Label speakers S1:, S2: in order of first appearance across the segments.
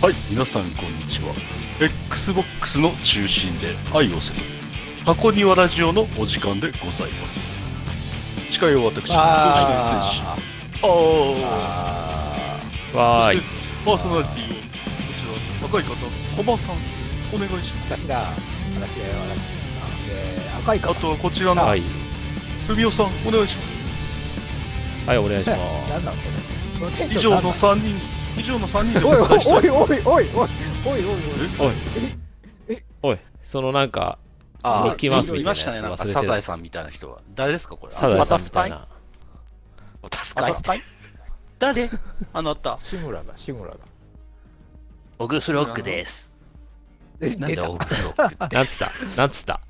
S1: はい皆さんこんにちは XBOX の中心で愛をする箱庭ラジオのお時間でございます司会は私
S2: あ
S1: あ
S2: ー
S1: あ
S2: あ
S1: ーそ
S3: わー
S1: し
S3: い
S1: てパーソナリティをこちら高い方コバさんお願いし
S2: ー
S1: ます
S2: 私だ私だよ私えー赤い
S1: あ
S2: か
S1: とはこちらの
S3: はい
S1: 文雄さんお願いします
S3: はいお願いしま
S2: 何なんそれそのテンシ
S1: 以
S2: ョン
S1: 上の
S2: 何
S1: 3人以上の3人でお
S2: な
S1: 伝え
S2: ん
S1: した
S2: おい
S1: い
S2: おいおいおいおいおいおいおいおい
S3: すおいおいそのなんか
S4: あ
S3: ミッキーマウスみたいなやつ
S4: ましたね。なん
S3: 忘
S4: か
S3: れてる
S4: サザエさんみたいな人は。誰ですか、これ。
S3: サザエさんみたいな
S4: お助
S2: あ
S4: か
S2: た
S4: り
S2: す。かい
S4: 誰あなた。
S2: 志村だ志村だ
S4: オグフロッグです。
S2: え
S4: なん
S2: 出
S4: だ、
S2: た
S4: オグフロッグって。
S3: なんつったなんつった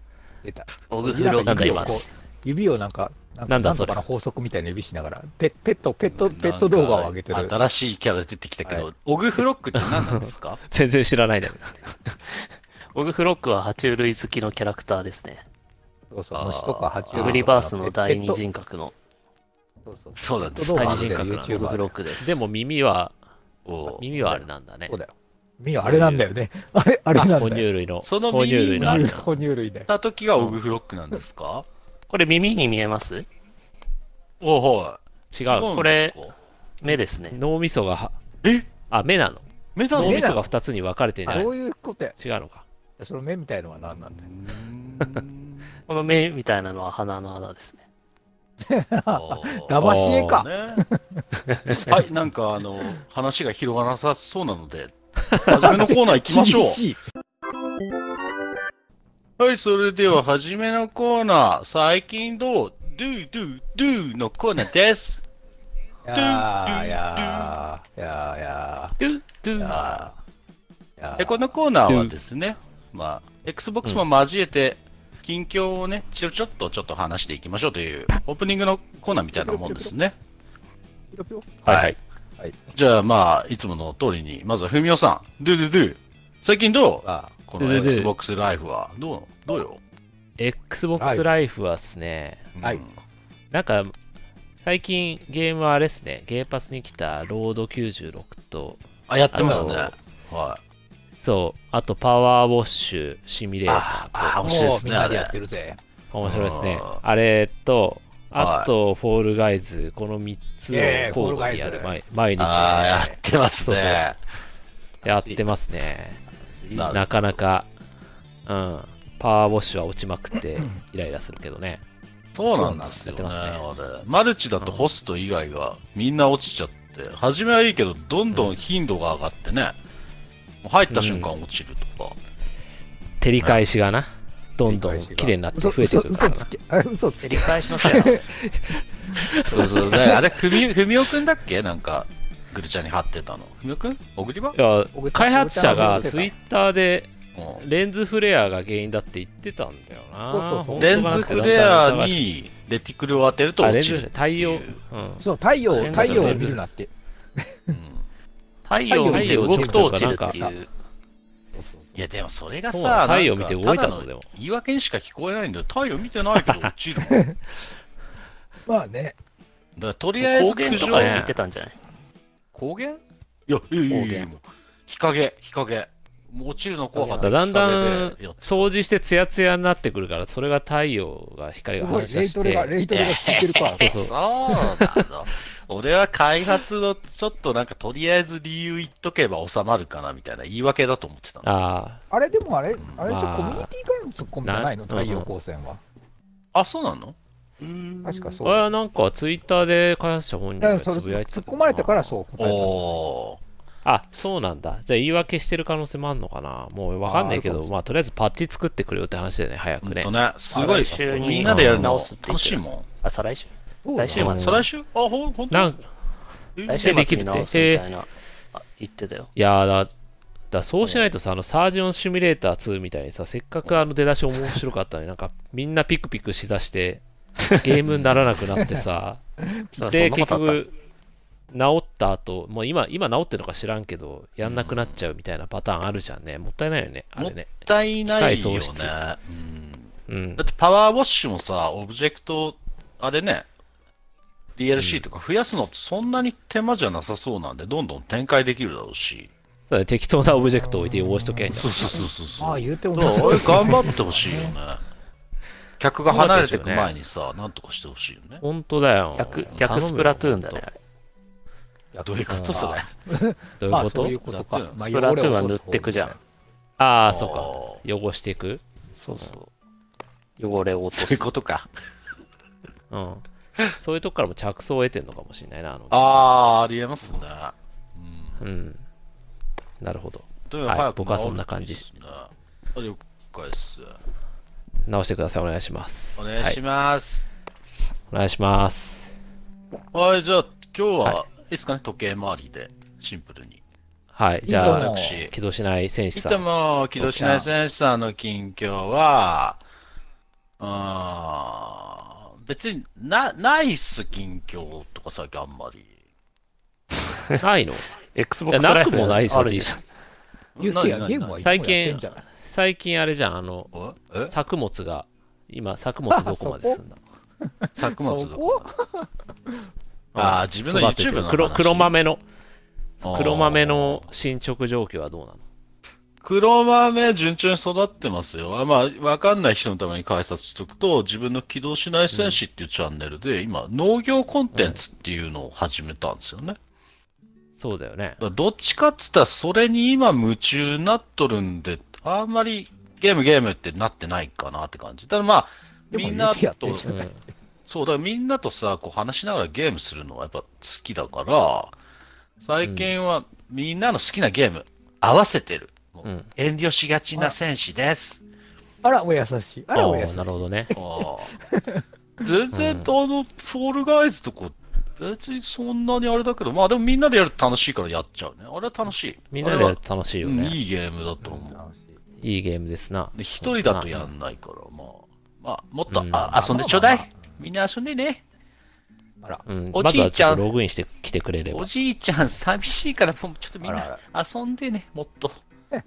S2: 出た
S4: オグフロッ
S3: なん
S4: グ
S3: か
S4: で
S3: 今
S4: す。
S2: 指をなんかなんか
S3: なんだ
S2: なんと
S3: そ
S2: か
S3: れ
S2: の法則みたいな指しながらペペットペットペット動画を上げて
S4: なん
S2: る
S4: か新しいキャラ出てきたけ
S2: は
S4: ど、オグフロッグって何なんですか
S3: 全然知らないだよ
S5: オグフロックは爬虫類好きのキャラクターですね。
S2: そうそう
S4: あー
S2: 虫とか爬虫類とか
S5: オグリバースの第二
S2: ペッ
S5: 人格の、
S2: トそうそう
S4: そうなんです
S2: ペッ
S4: か
S2: ト
S5: 第
S2: 動
S5: 二
S2: 画
S5: 人格のオグフロックです。
S3: でも、耳は
S4: おう
S3: 耳はあれなんだね
S2: そうだよみよあれなんだよねあれあれなんだよ
S3: 哺乳類の
S4: その
S3: 哺乳類のあれ
S4: 耳
S3: な
S4: が
S2: 哺乳類だよ
S4: やった時がオグフロッグなんですか
S5: これ耳に見えます
S4: おうほ
S3: 違
S4: い。違うんです
S3: う
S4: か
S5: これ目ですね。
S3: 脳みそがは
S4: え
S3: あ目なの
S4: 目な
S3: 脳
S4: の
S3: みそが2つに分かれてない
S2: ど
S3: 違う
S2: ういうことや
S3: のか
S2: その目みたいのは何なんだよ
S5: この目みたいなのは鼻の穴ですね。
S4: だ
S2: 騙し絵か
S4: ね。はい、なんかあの、話が広がらなさそうなので、初めのコーナー行きま しょう
S2: 厳。しい
S4: はい、それでは、はじめのコーナー、最近どう ?Do, do, do のコーナーです。
S2: やーやーやーや
S5: ドゥドゥ
S2: ーやーや
S4: で、
S2: ー
S4: このコーナーはですね、まあ、Xbox も交えて、近況をね、ちょちょっとちょっと話していきましょうという、オープニングのコーナーみたいなもんですね。
S2: ピロピロ
S3: はいはい
S4: じゃあ、まあ、いつもの通りに、まずは、ふみおさん、Do, do, do。最近どう
S2: あ
S4: この
S3: Do, do, do
S4: Xbox ライフは。どうどうよ
S3: XBOX ライフはですね
S2: はい
S4: うん
S3: なんか最近ゲームはあれですねゲーパスに来たロード96と
S4: あ、やってますね。
S3: あ
S4: はい。
S3: そうあとパワーウォッシュシミュレータ
S4: ああ、
S2: も
S4: 面白いで
S2: う
S4: す
S2: みん
S4: ね、
S2: な
S4: あ
S2: で
S4: れ
S2: やっ。てるぜ
S3: ー面白いですね
S4: あー
S3: あれと
S4: はい
S3: あと、フォールガイズ、この3つを
S2: イェーイ
S3: 交互にやる
S2: フォールガイ
S3: 毎毎日
S4: ああ、やってます
S3: そうそう
S4: ね。
S3: やってますね。
S4: なる
S3: なかなか、うん、パワーウォッシュは落ちまくってイライラするけどね。
S4: そうなんですよね、
S3: やっ
S4: あ
S3: てま
S4: れ。マルチだとホスト以外がみんな落ちちゃって、初めはいいけど、どんどん頻度が上がってね、もう入った瞬間落ちるとか。
S3: 照り返しがな、どんど
S2: 照り
S3: ん
S2: 返しが
S3: 綺麗になって
S2: 嘘
S3: 増えて
S2: 嘘
S3: くるか
S2: 嘘
S3: ら
S2: つ
S3: な。
S2: けあれ嘘つ
S5: 照
S2: け
S5: り返しましたよ。
S4: そうそう。だ からあれ、ふみ、ふみおくんだっけなんか、ぐるちゃんに貼ってたの。ふみおくんおぐり場
S3: いや開発者がツイッターで
S4: うん
S3: レンズフレアが原因だって言ってたんだよな。
S2: そうそうそう
S3: 本当
S4: レン
S3: な
S4: ズ
S3: んか
S4: フレ
S3: だん
S4: ア
S3: だん疑わしく
S4: にレティクルを当てると
S3: あ
S4: 落
S3: レン
S4: ち
S3: ズフレ
S4: る
S3: ア。太陽、うん、
S2: そう太陽
S3: レンズ
S2: 太陽を見るなって
S4: うん
S5: 太陽を見て動くと落ちるって
S3: 太陽
S5: いう。
S4: いや、でもそれが
S3: そうなの
S4: さ、
S3: 太陽見て動いた
S4: なんか
S3: の
S4: だ
S3: でも
S4: 言い訳にしか聞こえないんだよ。太陽見てないけど落ちるもん。だか
S2: まあね
S4: らとりあえず
S5: 光
S4: 苦
S5: 源と
S4: 情
S5: かで見てたんじゃない
S4: 光源いや、いやいやいやいや、もう日陰、日陰。もう落ちるの怖かった。
S3: だんだん
S4: 日陰でやっ
S3: 掃除してツヤツヤになってくるから、それが太陽が光
S2: す
S3: が
S2: ごいレ
S3: 反射
S2: イト
S3: し
S2: レが
S3: て、
S2: レイトレが効いてるから
S3: そう
S4: て
S3: そう
S4: そうなの。俺は開発のちょっとなんかとりあえず理由言っとけば収まるかなみたいな言い訳だと思ってたの。
S3: あ
S2: あれでもあれあれでし
S3: ま
S2: ょ
S3: あ
S2: コミュニティからのツッコミじゃないの
S3: な
S2: 太陽光線は
S4: あ、そうなの
S2: 確かそ
S3: あ、
S2: う
S3: あれはなんかツイッターで開発者本人
S2: だか
S3: が
S2: らそれ
S3: つぶやいてた
S2: 突っ込まれたから
S3: う。
S2: そう答えた
S4: おー。
S3: あ、そうなんだ。じゃあ言い訳してる可能性もあるのかな。もうわかんないけ
S2: あーあるかもしれ
S3: ど、
S2: ない
S3: まあとりあえずパッチ作ってくれよって話だよね、早
S4: ほ
S3: く
S4: ん
S3: ね
S4: と。ね、すごい
S5: 来週。に
S4: みんなでやる
S5: 直
S4: の
S5: すって言
S4: 楽
S5: って
S4: したいも
S5: あ、再来週
S2: そう
S5: 来週末
S4: ん。
S3: ん
S4: 再来週あ、ほん、ほんと
S3: なん
S4: え
S5: 来
S3: え
S5: 週
S3: でき
S5: 末
S3: るって
S5: に直すみたいな。あ言ってたよ。
S3: いやーだ、だそうしないとさ、あのサージオンシミュレーター2みたいにさ、せっかくあの出だし面白かったのに、なんかみんなピクピクしだして、ゲームにならなくなってさ、
S5: そう
S3: で、
S5: そんな
S3: 結
S5: ことあった
S3: 局、治った後、もう今、今治ってるのか知らんけど、やんなくなっちゃうみたいなパターンあるじゃんね。もったいないよね、あ
S4: も
S3: れ
S4: っ
S3: ね。
S4: たいない
S3: 機
S4: よ
S3: 械
S4: ね
S3: 喪失。
S4: うん
S3: うん
S4: だ。ってパワーウォッシュもさ、オブジェクト、あれね、DLC とか増やすのってそんなに手間じゃなさそうなんで、どんどん展開できるだろうし、
S3: だから適当なオブジェクトを置いて汚しとけんじゃ
S4: そうそうそうそうそう
S2: ああ、言うても
S4: だからあれ頑張ってほしいよ ね。客が離れてく前にさ、なんとかしてほしいよね
S3: ん。。本当だよ。
S5: 逆、
S3: 頼
S5: 逆
S3: むよ
S5: スプラトゥーンだね。あ。れ
S4: どういうことそれ。
S3: どういう
S2: まあ、
S3: こ
S2: そ
S3: と
S2: ういうこと
S4: スプラ
S2: か。まあ、
S5: スプラトゥーンは塗ってくじゃん。
S3: ああ、そうか。汚していく。
S5: そうそう。汚れを落
S4: そ
S5: と
S4: うい
S5: す
S4: う。ことか。
S3: うん。そういうとこからも着想を得てんのかもしれないな、あの。
S4: あー、ありえますね。
S3: うん。なるほど。
S4: とにか
S3: はい
S4: く早く
S3: 僕はそんな感じ
S4: 治るといいですね了解っす。
S3: 直してください。お願いします。
S4: お願いし
S3: はい、
S4: ます。
S3: お願いします。
S4: はい、じゃあ、今日
S3: は
S4: は、いいですかね、時計回りで、シンプルに。
S3: はい。じゃ
S2: いいと
S3: あ
S2: 思、
S4: 私、
S3: 起動しない戦士
S4: い
S3: さ
S4: つ
S3: ん。
S4: も、木戸しない選手さんの近況は、うーん、別にな、ないっす、近況とか最近あんまり。
S3: ないの
S5: Xbox
S3: いやな
S5: ライ
S3: く
S5: フ
S3: もないですよ
S5: あるでしょ。
S2: 言ってや、
S4: 何
S2: ゲーム
S4: 何
S2: は一本やってんじゃない。
S3: 最近あれじゃん、あの、
S4: 何え
S3: 作物が、今、作物どこまで進んだ
S4: 作物と
S2: そ
S4: か。あー自分の
S3: 育ててる
S4: YouTube の話
S3: 黒黒豆の、
S4: あー
S3: 黒豆の進捗状況はどうなの
S4: 黒豆順調に育ってますよ。あまあ、わかんない人のために解説しておくと、自分の起動しない戦士っていうチャンネルで、今、農業コンテンツっていうのを始めたんですよね。
S3: そうだよ
S4: だ。
S3: ね
S4: からどっちかっつったら、それに今夢中になっとるんで、あんまりゲームゲームってなってないかなって感じ。ただまあ、
S2: でも
S4: みんな
S2: 言ってやって
S4: と
S2: ん、じゃ
S3: う
S2: ない
S3: ん。
S4: そう、だからみんなとさ、こう話しながらゲームするのはやっぱ好きだから、最近はみんなの好きなゲーム、合わせてる。もう
S3: うん
S4: 遠慮しがちな戦士です。
S2: あら、お優しい。あら、お優しい。
S3: なるほどね。
S4: あー全然、あの、フォールガイズとか、別にそんなにあれだけど、まあでもみんなでやると楽しいからやっちゃうね。あれは楽しい。
S3: みんなでやると楽しいよ
S4: うん
S3: ね。
S4: いいゲームだと思う。
S2: 楽しい
S3: いいゲームですな。
S4: で、一人だとやんないから、まあ、まあ、もっと、
S3: うん
S4: あ遊んでちょうだ
S2: まあ
S4: い。みんな遊んでね。
S2: あら、
S3: うん、
S4: お
S3: まず
S4: じ
S3: はいち
S4: ち
S3: ょ
S4: ゃ
S3: っ
S4: ん
S3: とログインしてきてくれれば
S4: お。じいちゃん寂しいから、もうちょっとみん
S2: あら
S4: な遊んでね、もっと。ね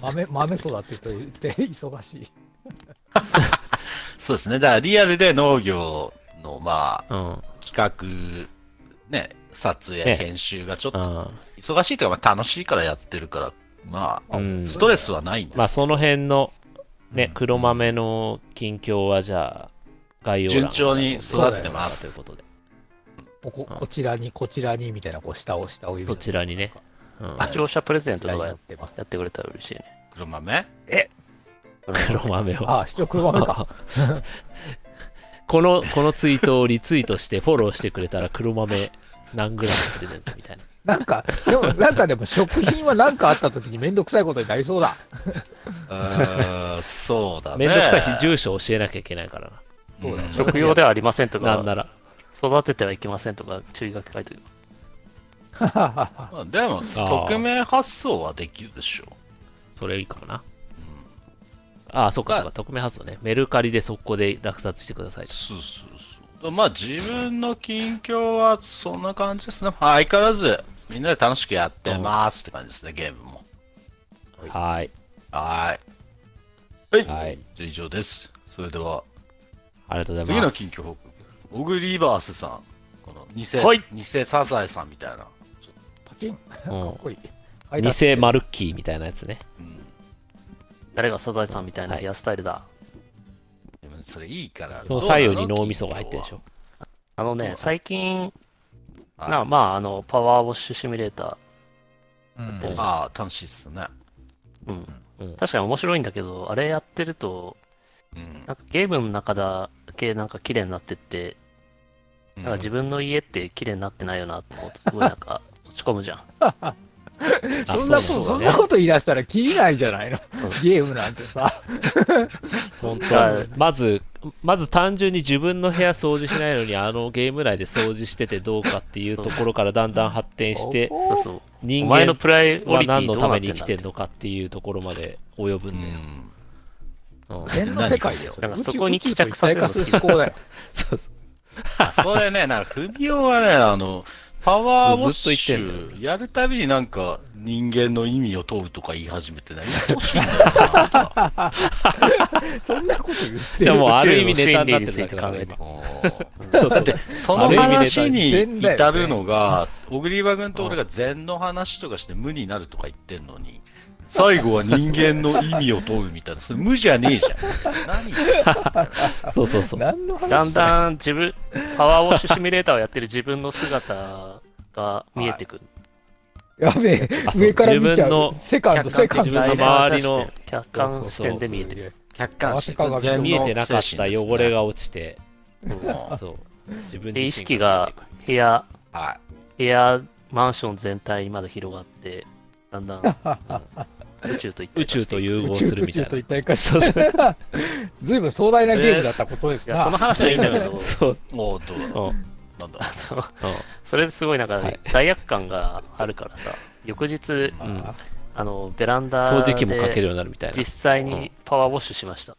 S2: 豆、豆育てと言って、忙しい。
S4: そうですね。だからリアルで農業の、まあ、
S3: うん。
S4: 企画、ね、撮影、
S3: ね
S4: 編集がちょっ
S3: う
S4: と
S3: ん。
S4: 忙しいというか、まあ、楽しいからやってるから、まあ、
S3: うん
S4: ストレスはないんです。
S3: まあ、その辺の、ね、黒豆の近況は、じゃあ、概要欄
S4: 順調に育ってます
S3: ということで、
S2: ここ、こちらに、こちらに、みたいな、こう、下を下を指
S3: そちらにね。うん、
S5: 視聴者プレゼント
S2: 下
S5: と
S2: に
S5: か
S2: 乗
S5: や
S2: ってます。
S5: ってくれたら嬉しいね。
S4: 黒 豆
S3: 黒豆を。
S2: ああ、視聴黒豆 か。
S3: この、このツイートをリツイートしてフォローしてくれたら黒豆何グラムプレゼントみたいな。
S2: なんか、でも、なんかでも、食品はなんかあった時にめんどくさいことになりそうだ。
S4: あーそうだね。
S3: めんどくさいし、住所教えなきゃいけないから
S2: そうだね
S5: 食用ではありませんと
S3: な。なんな
S5: か、
S3: ら。
S5: 育ててはいけませんとか、注意書き書いてる。
S4: まあでも、匿名発送はできるでしょう。
S3: それいいかもな。ああ、そっかそっか、匿名発送ね。メルカリで速攻で落札してくださいと。
S4: そうそうそう。まあ自分の近況はそんな感じですね。相変わらずみんなで楽しくやってますって感じですね、ゲームも。
S3: はーい。
S4: はーい。
S3: は
S4: はいい。以上です。それでは
S3: ありがとうござい
S4: 次
S3: ま
S4: の
S3: す。
S4: 近況報告。オグリバースさん。この偽、
S5: はい
S4: 偽サザエさんみたいな。
S2: パチン。
S3: うん
S2: かっこいい。
S3: 偽マルッキーみたいなやつね。
S5: 誰がサザエさんみたいなヘアスタイルだ。
S4: でもそれいいから。
S3: その
S4: どうな
S3: 左右に脳みそが入ってるでしょ。
S5: あのね、最近、
S4: はい
S5: なまあ、あの、パワーウォッシュシミュレータ
S2: うん
S5: 近況は
S4: ああ、楽しいっすね。
S5: ー。うん。
S3: うん
S5: 確かに面白いんだけど、あれやってると、
S4: うん。
S5: なんかゲームの中だけなんか綺麗になってって、なんか自分の家って綺麗になってないよなと思うと、すごいなんか落ち込むじゃん。
S3: あ
S2: そんなこと、
S3: そう
S2: そ
S3: そうんね
S2: なこと言い出したら、切りないじゃないの。ゲームなんてさ。
S3: 本当まず、まず単純に自分の部屋掃除しないのに、あのゲーム内で掃除しててどうかっていうところからだんだん発展して、
S5: そうそう。お
S3: 人
S5: 前の
S3: 間
S5: プライオ
S3: は
S5: リティ
S3: 何
S5: ど
S3: の
S5: う
S3: た
S5: な
S3: め
S5: って
S3: に
S5: ん
S3: 生
S5: だ
S3: きてんのかっていうところまで及ぶんだよ。うん
S2: 全の世界だよ。
S5: なんか
S2: 宇宙
S5: そこに
S2: 宇宙と
S5: 帰着
S2: 一
S5: させ
S2: 体
S5: る
S2: 化
S5: の好
S2: す
S5: き
S2: る思考だよ。
S3: そうそう
S4: あそれね、なんか、不病はね、あの、パワーウォッ
S3: ずっと
S4: シ
S3: 言ってんだよ
S4: ュやるたびになんか、人間の意味を問うとか言い始めてね、
S2: そんなこと言って
S3: じゃあもうある意味
S5: 宇宙
S3: ネタ
S5: の
S3: になって
S5: 心理につ
S3: るだ
S5: い
S3: けだ
S5: て考
S3: から
S5: えて
S3: 今。
S4: そうだって、その話に至るのが、小栗場君と俺が禅の話とかして無になるとか言ってんのに、最後は人間の意味を問うみたいな、それ無じゃねえじゃん。何
S3: そうそうそう。
S2: 何の話
S5: だんだん自分、パワーウォッシュシミュレーターをやってる自分の姿が見えてくる。
S2: やべえ
S3: あ、そう
S2: 上から見ち
S3: 自
S2: ゃ
S3: 分の
S2: う。セカンド、セカン
S3: 自
S2: ド。
S3: 分の周りの
S5: 客観視点で見えてくる。
S4: 客
S2: 観
S4: 観
S2: 視
S4: 視
S3: 見えてなかった汚れが落ちて、そう。自分自身
S5: で、意識が部屋、
S4: は
S5: 部屋、マンション全体にまで広がって、だんだん、うん宇宙と一体
S3: 宇宙と
S5: いう。
S3: 融
S2: 宇
S3: 合
S2: 宙
S3: する
S2: 宇
S3: みた
S2: 宙
S3: い
S2: と
S3: な。
S2: 一体化した。ずいぶん壮大なゲームだったことです
S5: いや、そ
S2: な。
S5: の話はいいんだけ ど、
S3: そう。
S4: い。もう、どうだろ
S3: う
S4: うんなんだろ
S5: それですごいなんか
S3: はい
S5: 罪悪感があるからさ、翌日、
S3: うん
S5: あの、ベランダ
S3: 掃
S5: で
S3: 除機もかけるようになるみたいな
S5: 実。際
S3: うん
S5: にパワーウォッシュしました。
S4: う。
S3: え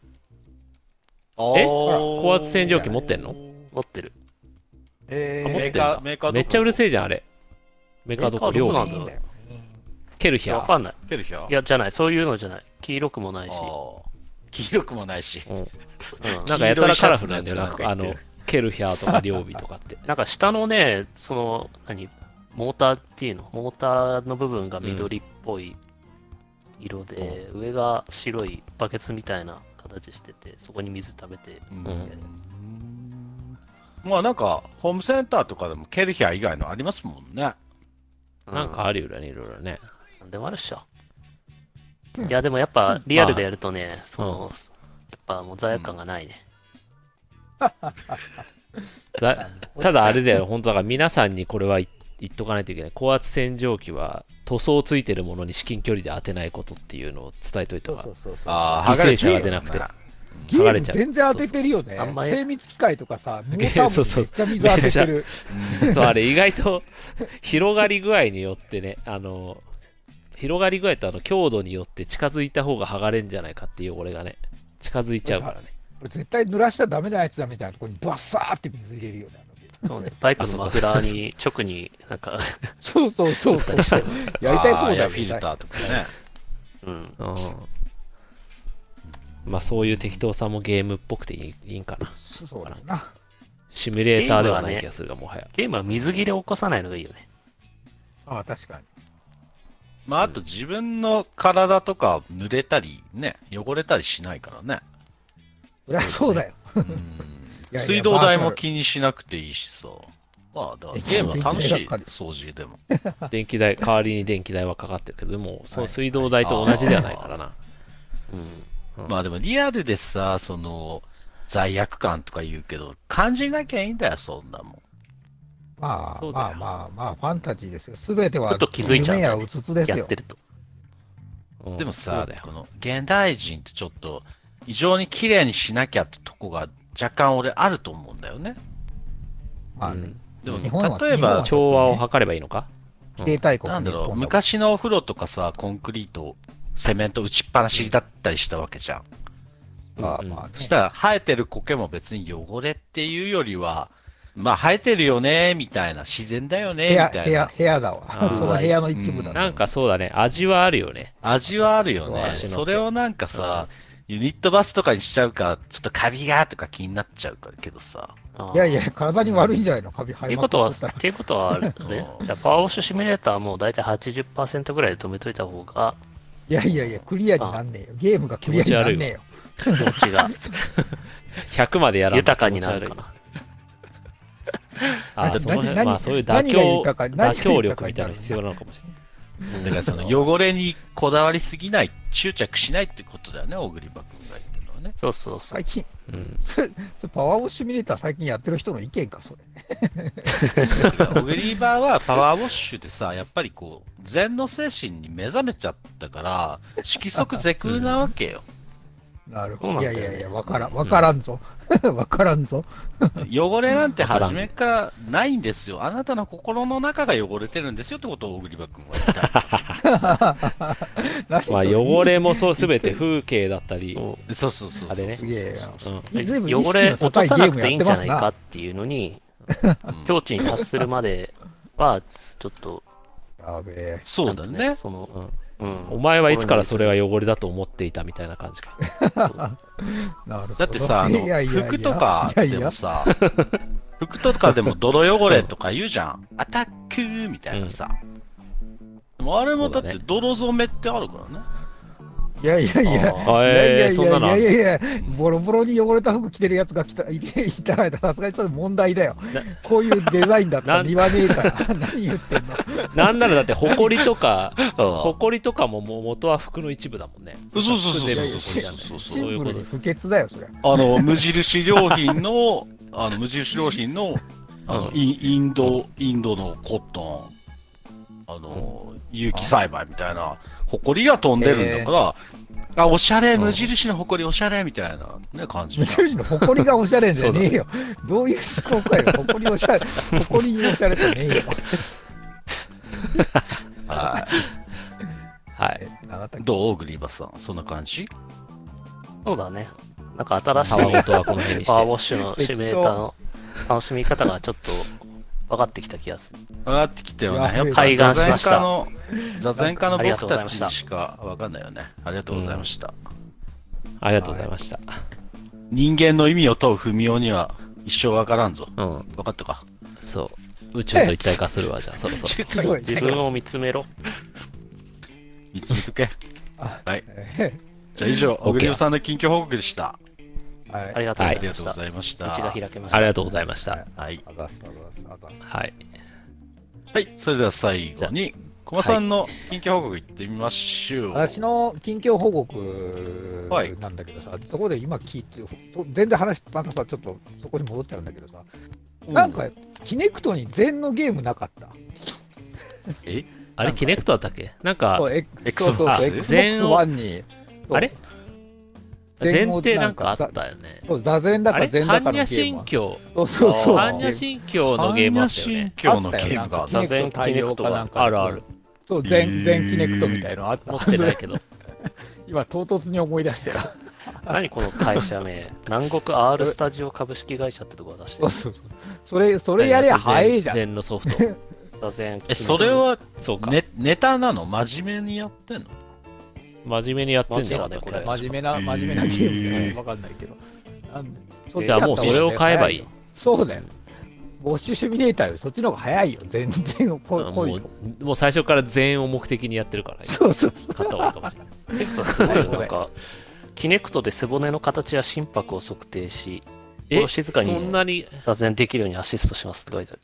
S4: おー
S3: 高圧洗浄機持ってんの
S5: 持ってる。
S2: え
S3: あ持
S4: メーカ
S3: てんだ
S4: ー、メーカー
S3: めっちゃうる
S4: い。
S3: せえじゃん、あれ。メカドコ
S5: メカ
S3: 量
S5: どこな
S3: が
S5: んだろ
S2: いい
S5: う
S2: んだよ
S3: 蹴る日
S5: わ
S3: や。
S5: かんない。
S4: ケルヒャ
S5: いや、じゃない。そういうのじゃない。黄色くもないし。
S4: ー黄色くもないし。
S5: うん
S3: なんかやたらカラフルなんだよ、
S4: 黄色いシャツ
S3: なんかあ
S4: のやつなんか
S3: の
S4: 言ってる、
S3: ケルヒャーとか両備とかって。
S5: なんか下のね、その、何、モーターっていうの、モーターの部分が緑っぽい色で、上が白いバケツみたいな形してて、そこに水溜めて、
S4: うん
S3: ん
S4: まあなんか、ホームセンターとかでもケルヒャー以外のありますもんね。
S5: う
S3: なんか、あるよね、いろいろね。
S5: なんでもあるっしょ。いや、でもやっぱリアルでやるとね、その、
S3: う
S5: やっぱもう罪悪感がないね。
S3: だただあれだ よ、本当だから皆さんにこれは言言っとかないといけない。高圧洗浄機は塗装ついてるものに至近距離で当てないことっていうのを伝えといた
S2: そう
S3: 方が
S2: そうそうそう。
S4: あ
S3: ー犠牲者が出なくて
S2: ゲ
S3: 剥が
S2: ー
S3: れ
S2: ム
S3: ちゃう
S2: 全然当ててるよね
S5: そうそうあん。まり
S2: 精密機械とかさ、モ
S3: ゲ
S2: ー
S3: ー
S2: タ
S3: ム
S2: ーもめっちゃ水 当ててる。
S3: そう、あれ意外と広がり具合によってね、あの、広がり具合とあの強度によって近づいた方が剥がれんじゃないかっていう汚れがね、近づいちゃうからね。
S2: これ絶対濡らしちゃダメなやつだみたいなとこにバッサーって水入れるよね。あの
S5: そうね、バイクのマフラーに直に、なんか、
S2: そうそうそう そう。やりたい
S4: あー
S2: 方だ
S4: エア
S2: よ
S4: フィル
S2: ね。
S4: ターとかね。
S5: うん、
S3: うん。まあそういう適当さもゲームっぽくていいいいんかな。
S2: そうだな。
S3: シミュレーターではない気がするが、もはや。
S5: ゲームは水切れを起こさないのがいいよね。
S2: ああ、確かに。
S4: まああと自分の体とか濡れたりね、汚れたりしないからね。
S2: そりゃそうだよ。
S4: うん
S2: いやいや
S4: 水道代
S2: まあ
S4: も気にしなくていいしさ。まあ、だからゲームは楽しい、掃除でも。
S3: 電気代、代わりに電気代はかかってるけど、でもその水道代と同じではないからな。
S5: うん。
S4: まあでもリアルでさ、その、罪悪感とか言うけど、感じなきゃいいんだよ、そんなもん。
S2: まあ
S3: そうだ
S2: まあ
S3: よ
S2: まあまあ、ファンタジーですよ。すべては
S5: ちょっと気づいちゃうん
S2: 夢
S5: だ
S2: や
S5: よね
S2: うつつです
S5: やっ
S2: よ
S5: て。ると。
S3: うん
S4: でも
S3: そ
S4: さ
S3: うだ、よ
S4: この現代人ってちょっと、異常に綺麗にしなきゃってとこが若干俺あると思うんだよね。
S2: まあね、
S4: でも、
S2: 日本は
S4: 例えば
S2: 日本、
S3: 調和を図ればいいのか
S2: 携帯国
S4: なんだろう、
S2: 日本だ
S4: 昔のお風呂とかさ、コンクリート、セメント打ちっぱなしだったりしたわけじゃん。
S2: まあまあね
S4: そしたら生えてる苔も別に汚れっていうよりは、まあ生えてるよね、みたいな、自然だよね、
S2: 部
S4: み
S2: 屋、
S4: た
S2: 部
S4: い
S2: 屋
S4: な、。
S2: 部屋だ
S3: あ
S2: わ。
S3: ー
S2: その部屋の一部だ
S4: うん
S2: な。
S3: なんかそうだね、味はあるよね。
S4: 味はあるよね。
S3: 足の毛
S4: それをなんかさ、ユニットバスとかにしちゃうから、ちょっとカビがとか気になっちゃうからけどさ。
S5: あー
S2: いやいや、体に悪いんじゃないのカビ
S5: っ
S2: 生
S5: てい
S2: え
S5: う
S2: まく
S5: こ
S2: っと
S5: とは、っ
S2: ったら。
S5: ていうこ とはあれだね
S4: うん
S5: じゃあパワーウォッシュシミュレーターはもう大体80%ぐらいで止めといた方が
S2: いやいやいや、クリアになんねえよ。ゲームがクリアになんねえよ。
S5: 気持ち が
S3: 100までやらんと
S5: 豊かになるかな。
S3: あ
S2: だ
S3: ー
S2: って
S3: その辺
S2: 何
S3: まあそういう妥
S2: 何が
S3: 協
S2: 豊か何が
S3: 妥協力みたいなの必要なのかもしれない。
S4: だからその汚れにこだわりすぎない、執着しないってことだよね、小栗場君が言ってるのはね。
S5: そうそうそう。
S2: 最近、
S3: うん
S2: それそれパワーウォッシュミュレーター最近やってる人の意見か、それ。
S4: 小栗場はパワーウォッシュでさ、やっぱりこう、禅の精神に目覚めちゃったから、色即是空なわけよ。
S2: なる
S5: そ
S2: ほ
S5: うな
S2: ど。
S5: ん
S2: い
S5: だ
S2: や
S5: よ
S2: い
S5: ね
S2: やいや、わからん、わからんぞ。 わからんぞ。
S4: 汚れなんて初めからないんですよ。あなたの心の中が汚れてるんですよってことを小栗場君は言いたい。
S2: 何そ
S3: まあ
S2: れ
S3: 汚れもそう全て風景だったり、
S5: そ う
S4: そうそうそうそう。
S3: あれね
S2: すげえや。
S3: うん
S2: ずいぶん意
S5: 汚
S2: 識
S5: れ
S2: の
S5: 落
S2: 高
S5: と
S2: いゲ
S5: さな
S2: ーム
S5: くてい
S2: や
S5: い
S2: っ
S5: ん
S2: てま
S5: じゃな
S2: す
S5: いか
S2: な
S5: っ。ていうのに、
S4: うん
S5: 境地に達するまでは、ちょっと、
S2: やべえ。
S4: そうだ
S5: なんてい
S4: ね
S5: うの。その、
S3: うん
S5: うん
S3: お前はいつからそれが汚れだと思っていたみたいな感じか。
S2: なる ほど。
S4: だってさ、あの
S2: いやいやいや
S4: 服とか
S2: いやい
S4: で
S2: や
S4: もさ、服とかでも泥汚れとか言うじゃん。アタックーみたいなさ。でもあれもだっ
S3: そう
S4: て
S3: だね
S4: 泥染めってあるからね。
S2: いやいやいや。
S4: あ
S3: あ
S2: いやい
S3: え
S2: や
S3: ー、
S2: い
S3: そんなの
S2: や
S3: あん
S2: い
S3: の
S2: やいや、ボロボロに汚れた服着てるやつが来た、いていたら、さすがにそれ問題だよ
S3: な。
S2: こういうデザインだったら
S3: なん
S2: 言わねえから。 何言ってんの
S3: なんならだって、ほこりとか、ほ
S4: あ
S3: こりとかももう元は服の一部だもんね。
S4: そうそうそうそう
S3: 服全
S4: そう
S3: 部ほこりなんだよ
S4: そう
S2: シ
S3: そうい
S2: ンプ
S3: うこ
S2: ル
S3: と
S2: に
S3: です。
S2: 不潔だよ、それ。
S4: あの、無印良品 の、あの、無印良品の、あの
S3: うん
S4: インインド、インドのコットン、あの、有機栽培みたいな、埃が飛んでるんだから、あ、おしゃれ、
S3: うん
S4: 無印の埃おしゃれみたいなね、感じ
S2: 無。印の誇りがおしゃれじゃねえよ。どういう思考かよ。誇りおしゃれ、誇りにおしゃれじゃねえ よ。
S4: はい
S3: はい。
S2: あなた、
S4: どうグリーバスさん、そんな感じ
S5: そうだね。なんか新しい
S3: 皮ごとはこの辺にして
S5: パワーウォッシュのシミュレーターの楽しみ方がちょっと分かってきた気がする。
S4: 上がってきたよね。
S2: いや
S4: やっぱ
S5: 開眼しました
S4: 座禅家の、座禅家の
S5: ありがと
S4: 僕
S5: うござい
S4: た
S5: まし
S4: ち
S5: た
S4: にしかわかんないよね。ありがとうございました。
S3: ありがとうございました。
S4: 人間の意味を問う文雄には一生わからんぞ。
S3: うん、
S4: 分かったか。
S3: そう。宇宙と一体化するわ、じゃあ、そろそろ。
S2: ひどい
S5: 自分を見つめろ。
S4: いつ見とけ。
S2: あ
S4: はい。
S2: え
S4: じゃあ以上、
S3: OK
S4: 小栗さんの近況報告でした。
S2: ー はい
S5: ありがとう
S4: あ
S5: ご
S4: りがと
S5: ざいまし
S4: うご
S5: た。
S4: ざいました。
S5: 口が開けまし
S3: あ
S5: た。
S3: りがとうございました。
S4: はい。
S2: あざす、あざす、あざす。
S3: はい。
S4: はい、それでは最後に、駒さんの近況報告いってみましょう。
S2: 私の近況報告
S4: はい
S2: なんだけどさ、そこで今聞いて、ほ全然話、またさ、ちょっとそこに戻っちゃうんだけどさ、
S4: う
S2: なん、か、キネクトに禅のゲームなかった。
S3: あれ、キネクトだったっけなんか、
S2: そう、エク
S4: Xbox？
S2: そうそうそう
S3: あ
S2: Xbox
S3: 禅を
S2: One に。
S3: あれ
S2: そう
S3: 前
S2: 禅を
S3: 提なんかあ
S2: ざ
S3: ったよね。
S2: そう座禅だ
S3: あ
S2: か
S3: れ
S2: 禅
S3: 般
S2: だかのゲ
S3: 若
S2: ーム
S3: 心
S2: は。
S3: 経。
S2: そうそうそう。
S3: 般若心経のゲームあったよね。
S4: 今日のゲームがあ
S2: あ
S4: っ
S2: ったた
S5: 座
S2: よ
S5: 禅
S2: なんかキ
S5: キ
S2: ネクト
S5: ネクト
S2: 対応か
S5: が
S2: なんか
S3: あるある。。
S2: そう、
S4: へー
S2: 禅、禅キネクトみたいのあった。
S3: 持ってない
S2: それ
S3: けど。
S2: 今、唐突に思い出したよ。
S5: 何この会社名。南国 R スタジオ株式会社ってとこが出し
S2: そう
S5: てる。
S2: そうそう。それ、 それやりゃ早いじゃん。
S3: 全のソ フト。
S5: 座禅
S4: え、それは、
S3: そうか。
S4: ね、ネタなの真面目にやってんの
S3: 真面目にやってんじゃなかった
S5: マジ
S3: っけ
S5: だ
S2: 真面目
S5: ね
S2: な、真面目なゲームじゃないわかんないけど。なんそっち
S3: じ
S2: だっ
S3: ゃあ
S2: た
S3: も
S2: ら
S3: うそれを買えばいい。
S2: そうだよ。ウォッシュシミュレーターよりそっちの方が早いよ。全然こ
S3: うん
S2: う、
S3: も
S2: こういうの。
S3: うもう最初から全を目的にやって るから、
S2: そうそうそう。
S3: 買った方がいいかもしれない。
S5: 結構すごいよなんか、キネクトで背骨の形や心拍を測定し、
S3: え、
S5: 静かに
S3: そんなに、
S5: 座禅できるようにアシストしますって書いてある。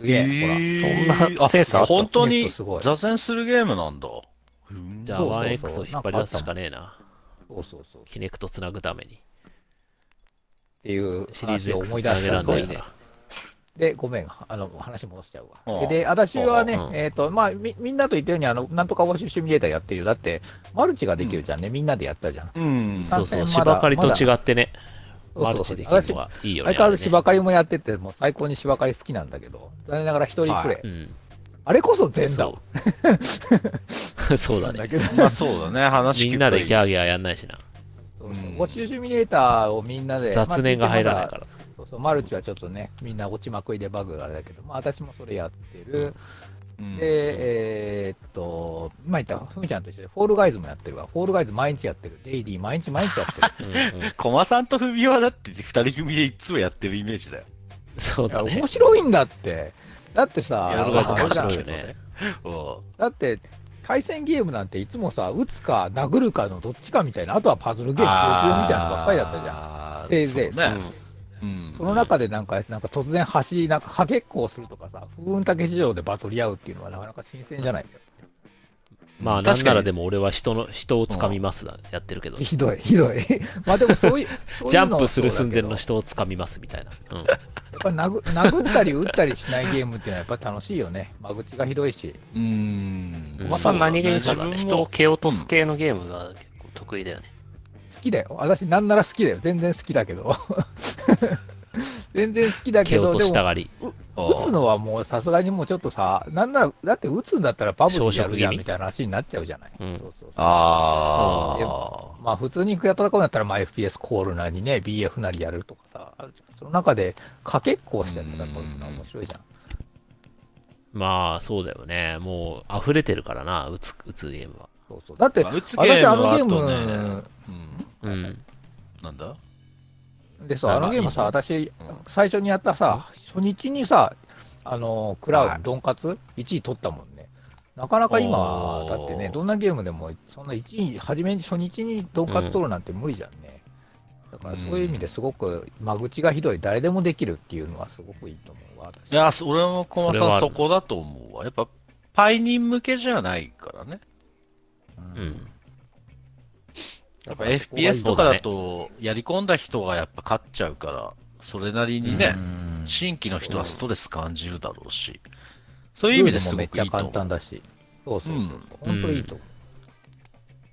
S2: すげえ、ほら。
S5: そんなセンサーあ
S4: あ
S5: った
S4: 本当
S2: ネッ
S4: に
S2: トすごい
S4: 座禅するゲームなんだ。うん
S3: じゃあ
S2: そうそうそう
S3: 1X を引っ張り出すしかねえな。
S2: そうそうそう。っ
S3: キネクトつなぐために。
S2: ていう
S3: シリー
S2: 話
S3: ズ
S2: を
S3: X
S2: 思い出
S3: つ
S2: した
S3: なげら
S5: ご
S3: れ
S5: い
S3: ない
S5: ね
S3: ね。
S2: で、ごめん、あの、話戻しちゃうわ。
S4: うん
S2: でで、私はね
S3: うんう、ん
S2: えっ、と、まあみ、みんなと言ったように、あの、なんとかウォッシュシミュレーターやってるよ。だって、マルチができるじゃんね。みんなでやったじゃん。
S4: うん。
S3: そうそう、
S2: まだ
S3: 芝刈りと違ってね、
S2: そうそ
S3: マ
S2: う
S3: ル
S2: そ
S3: チ
S2: う
S3: できるのはいいよね。
S2: 相変わらず芝
S3: あ
S2: 刈りもやってて、もう最高に芝刈り好きなんだけど、残念ながら一人プレイ。
S3: れね
S2: あれこそ
S3: うん。
S2: 全だ
S3: そうそう だね。
S2: けど、
S4: まあそうだね、話聞く
S3: みんなでギ
S4: ャ
S3: ャーギャーやんないしな。
S2: そうそうウォッシュシミュレーターをみんなで。
S3: 雑念が入らないか
S2: まあ
S3: ら。
S2: そうそうマルチはちょっとね、みんな落ちまくりでバグがあれだけど、まあ私もそれやってる。で、えーっと、まあ言った、ふみちゃんと一緒で、フォールガイズもやってるわ。フォールガイズ毎日やってる。デイリー毎日毎日やってる。
S3: うんうん
S4: 駒さんと文雄はだって二人組でいつもやってるイメージだよ。
S3: そう
S2: いや
S3: だね
S2: 面。白いんだって。だってさ、
S4: い
S3: や
S4: や
S3: る
S4: 俺
S3: が
S4: が
S2: あれ
S3: 面
S2: じゃん
S3: 白いよね。
S4: う
S2: だって、対戦ゲームなんていつもさ、打つか殴るかのどっちかみたいな、あとはパズルゲーム、供給みたいなのばっかりだったじゃん。
S4: ゃ
S2: せいぜい
S4: そう
S5: う
S4: ね
S5: ん。
S4: うん
S2: その中でなんか、なんか突然走り、なんか、はけっこをするとかさ、風雲竹市場でバトり合うっていうのはなかなか新鮮じゃない。
S3: まあ、
S4: 確かに
S3: なんならでも俺は人の、人をつかみますだ、やってるけど。
S2: ひどい、ひどい。 まあでもそう いう、そういう
S3: ジャ
S2: の
S3: ン
S2: は
S3: プする
S2: そう
S3: 寸
S2: だけ
S3: 前
S2: ど
S3: の人をつかみますみたいな。うん。
S2: やっぱ殴殴ったり打ったりしないゲームっていうのはやっぱ楽しいよね。間口がひどいし。
S4: うん。
S3: うん
S5: まさん何気に
S4: そ
S5: そうう
S4: だ
S5: だ
S4: ね
S5: ね。人を蹴落とす系のゲームが結構得意だよね。
S2: 好きだよ。私なんなら好きだよ。全然好きだけど。 全然好きだ
S3: 蹴
S2: けど、
S3: 落と
S2: で
S3: した
S2: も
S3: がり。
S2: 打つのはもうさすがにもうちょっとさ、なんなら、だって打つんだったらパブジやるじゃ
S3: 小食気
S2: ん
S3: 味
S2: みたいな話になっちゃうじゃない。
S3: うん
S2: そうそうそう
S4: あ
S2: で
S4: あ。
S2: まあ普通にやったとこだったら、まあ FPS コールなりね、BF なりやるとかさ、あるじゃんその中でかけっこをしてやったらやっぱ面白いじゃん。
S3: まあ、そうだよね。もう、溢れてるからな、打つ、打つゲームは。
S2: そうそう。だって、
S4: 打つゲ
S2: 私あ
S4: ーム
S2: の
S4: はあ
S2: ゲ
S4: と
S2: ー
S4: ね、
S2: ム、
S3: うん。
S4: うん、なんだ
S2: でさ、あのゲームさ、
S4: あ
S2: 私、最初にやったさ、初日にさ、あの、クラウン、ドンカツ、1位取ったもんね。なかなか今
S4: お、ー
S2: だってね、どんなゲームでも、そんな1位、初めに初日にドンカツ取るなんて無理じゃんね。だからそういう意味ですごく、間口がひどい、誰でもできるっていうのはすごくいいと思うわ、私
S4: いや、そ俺も駒
S3: それは
S4: さ
S3: あ
S4: ん
S3: る
S4: そこだと思うわ。やっぱ、パイ人向けじゃないからね。
S2: うん
S3: うん。
S4: や
S2: だ
S4: っぱ
S2: からそこがいい
S4: FPS とかだと、やり込んだ人がやっぱ勝っちゃうから、それなりにね、
S2: うん
S4: 新規の人はストレス感じるだろうし、そういう意味ですごくいい
S2: ルールもめっちゃ
S4: と
S2: 簡
S4: 思う。
S2: 単だし。そうそうそうそう。
S3: うん
S2: 本当にいいと思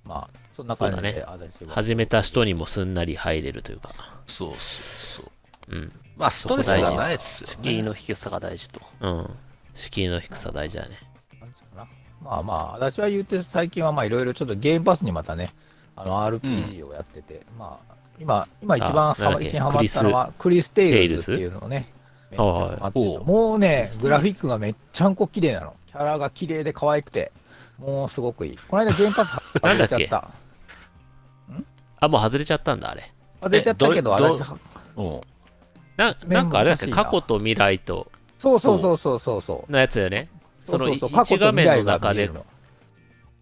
S2: う。まあ、そんな感じ
S3: そう
S2: で、私は。
S3: 始めた人にもすんなり入れるというか。
S4: そうそうそう。
S3: うん。
S4: まあ、ストレスがないですよ
S5: 敷居
S4: ね。
S5: の低さが大事と。
S3: うん。敷居の低さ大事だね。
S2: なんつうかなまあまあ、私は言って最近はまあいろいろちょっとゲームパスにまたね、あの RPG をやってて、まあ今、今一番
S3: なんだ
S2: さ
S3: っけ
S2: 一気にハマったのはクリス・テイルズっていうのをね、めっちゃハマって
S4: はい
S2: た
S4: はい
S2: もうね、グラフィックがめっちゃんこ綺麗なの。キャラが綺麗で可愛くて、もうすごくいい。この間ゲームパス外れちゃっ
S3: なんだ
S2: た。
S3: あ、もう外れちゃったんだ、あれ。
S2: 外れちゃったけど、
S4: えど
S2: 私、
S4: うん。
S3: ななんかあれだっ
S2: 面倒くさ
S3: け
S2: いな
S3: 過去と未来と
S2: そうそうそうそうそうそう。
S3: のやつだよね。その
S2: ううう
S3: 1画面の中
S2: 見え
S3: で
S2: る、の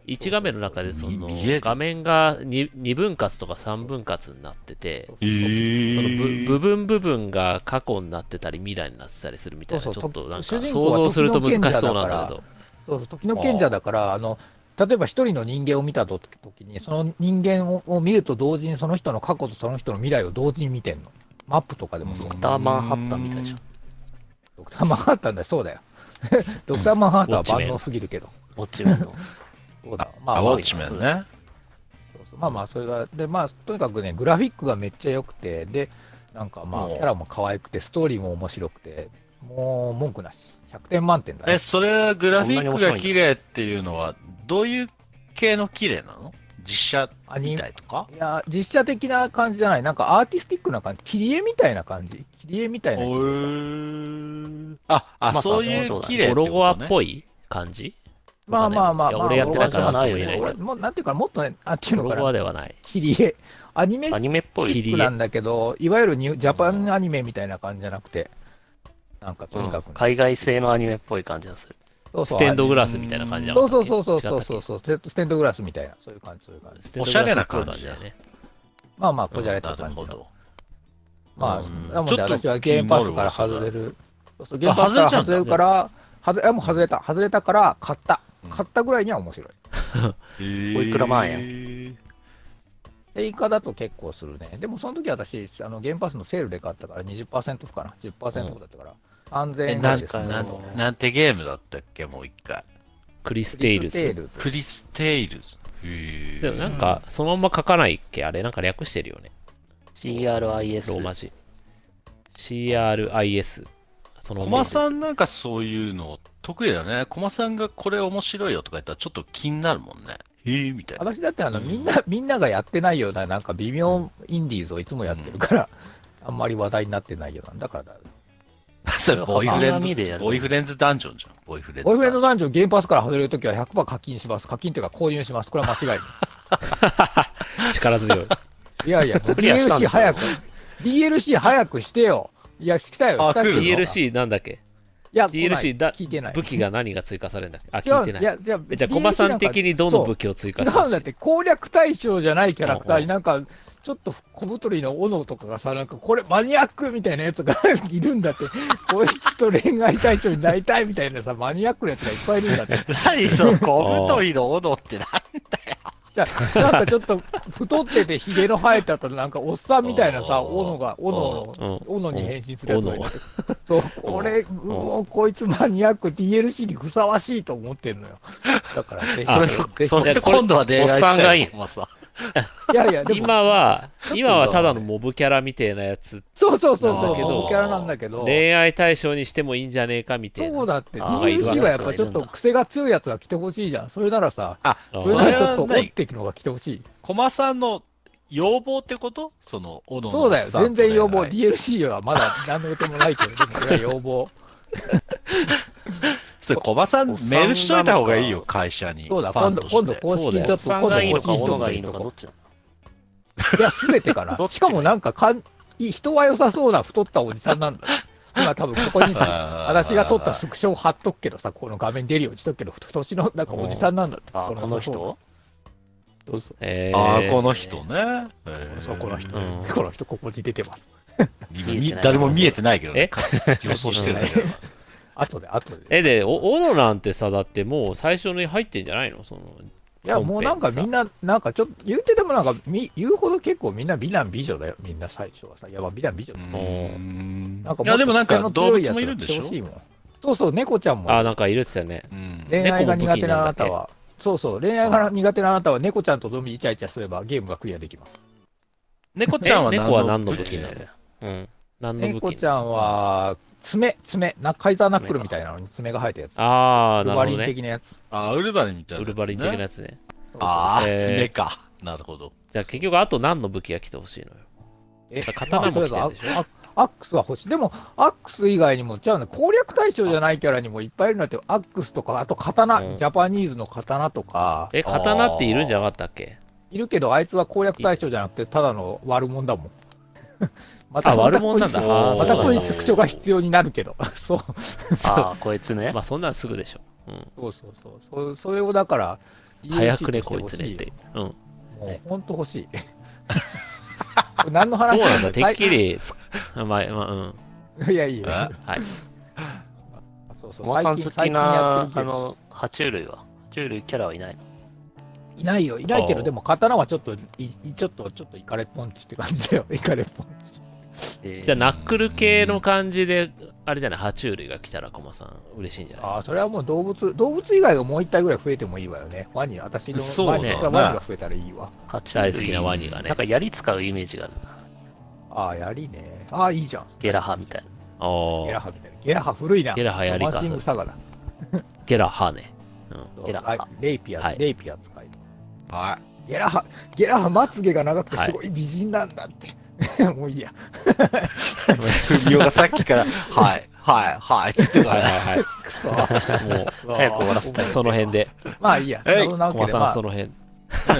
S3: 1画面の中でその
S4: 見える
S3: 画面が 2, 二分割とか3分割になってて、
S2: そう
S4: え
S3: その
S4: ー
S3: ぶ部分部分が過去になってたり未来になってたりするみたいな、
S2: そうそう
S3: ちょっとなんか
S2: 主
S3: 想
S2: 人公は
S3: 像すると難しそうなん
S2: 時の賢者だ
S3: だけど。
S2: そうそう時の賢者だからあの例えば一人の人間を見たときにその人間をを見ると同時にその人の過去とその人の未来を同時に見てんのマップとかでもそう、
S4: うん
S5: ダーマンハッタンみたいじゃん。
S2: ドクター・マンハッタンだよそ うだよドクター・マンハッタンは
S3: ウォッチメ
S2: 万
S3: ン
S2: 能すぎるけど
S5: ウォッチメンの。
S2: そうだま
S4: あ、
S2: あ
S4: ウ
S2: まあ
S4: ォッチメンね。
S2: そうそうまあまあそれがでまあとにかくねグラフィックがめっちゃ良くてでなんかまあ
S4: おう
S2: キャラも可愛くてストーリーも面白くてもう文句なし100点満点だね
S4: え、それはグラフィック
S5: そんなに面白いん
S4: が
S5: だ
S4: 綺麗っていうのは、どういう系の綺麗なの実写
S2: アニ
S4: み
S2: メ
S4: たいとか
S2: いや、実写的な感じじゃない。なんかアーティスティックな感じ。切り絵みたいな感じ。切り絵みたいな。
S4: あ、あ、
S5: まあ
S4: そうい
S5: そううだね
S4: 綺麗って
S3: ゴ
S4: こ
S3: ロ
S4: と
S3: ゴアっ
S4: ね。
S3: ぽい感じ
S2: まあまあまあ
S3: い
S2: ま
S3: や
S2: あ。
S3: 俺やってないから
S5: まあ
S3: そうも言えないけ
S2: 俺
S3: ど。
S2: もうなんていうか、もっとね、あっていう
S3: ゴ
S2: の
S3: ロ
S2: か
S3: ゴア
S2: な。
S3: ではない。
S2: 切り絵。アニメ
S5: ア
S2: っ
S5: ニメっぽい。
S2: ぽなんだけど、いわゆるニュジャパンアニメみたいな感じじゃなくて、なんかとにかくね、
S5: 海外製のアニメっぽい感じがする。
S2: そうそう
S3: ステンドグラスみたいな感じだ
S2: そうそうそうそう
S3: 違ったっけ
S2: そうそうそう。ステンドグラスみたいな。そういう感じ、そういう感じ。
S3: ステンドグラス
S4: おしゃれな感じ
S3: そうだよね。
S2: まあまあ、こじゃれた
S4: なる
S2: 感じ
S4: ほ
S2: の。
S4: ど。
S2: ま
S4: うん
S2: あ、なので
S4: ちょっと
S2: 私はゲームパスから外れる。そうそうゲームパスから外れるから、外れあもう外れた。外れたから、買った
S4: う。ん
S2: 買ったぐらいには面白い。
S4: お
S5: おいくら万
S4: 円
S2: 定価だと結構するね。でもその時私、あのゲームパスのセールで買ったから20%オフかな。10%オフだったから。3000
S4: え、
S2: 円ぐら
S4: ないん
S2: です
S4: か、
S2: ね。
S4: な
S5: ど
S4: んなんてゲームだったっけもう一回。
S3: クリス
S2: ク
S3: テ
S2: リ
S3: イル
S2: ステイ
S3: ズ。
S2: ルズ。
S4: クリステイルズ。へ
S3: でもなんか、そのまま書かないっけあれなんか略してるよね。ロー
S5: CRIS
S3: マ。字。CRIS。その
S4: コ
S3: まま
S4: マ
S3: です
S4: さんなんかそういうの得意だね。コマさんがこれ面白いよとか言ったらちょっと気になるもんね。へえみたいな。
S2: 私だってあの、みんな、みんながやってないような、なんか微妙インディーズをいつもやってるから、あんまり話題になってないようなんだからだ。
S4: それボーイフレ
S5: 鏡でや
S4: ン
S5: る
S4: ズ、ボーイフレンズダンジョンじゃん。ボーイフレンズ
S2: ボ
S4: ダンジ
S2: ーイフ
S4: ョ
S2: レ
S4: ン。
S2: ンド男女ゲームパスから外れるときは100%課金します。課金というか購入します。これは間違いな
S3: 力強い。
S2: い。いやいや、
S5: クリアしたん
S2: DLC
S5: だ
S2: 早く、DLC 早くしてよ。いや、来たよ。
S4: あ
S2: 来たけど
S4: 来るの
S3: DLC なんだっけ
S2: いや、来
S3: DLC
S2: な
S3: だ
S2: い聞いてない。
S3: 武器が何が追加されるんだっけあ、
S2: 違う
S3: 聞いてない。
S2: やじゃあ、
S3: じゃあ、コマさん的にどの
S2: 器
S3: 武器を追加
S2: 違
S3: してほ
S2: うん
S3: しい
S2: だって、攻略対象じゃないキャラクター
S3: う
S2: に、
S3: ん
S2: なんか、ちょっと小太りの斧とかがさ、なんか、これマニアックみたいなやつが いるんだって、こいつと恋愛対象になりたいみたいなさ、マニアックなやつがいっぱいいるんだって。
S4: 何その小太りの斧ってな。
S2: じゃあ、なんかちょっと太っててひげの生えたと、なんかおっさんみたいなさ、
S4: あー
S2: 斧が、斧の、
S3: うん
S2: 斧に変身するやつがいるんだって。そう、これ、うおこいつマニアック、DLC にふさわしいと思ってんのよ。だから、ぜひ
S3: あ
S4: それ
S2: ぜ
S4: と、
S2: ひ
S4: それと今度は恋愛した
S5: おっさんがいい
S4: コマさん
S2: いやいや、でも、
S3: 今は、今はただのモブキャラみたいなやつ、
S2: そうそうそう
S3: なん
S2: そ
S3: だ
S2: う、
S3: けど
S2: モブキャラなんだけど。
S3: 恋愛対象にしてもいいんじゃねえかみたい
S2: そう
S3: な。
S2: だって、
S5: あー
S2: DLC はやっぱちょっと癖が強いやつが来てほしいじゃん。それならさ、
S4: あ、
S2: そ
S3: あ
S2: れ
S4: そ
S2: な
S4: れ
S2: らちょっ
S4: は
S2: と
S4: な
S2: 追っ
S4: い。
S2: てきのが来てほしい。
S4: コマさんの要望ってことその、斧の
S2: そうだよ、
S4: スタート
S2: 全然要望。
S4: で
S2: DLC はまだ何の予定もないけど、でもこれは要望。
S4: それ、小バさん、メ
S5: おっさん
S4: ールしといた方がいいよ、会社に。
S2: そうだ、
S4: ファ
S2: 今
S4: ン
S2: 度、
S4: として
S2: 今度公式にちょ
S3: そ
S2: っと、
S5: さ
S2: 今
S5: ん
S2: 度
S5: がいい
S2: 公
S5: の
S2: 式
S5: か、
S2: に
S5: 斧
S2: と
S5: がいい
S2: と
S5: のか、どっちなの
S2: いや、すべてか
S5: ど
S2: な。
S5: っち
S2: しかもなんかかん、い人は良さそうな太ったおじさんなんだ。今多分ここに す私が撮ったスクショを貼っとくけどさ、この画面出るようにしとくけど、太年のなんかおじさんなんだって。
S5: あ、この人
S2: どうぞ。
S3: えー、
S4: ああ、この人ね。えー
S2: そう、この人。
S3: うん
S2: この人、ここに出てます。
S4: 今
S5: 見えてない
S4: 誰も見えてないけどね
S3: え。
S4: 予想してるだ けだか
S2: 後で、後で。
S3: え、で、お斧なんてさ、だってもう最初に入ってんじゃないのその、
S2: いや、もうなんかみんな、なんかちょっと、言うてでもなんか、み言うほど結構みんな美男美女だよ、みんな最初はさ。いや、まあ美男美女だ
S4: ら
S2: よ。
S4: う
S3: ー
S4: ん
S2: なんか
S4: いや、でもなん
S2: っ
S4: か
S2: と
S4: 動
S2: 強
S4: 物
S2: いやつ
S4: もいる
S2: が
S4: んで
S2: 来て
S4: し
S2: ほ
S4: ょ
S2: しいもんそうそう、猫ちゃんも。
S3: あー、なんかいるっすよね。
S4: うん
S2: 恋愛が苦手なあなた
S3: 猫も
S2: は、そうそう、恋愛が苦手なあなたは、猫ちゃんとゾンビイチャイチャすればゲームがクリアできます。
S4: 猫
S3: え
S4: ちゃんは
S3: 猫は何の武
S4: 武器
S3: 器なのうん。何の武器
S2: 猫ちゃんは、爪、爪、なカイザーナックルみたいなのに爪が生えたやつ。
S3: ああ、な
S2: ウ
S3: る
S2: バ
S3: ほ
S2: リ
S3: ど
S2: ン
S3: ね。
S2: 的なやつ。
S4: あー、ウルバリンみたいなや
S3: ウ
S4: つね。
S3: ルヴァリン的なやつね。
S4: ああ、
S3: えー
S4: 爪か。なるほど。
S3: じゃあ結局、あと何の武器が来てほしいのよ。
S2: え
S3: 刀も来て
S2: まあ
S3: る
S2: とり
S3: でし
S2: あえずアアアックスは欲しい。でも、アックス以外にも、じゃあね、攻略対象じゃないキャラにもいっぱいいるんだって、アックスとか、あと刀、
S3: うん
S2: ジャパニーズの刀とか、
S3: え、刀っているんじゃなかったっけ
S2: いるけど、あいつは攻略対象じゃなくて、ただの悪者だもん。 ま
S3: あ悪者なんだあー
S2: またこう
S3: そうなん
S2: いう
S3: だ
S2: スクショが必要になるけど、 そう。
S5: ああ、こいつね
S3: ま。あ、そんなんすぐでしょ。うん。
S2: そうそうそう。そそれをだから、
S3: 早く
S2: DLC として
S3: ね、こい
S2: 欲
S3: つ
S2: し
S3: ねっ
S2: よ
S3: て。うん。
S2: もう、ほんと欲しい。 これ何の
S3: そう
S2: 話
S3: なんだ、てっ
S2: い
S3: きりつ。まあ、まあ、うん。
S2: いや、いいよ。
S4: え
S3: はい。
S2: そうそ
S5: お
S2: う
S5: ばさん好
S2: 最
S5: き
S2: 近や
S5: な
S2: っ、て
S5: あ
S2: るけど
S5: の、爬虫類は。爬虫類キャラはいないの
S2: いないよ、いないけ
S3: あ
S2: ど、
S3: ー
S2: でも刀はちょっと、いいちょっと、ちょっとイカレポンチって感じだよ、イ カレポンチ。
S5: えー
S3: じゃあ、ナックル系の感じで、あれじゃない、爬虫類が来たら、コマさん、嬉しいんじゃない
S2: ああ、それはもう動物、動物以外がもう一体ぐらい増えてもいいわよね。ワニ、私の
S4: そう
S2: ワ
S4: だ
S2: ニ
S4: ね
S2: ワニが増えたらいいわ。
S5: 爬虫類
S3: 大好きなワニがね
S5: なん。か槍使うイメージがあるな。
S2: ああ、やりね。ああ、いいじゃん。
S5: ゲラハみたいな。
S3: あ
S2: ゲラ
S3: ー
S2: ハみたいな。ゲラハ古いな。
S3: ゲラハやり
S2: マ
S3: か
S2: シ。ングサガだ。
S3: ゲラハね。うん。
S5: ゲラハ
S2: はいレイピア、
S3: はい
S2: レイピア使い。
S4: は
S2: ゲラハ、ゲラハまつげが長くてすごい美人なんだって。 もういい や。
S4: い。ふみおがさっき から、はい、はい、はい、つってた
S3: はい
S4: ね。
S3: はいはい。
S2: くそ。
S3: も
S5: 早く終わらせたい
S3: う、その辺で、
S2: まあいいや。
S4: えい
S2: そんなわ
S3: コ
S2: け
S3: マ
S2: で、
S3: さん
S2: ま
S3: は
S2: あ
S3: そ、の辺。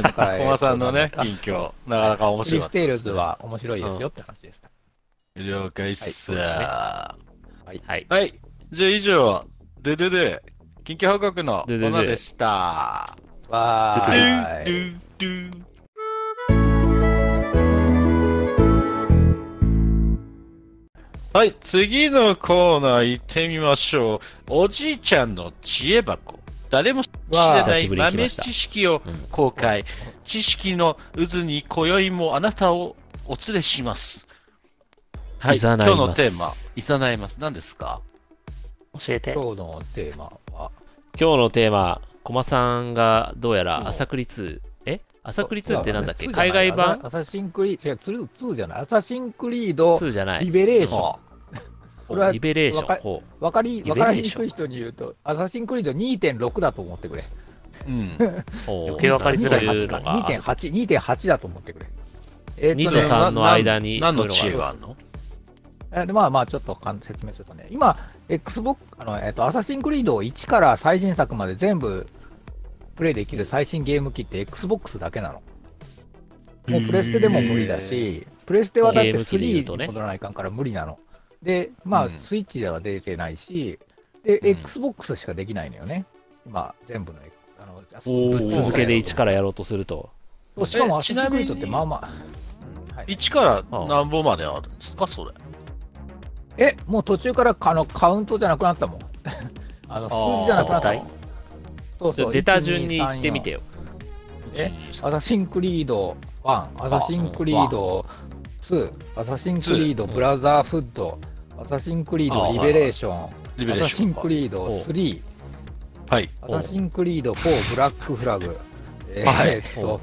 S2: だから
S4: 小バさんのね、近況、なかなか面
S2: クリ
S4: 白かっ
S2: ス
S4: た
S2: テ
S4: で
S2: イル
S4: す
S2: ズ
S4: ね。
S2: は面白いですよって話でした。
S4: 了解っす。は
S3: はい。はい。
S4: い。じゃあ以上、ででで、近況報告のコ
S3: ででで
S4: ーナーでした。
S2: わ
S4: ドゥ
S2: ーい。
S4: ドゥドゥはい、次のコーナー行ってみましょう。おじいちゃんの知恵箱。誰も知ら
S2: わあ
S3: 久
S4: な
S3: し
S4: い
S3: ぶりに来ま
S4: 豆
S3: した
S4: 知識を
S3: うん
S4: 公開。知識の渦に今宵もあなたをお連れします。はい、
S3: いざ
S4: 今
S3: ない
S4: 日
S3: ます
S4: のテーマ、いざないます。何ですか
S5: 教えて。
S2: 今日のテーマは、
S3: 今日のテーマ、コマさんがどうやら朝栗2、え朝栗2ってなんだっけ
S2: そう
S3: 海外版
S2: アサシンクリード、違う、ツーツーじゃない。アサシンクリード、
S3: 2じゃない。
S2: リベレーション。これは
S3: リベレーシ
S2: わか
S3: ョン。ほう
S2: わかり、
S5: リベ
S2: わ
S5: レ
S2: かり
S5: ー
S2: に
S5: ション
S2: くい人に言うと、アサシンクリード2.6だと思ってくれ。
S4: うん。
S3: ほう
S5: 余計わかりづらい
S3: そういう
S2: 2.8
S3: の
S2: か。
S3: が
S2: 2.8、2.8だと思ってくれ。え
S3: 二
S2: っ
S3: と
S2: とね、
S3: 三の間に
S4: 何
S3: そう
S4: の
S3: いうのが
S4: 知恵があるの
S2: えーでまあまあ、ちょっと簡説明するとね、今、Xbox、あの、えっ、と、アサシンクリードを1から最新作まで全部プレイできる最新ゲーム機って Xbox だけなの。もうプレステでも無理だし、プレステはだって
S3: ゲーム機で言うと
S2: 3
S3: ね
S2: に戻らないかんから無理なの。で、ま
S4: う
S2: あ、
S4: ん
S2: スイッチでは出てないし、で、
S4: うん
S2: Xbox しかできないのよね。今、全部の、あの、
S4: おー
S3: 続けて1からやろうとすると。
S2: そうしかも
S4: え
S2: アサシンクリードっ
S4: ちな
S2: て
S4: みに
S2: まあまあ。うんはい
S4: 1から何本まであるんですかそれ。
S2: え、もう途中からあのカウントじゃなくなったもん。 あの
S4: あー
S2: 数字じゃなくなったもん。そう
S3: じゃあ出た順に行ってみて。
S2: 1 2 3 4
S3: よ。
S2: えアサシンクリード1、アサシンクリード2、アサシンクリードブラザーフッド、アサシンクリー
S4: あー
S2: ドリベレーション、
S4: リベ
S2: ア
S4: レー
S2: サ
S4: シ
S2: シ
S4: ョ
S2: ン
S4: ンか
S2: ク。リード3、
S4: はい。
S2: アサシンクリード4、ブラックフラグ、え
S4: はい
S2: ーっと、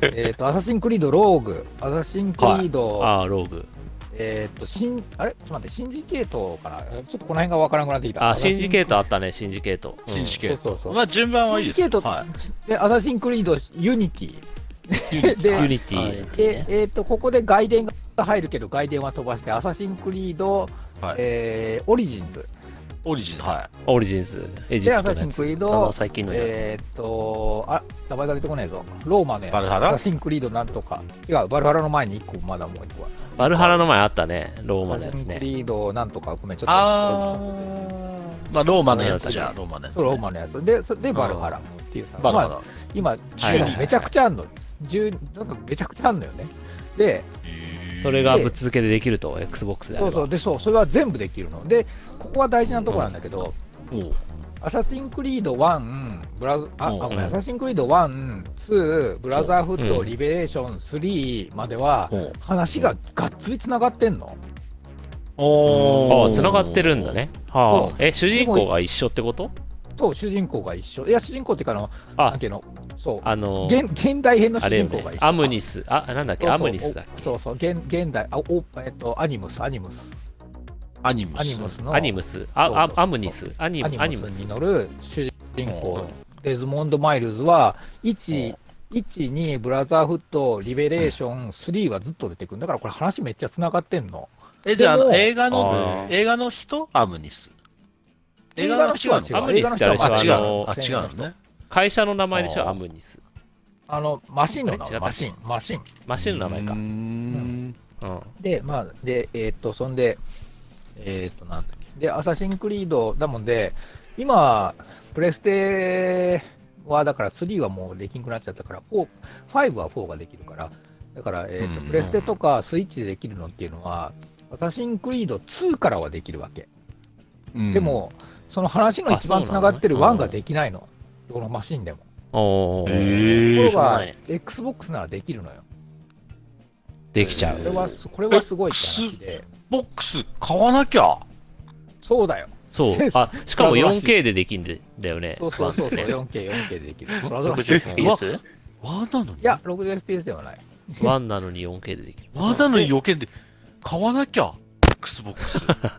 S2: えーっと、アサシンクリードローグ、アサシンクリード、
S3: ああ、ローグ。
S2: えーっと、新、あれちょっと待って、シンジケートかなちょっとこの辺がわからなくなってきた。
S3: あ、シンジケートあったね、シンジケート。うん
S4: シンジケー
S2: そうそうそ
S4: ト。
S2: う
S4: まあ順番は
S2: シン
S4: いい
S2: ジ
S4: です
S2: ケ
S4: よ。
S2: ート、
S4: は
S2: で、アサシンクリード、ユニティ。
S4: い。
S2: で
S3: ユニテ
S5: はい
S3: ィ。
S2: で、えー、とここで外伝が入るけど外伝は飛ばして「アサシンクリード、
S4: はい
S2: えーオリジンズ」
S4: オリジン、は
S3: オリジンズ、エジ
S2: で、
S3: プ
S2: ア
S3: ト
S2: サシ
S3: のや
S2: ン
S3: つ。
S2: クリー
S5: あの
S2: ド、
S5: 最近のやつ、
S2: えーっと、あ、名前が出てこないぞ。ローマのやつ。
S4: バルハラ
S2: アサシンクリードなんとか。違う、バルハラの前に1個、まだもう1個は。
S3: バルハラの前あったね、ローマ
S2: ア
S3: の
S2: サ
S3: や
S2: シ
S3: つ
S2: ンク
S3: ね。
S2: リードなんとか、ごめん、ちょっと。
S4: あーまあローマのやつじゃ
S2: あ
S4: あローマのやつ
S2: そう、ローマのやつ。で、そでバルハラっていうさ。
S4: バルハ
S2: まあ
S4: ラ
S2: 今、
S3: はいはい
S2: めちゃくちゃあんの。10なんかめちゃくちゃあんのよね。で、
S3: それがぶっ続けてできると、Xbox であ
S2: そ
S3: れ
S2: うそ
S3: ば
S2: う、。で、そう、それは全部できるの。で、ここは大事なところなんだけど、
S4: おう
S2: アサシンクリード1、ブラザあ、あ
S4: うん
S2: ごめん
S3: うん
S2: アサシンクリード1、2、ブラザーフッ
S3: う
S2: ト、
S3: ん
S2: リベレーション3までは、
S4: おう
S2: 話ががっつりつながってんの。
S4: お
S3: ああ、繋がってるんだね。はあ。え、主人公が一緒ってこと
S2: そう、主人公が一緒。いや、主人公っていうかあの、
S3: あ
S2: なんていうの、そう、
S3: あの、
S2: 現現代編の
S3: あ
S2: 主
S3: れよ
S2: 人公が
S3: ね
S2: 一、緒。
S3: アムニス、あ、なんだっけ、
S2: そう
S3: ア
S2: そう
S3: ムニスだっけ。
S2: そうそう、現現代、あおえっと、アニムス、アニムス。
S4: アニムス
S2: アニムスの
S3: アニムス、あ
S2: そうそう
S3: あアムニス、アニア
S2: ア
S3: ニ
S2: ニ
S3: ム
S2: ムス
S3: ス
S2: に。乗る主人公、デズモンド・マイルズは、1、1、2、ブラザーフット、リベレーション、3はずっと出てくるんだから、これ話めっちゃつながってんの。
S4: えじゃああ
S2: で
S4: の
S2: も
S4: 映画
S3: あ
S4: の
S3: ー
S4: 映画の人アムニス映画の人は違うの
S3: アムニスってあれでしょ
S4: あ違う
S3: あの
S4: のあ違うのね
S3: 会社の名前でし
S4: あ
S3: ょ、
S4: ー
S3: アムニス。
S2: あの、マシンの名
S3: あ違
S2: 前、
S3: った
S2: マシン、マシン。
S3: マシンの名前か
S4: うー。ん
S3: うん。
S2: で、まあ、で、えーっと、そんで、えーっと、なんだっけ。で、アサシンクリードだもんで、今、プレステは、だから3はもうできなくなっちゃったから、4 5は4ができるから、だから、えーっと、
S4: うん
S2: プレステとかスイッチでできるのっていうのは、アサシンクリード2からはできるわけ。
S4: うん
S2: でも、その話の一番
S3: あ
S2: つ
S3: そうな
S2: な
S3: の
S2: がってる
S3: うん
S2: 1ができないの。どのマシンでも。
S3: おー
S2: とこ
S4: え
S2: ろ
S4: え
S2: が
S5: え、
S2: Xbox ならできるのよ。
S3: できちゃ
S2: これ
S3: う。
S2: は、これはすごいって話で。
S4: ボックス買わなきゃ
S2: そうだよ。
S3: そう。あ、しかも 4K でできんでだよね。
S2: そうそうそうそう、4K、4K でできる。そらそら
S5: 60PS?
S4: わなのに
S2: いや、60fps ではない。
S3: 1なのに 4K ででき る。
S4: わざの予見で買わなきゃ XBOX
S3: なんか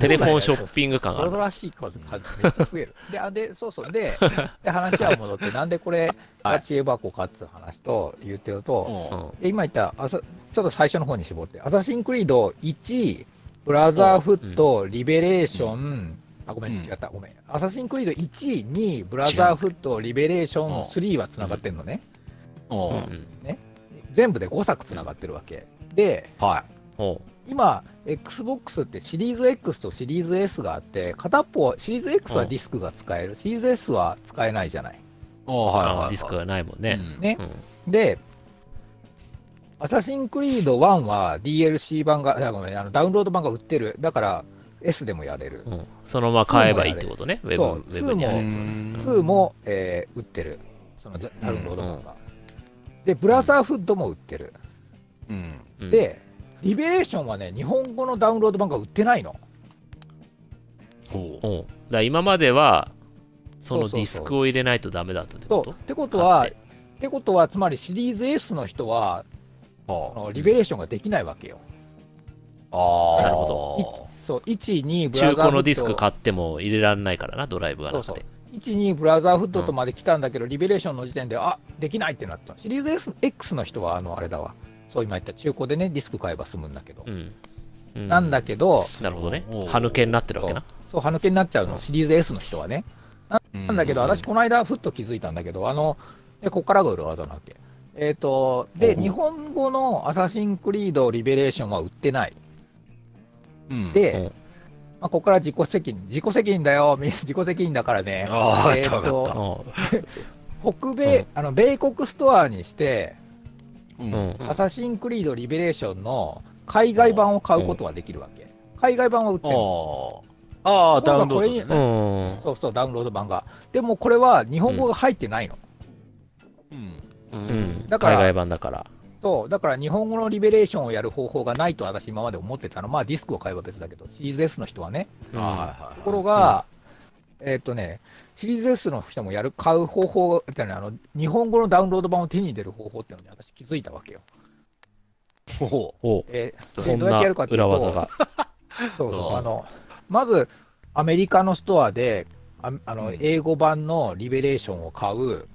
S3: テレフォンショッピング感があ
S2: 恐
S3: る。
S2: ろしい数、数めっちゃ増える。で、あでそうそう、で、で話は戻っ て、なんでこ
S4: は
S2: れ、
S4: い
S2: が知恵箱かっていう話と言ってると、
S3: う
S4: うん
S3: ん。
S2: で今言ったアサ、ちょっと最初の方に絞って、アサシンクリード1、ブラザーフット、リベレーション、あ、ごめん、
S4: うん
S2: 違った、ごめん。アサシンクリード1、2、ブラザーフット、リベレーショ
S4: うん
S2: ン3はつながってんのね。
S3: うんう
S4: うん
S3: ん。
S2: 全部で5作つながってるわけ。で、
S4: は
S3: おう
S2: 今、Xbox ってシリーズ X とシリーズ S があって、片っぽ、シリーズ X はディスクが使える、シリーズ S は使えないじゃない。
S4: いおはいはい
S3: あ
S4: はい
S3: ディスクがないもんね。
S4: うん
S2: ね
S3: う。ん。
S2: で、アサシンクリード1は DLC 版が、あごめん、あのダウンロード版が売ってる。だから、S でもやれる。
S3: うんそのまま買えばいいってことね。ウェ
S2: そう
S3: ブウェブにあるやつをね
S2: 2も、えー売ってる。そのダダウンロード版が。で、ブラザーフッドも売ってる。
S4: うん
S3: うん
S2: で、リベレーションはね、日本語のダウンロード版が売ってないの。
S4: ほう
S3: うん、だから今まではその
S2: そうそうそう
S3: ディスクを入れないとダメだったってこ
S2: そ
S3: と
S2: う。ってことは、
S3: 買
S2: っ
S3: って
S2: てことは、つまりシリーズ S の人は、あのリベレーションができないわけよ。
S4: ああ
S3: なるほ
S2: そう、1、2、ブラザー
S3: 中
S2: フット。
S3: 古のディスク買っても入れられないからなドライブがな
S2: そ
S3: く
S2: うそ
S3: て
S2: う1、2ブラザーフットとまで来たんだけど、リベレーションの時点で、あできないってなった。シリーズ S X の人は、あの、あれだわ。そう、今言った中古でね、ディスク買えば済むんだけど。
S3: うんう
S2: なんだけど、
S3: なるほどね
S4: おう
S3: 歯抜けになってるわけな
S2: そう、歯抜けになっちゃうの、シリーズ S の人はね。なんだけど、
S3: うん
S2: 私、この間、ふっと気づいたんだけど、あの、ねこっからが裏技なわけ。えっ、と、で、
S4: おう
S2: 日本語のアサシンクリード、リベレーションは売ってない。
S4: うん
S3: うん
S2: で、まあ、ここから自己責任、自己責任だよ、み自己責任だからね、
S4: あー
S2: えー
S4: わかったわか
S2: と
S3: うん
S2: 北米、
S3: うん
S2: あの米国ストアにして、
S4: うん
S3: うん
S5: うん
S2: アサシンクリード・リベレーションの海外版を買うことはできるわけ。海外版は売って
S4: あ
S2: るの
S4: ーあーダウンロードで
S2: と
S4: ね
S3: うん
S2: そうそう、ダウンロード版が。でもこれは日本語が入ってないの。
S4: うん
S5: う
S3: うんん
S2: だから
S3: 海外版だから
S2: そうだから日本語のリベレーションをやる方法がないと私、今まで思ってたの。まあ、ディスクを買えば別だけど、シリーズ S の人はね。
S3: うん
S4: は
S2: と
S4: い
S2: ころが、えーっとね、シリーズ S の人もやる、買う方法みたいな、あの、日本語のダウンロード版を手に入れる方法っていうのに私気づいたわけよ。
S4: ほ
S3: おう
S2: えー
S3: そん
S2: どうやっ
S3: な
S2: てやるかっていう
S3: 裏
S2: と、
S3: 技が
S2: そうそうう、
S4: ん
S2: あの、まず、アメリカのストアで、ああの、
S4: うん
S2: 英語版のリベレーションを買う。
S4: う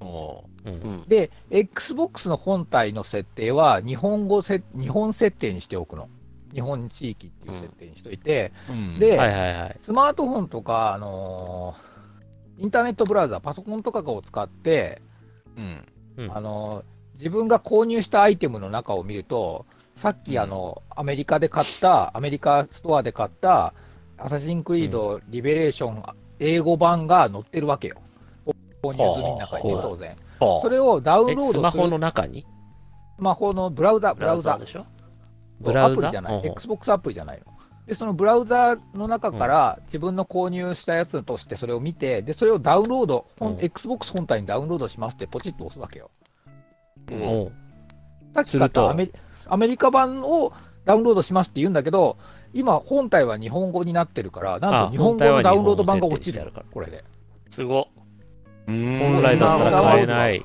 S4: ほ
S3: う
S5: うんん
S2: で、Xbox の本体の設定は、日本語せ、日本設定にしておくの。日本地域っていう設定にしといて、
S4: うん
S2: で、
S3: はいはいはい。
S2: スマートフォンとか、あのーインターネットブラウザ、パソコンとかを使って、
S4: うん
S3: うん
S2: あのー自分が購入したアイテムの中を見ると、さっきあの、アメリカで買った、アメリカストアで買った、アサシンクリード、リベレーション、英語版が載ってるわけよ。購入済みの中にね
S3: ほう
S2: 当然。
S4: はあ
S2: それをダウン
S3: え
S2: ロー
S3: ス
S2: ド
S3: マ
S2: す
S3: ホの
S2: る、
S3: 中に
S2: スマホのブラウザ、ブラウザ
S5: で。しょ
S3: ブラウ
S2: アプ
S3: ザ
S2: リじゃな
S3: ほう
S2: い、
S3: ほう
S2: XBOX アプリじゃないの。で、そのブラウザの中から自分の購入したやつとしてそれを見て、で、それをダウンロード、
S3: う
S2: 本
S3: ん
S2: XBOX 本体にダウンロードしますってポチッと押すわけよ。
S4: うん
S3: うん
S2: さっき買っ
S3: すると
S2: たアメアメリカ版をダウンロードしますって言うんだけど、今、本体は日本語になってるから、なん
S3: あ
S2: と日本語の
S3: 本体は日
S2: ダ
S3: 本
S2: ウ
S3: 語
S2: ンロード版が落ち
S3: 設定してあ
S2: る
S3: るから
S2: これで。
S5: すご
S3: 本来だったら買えない。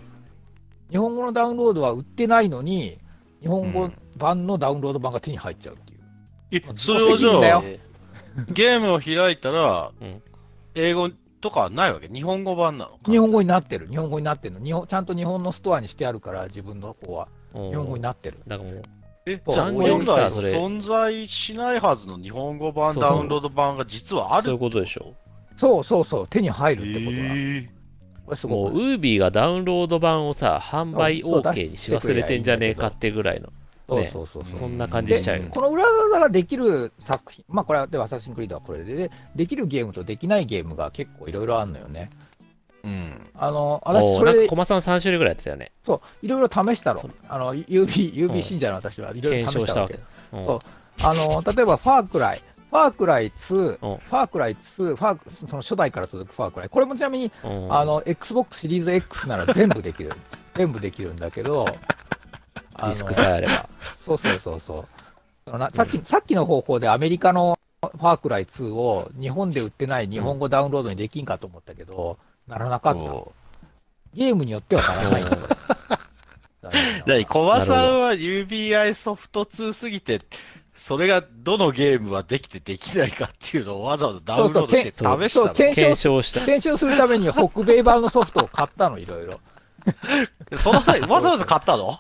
S2: 日本語のダウンロードは売ってないのに、日本語版のダウンロード版が手に入っちゃうってい
S4: え
S2: う。
S4: それをじ
S2: 無責任だ
S4: ゃあ
S2: よ、
S4: ゲームを開いたら
S3: うん、
S4: 英語とかはないわけ日本語版なのか
S2: 日本語になってる、日本語になってるの日本。ちゃんと日本のストアにしてあるから、自分の子は
S3: 日
S2: 日本語に
S3: な
S2: なってる。
S3: だからもう、
S4: え、
S2: そう
S4: じゃあ
S2: 俺
S4: 本来
S3: さそれ
S4: 存在しないはずの日本語版
S3: そうそう
S4: ダウンロード版が実はあ
S3: そう
S4: る
S3: いうことでしょ。
S2: そうそうそう、手に入る
S4: え
S2: ってことだ。
S4: ー
S2: これす
S3: も
S2: ご
S3: う、
S2: く
S3: ウービーがダウンロード版をさ、販売
S2: そうそう出
S3: OK にし
S2: して
S3: 忘
S2: くりゃいいんだけど
S3: れてんじゃねえかってぐらいの、
S2: そう
S3: ね
S2: そうそうそう。
S3: そんな感じしちゃうよ。
S2: この裏技ができる作品、まあこれはでアサシンクリードはこれでで、できるゲームとできないゲームが結構いろいろあるのよね。
S4: うん。
S2: あの、
S3: お
S2: 私、
S3: ー
S2: そ
S3: なんか
S2: れ、
S3: 駒さん3種類ぐらいやってたよね。
S2: そう、いろいろ試したの
S3: そ。
S2: あの、UB、
S3: う
S2: UB
S3: ん
S2: 信者の私はいろい
S3: 検
S2: ろ試
S3: 証
S2: し
S3: したたわ
S2: わけ
S3: け。。うん
S2: そうあの、例えば、ファークライ。ファークライ2、フ
S3: うん
S2: ァークライ2、ファーク、その初代から続くファークライ。これもちなみに、
S3: うん
S2: あの、Xbox シリーズ X なら全部できる。全部できるんだけど、
S3: デ
S2: あ
S3: ィ
S2: の
S3: スクさえあれば。
S2: そうそうそうそう。あのなさっき、さっきの方法でアメリカのファークライ2を日本で売ってない日本語ダウンロードにできんかと思ったけど、ならなかった。
S4: そ
S2: ゲームによってはならないんだよ。
S4: うだからコバさんは UBI ソフト2すぎて、それがどのゲームはできてできないかっていうのをわざわざダウンロードして試した
S3: そう
S4: の。
S2: そう、検証、
S3: 検証した。
S2: 検証するために北米版のソフトを買ったの、いろいろ。
S4: そのわざわざ買ったの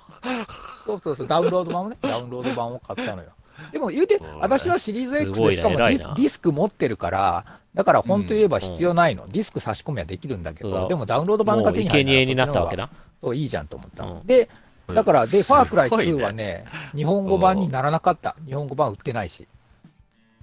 S2: そうそうそう、ダウンロード版を ね、ダウンロード版を買ったのよ。でも言うて
S4: そうね、
S2: 私はシリーズ X
S3: すご
S2: で
S3: いね
S2: しかもデ
S3: 偉い
S2: ィス
S3: な
S2: ディスク持ってるから、だから本当言えば必要ないの。ディスク差し込みはできるんだけ
S3: そうだ
S2: ど、でもダウンロード版
S3: も
S2: が
S3: う、
S2: 手に
S3: 生
S2: 入
S3: 贄に
S2: ら
S3: ないったわけな。
S2: そう、いいじゃんと思ったの。
S3: う
S2: で、だから、で、ファークライ
S4: すごいね
S2: 2はね、日本語版にならなかった。日本語版売ってないし。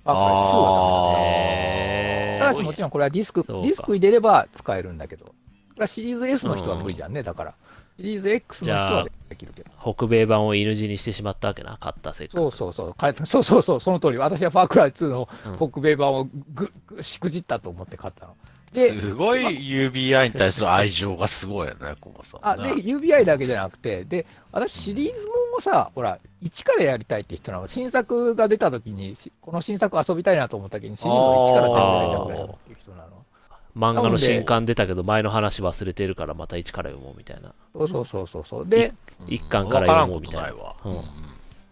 S2: ファークライ2はダメだね。
S3: へー
S2: ただしもちろんこれはディスク、デ
S3: そうか
S2: ィスク入れれば使えるんだけど。これはシリーズ S の人は無理じゃんね、だから。シリーズ X の人はできるけど。
S3: 北米版を犬死にしてしまったわけな、買ったせいか。
S2: そうそうそう、変えたそうそうそう、その通り。私はファークライ2の
S3: うん
S2: 北米版をぐ、ぐしくじったと思って買ったの。で、
S4: すごい UBI に対する愛情がすごいよね、コバさ
S2: あ
S4: ん
S2: で
S4: ね。
S2: UBI だけじゃなくて、で私、シリーズもんをさ、ほら、1からやりたいって人なの、新作が出たときに、しこの新作遊びたいなと思ったときに、シリーズを1から全部やりたくなるっていう人なの。
S3: 漫画の新刊出たけど、前の話忘れてるから、また一から読もうみたいな。
S2: そうそうそうそうそう。で、
S4: うん
S3: 一巻から読もうみたいな
S4: わから
S3: うんん
S4: こと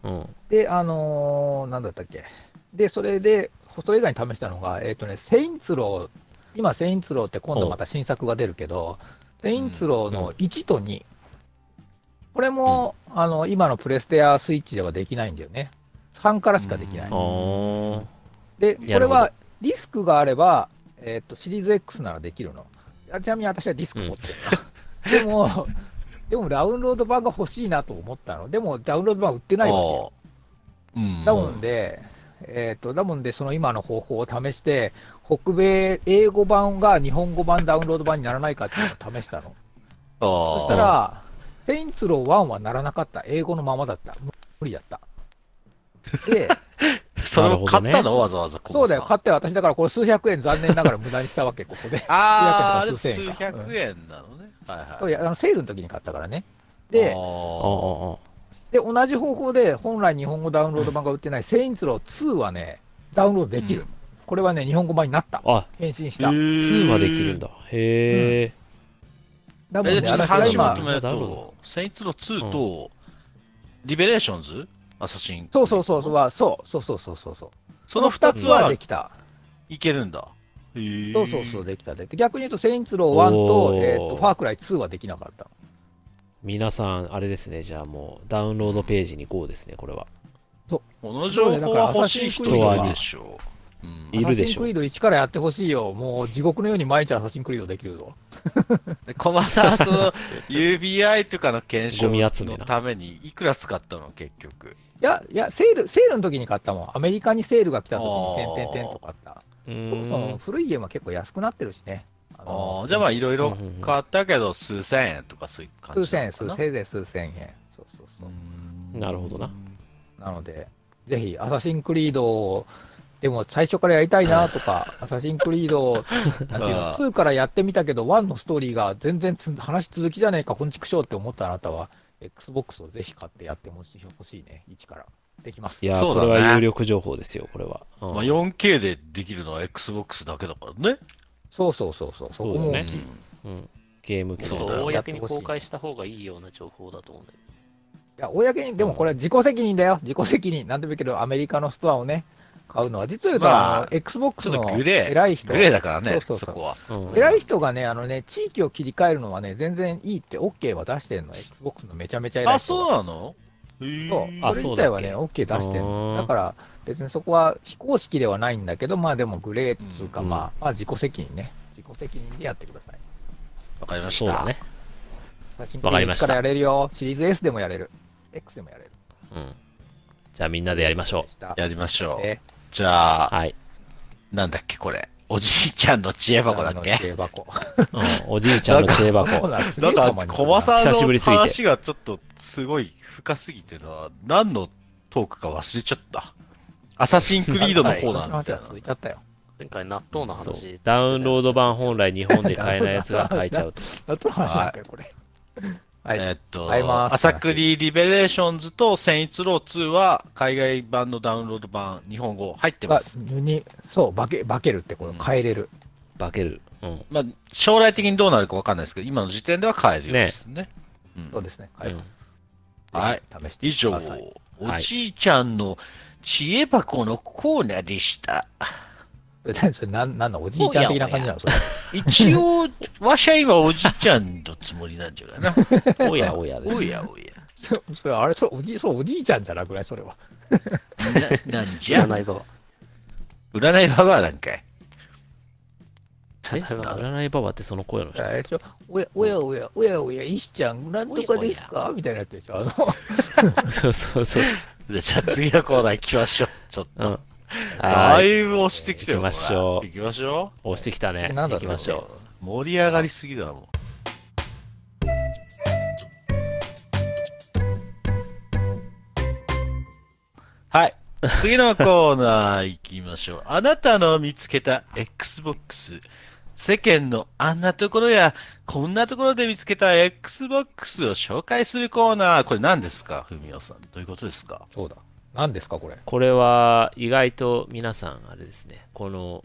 S4: ないわ。
S3: うん。
S2: で、あのーなんだったっけ。で、それで、それ以外に試したのが、えっ、とね、セインツロー、今、セインツローって今度また新作が出るけど、セインツローの1と2、これも、あの今のプレステやスイッチではできないんだよね。3からしかできない。
S3: あー
S2: で、こ
S3: な
S2: れ
S3: るほど
S2: はディスクがあれば、えっとシリーズ X ならできるの。あちなみに私はディスク持って るな。でも、でもダウンロード版が欲しいなと思ったの。でもダウンロード版売ってないわけよ。
S4: うん
S2: だもんで、えっとだもんで、その今の方法を試して、北米英語版が日本語版ダウンロード版にならないかっていうのを試したの。そしたら、フェインツロー1はならなかった。英語のままだった。無理だった。 で、
S4: それを買っ
S3: な
S4: た
S3: るほ
S4: のわざわざコバさん
S2: そうだよ、買って私だからこれ数百円残念ながら無駄にしたわけ、ここ で。
S4: あーあれ
S2: 数
S4: 数
S2: 百円か
S4: 百円なのね。はい
S2: そ
S4: は
S2: う
S4: い。
S2: いやあのセールの時に買ったからね。
S4: あ、
S2: で
S3: あ
S4: ー
S3: ーあ
S2: で同じ方法で本来日本語ダウンロード版が売ってないセインツロー2はね、ダウンロードできる。
S4: うん
S2: これはね、日本語版になった。
S3: ーあ、
S2: 返信した。
S3: 2まできるんだ。へ
S2: だもん
S4: え
S2: ね、
S4: ちょっと
S2: 私が
S4: 話ま
S2: 今
S4: と、める
S3: なるほ
S4: と、セインツロー2と、リベレーションズアサシン。
S2: そうそうそうそうは、そうそうそうそうそうそう。
S4: その2つは
S2: できた。
S4: いけるんだ。へー
S2: そうそうそう、できたで。で逆に言うと、セインツロー1と
S3: お、ー
S2: えっと、ファークライ2はできなかった。
S3: ー。皆さん、あれですね、じゃあもう、ダウンロードページに GO ですね、これは。
S2: そ
S4: この情報は欲しい人いるでしょう。うん
S3: いるで
S2: アサシ
S3: し
S2: ン
S3: ょ
S2: クリード1からやってほしいよ。もう地獄のように毎日アサシンクリードできるぞ。
S4: 駒沢その UBI とかの検証
S3: ゴミ集めな
S4: のためにいくら使ったの結局
S2: いや、いや、セール、セールの時に買ったもん。アメリカにセールが来た時に、
S4: あー
S2: 点々点とかあった。
S3: う
S2: そもそも
S3: ん。
S2: 古いゲームは結構安くなってるしね。あ
S4: ああじゃあまあいろいろ
S3: うん
S4: 買ったけど数千円とかそういう感
S2: 数
S4: じな
S2: 千
S4: の
S2: 円、
S4: か
S2: 数
S4: な
S2: せいぜい数千円。そうそうそう。
S4: うん
S3: なるほどな
S2: なので、ぜひ、アサシンクリードを、でも最初からやりたいなと か、アサシンクリードを、なんていうの
S4: あー
S2: 2からやってみたけど、1のストーリーが全然つ話続きじゃねえか、こんちくしょうって思ったあなたは、Xbox をぜひ買ってやってほしいほしいね、1から。できます。
S3: いやー、
S4: そうだ
S3: こ
S4: ね
S3: れは有力情報ですよ、これは。うん
S4: まあ、4K でできるのは XBOX だけだからね
S2: そうそうそうそう、そこ
S3: そう
S2: も大
S3: だね
S2: きい。
S3: うんゲーム機
S5: ちょ
S3: の
S4: そ
S5: っ
S4: うだ
S5: と
S4: よ
S5: 公に公開した方がいいような情報だと思うんだけど
S2: いや、公に、でもこれは自己責任だよ。自己責任。なんでもいいけど、アメリカのストアをね、買うのは、実は言うと、
S4: まあ
S2: あの Xbox
S4: ちょっと
S2: の
S4: グレー
S2: 偉い人、
S4: グレーだからねそ
S2: そ
S4: う
S2: そうそう
S4: こは
S3: うん
S2: 偉い人がね、あのね、地域を切り替えるのはね、全然いいって OK は出してんの。Xbox のめちゃめちゃ偉い
S4: あ
S2: 人が
S4: そうなのへー
S2: そう
S3: あ
S2: それ自体はね、OK 出してる
S3: うーん
S2: だから、別にそこは非公式ではないんだけど、まあでもグレーっつうか、
S3: うん
S2: まあ、まあ自己責任ね。自己責任でやってください。
S4: わかりまし
S3: そうだ
S4: た
S3: ね。
S2: 写真
S3: わかりました
S2: からやれるよ。シリーズ S でもやれる。X でもやれる。
S3: うんじゃあみんなでやりましょ
S2: でした。
S4: やりましょう
S2: で
S4: じゃ
S3: う。
S4: あ
S3: はい。
S4: なんだっけこれおじいちゃんの知恵箱だっけ
S2: 知恵箱。
S3: うんおじいちゃんの知恵
S2: そ
S3: 箱
S2: う。なん です
S4: なんか、駒沢
S3: 久しぶり
S4: の
S3: すぎて
S4: 話がちょっとすごい深すぎてな、何のトークか忘れちゃった。アサシンクリードのコーナーみ
S2: 話
S4: たい
S2: が
S4: な。
S2: 続いちゃったよ。
S5: 前回納豆の
S3: そう
S5: 話
S3: ダウンロード版
S5: 本
S3: 本来日本で買えないやつが買えちゃうと。
S2: だと話なんだよ、これ。はい。
S4: えーっと、
S2: 会います
S4: 朝栗リベレーションズと千一郎2は海外版のダウンロード版、日本語入ってま
S2: が
S4: す。
S2: にそう、化け化けるってこと、
S4: うん
S2: 変えれる。
S3: 化ける。うん。
S4: まあ、将来的にどうなるかわかんないですけど、今の時点では買えるようですね。うん
S2: そうですね。変えます。
S4: はい。
S2: 試して
S4: 以
S2: みてく
S4: 上、
S2: ださい。
S4: おじいちゃんの知恵箱のコーナーでした。
S2: 何 それなんなんだおじいちゃん的な感じなのそれ
S4: 一応、わしゃ今おじいちゃんのつもりなんじゃないかな。
S3: おやおやです。
S4: おやおや。
S2: そそれ あれそれおじいそれおじいちゃんじゃなくないそれは
S4: な、なんじ
S5: じゃ
S4: ゃ
S5: ない場
S4: 占いババアなんかい。
S3: え占いババってその声の人。
S2: あれでしょおやおやおやおやおや石ちゃんなんとかですかみたいなやつでしょあの
S3: そうそうそう。
S4: じゃあ次のコーナー行きましょう。ちょっと。
S3: うん。
S4: だ
S3: はい。
S4: いぶ押してきてる
S3: 行きましょう
S4: 行きましょ
S3: 押してきたね。
S2: なんだろ
S3: 行
S2: う
S3: きましょ
S4: う。盛り上がりすぎだもん。はい。次のコーナー行きましょう。 あなたの見つけた Xbox。世間のあんなところや、こんなところで見つけた Xbox を紹介するコーナー。これ何ですかふみおさん。どういうことですか
S2: そうだ何ですかこれ
S3: う。これは意外と皆さん、あれですね。この、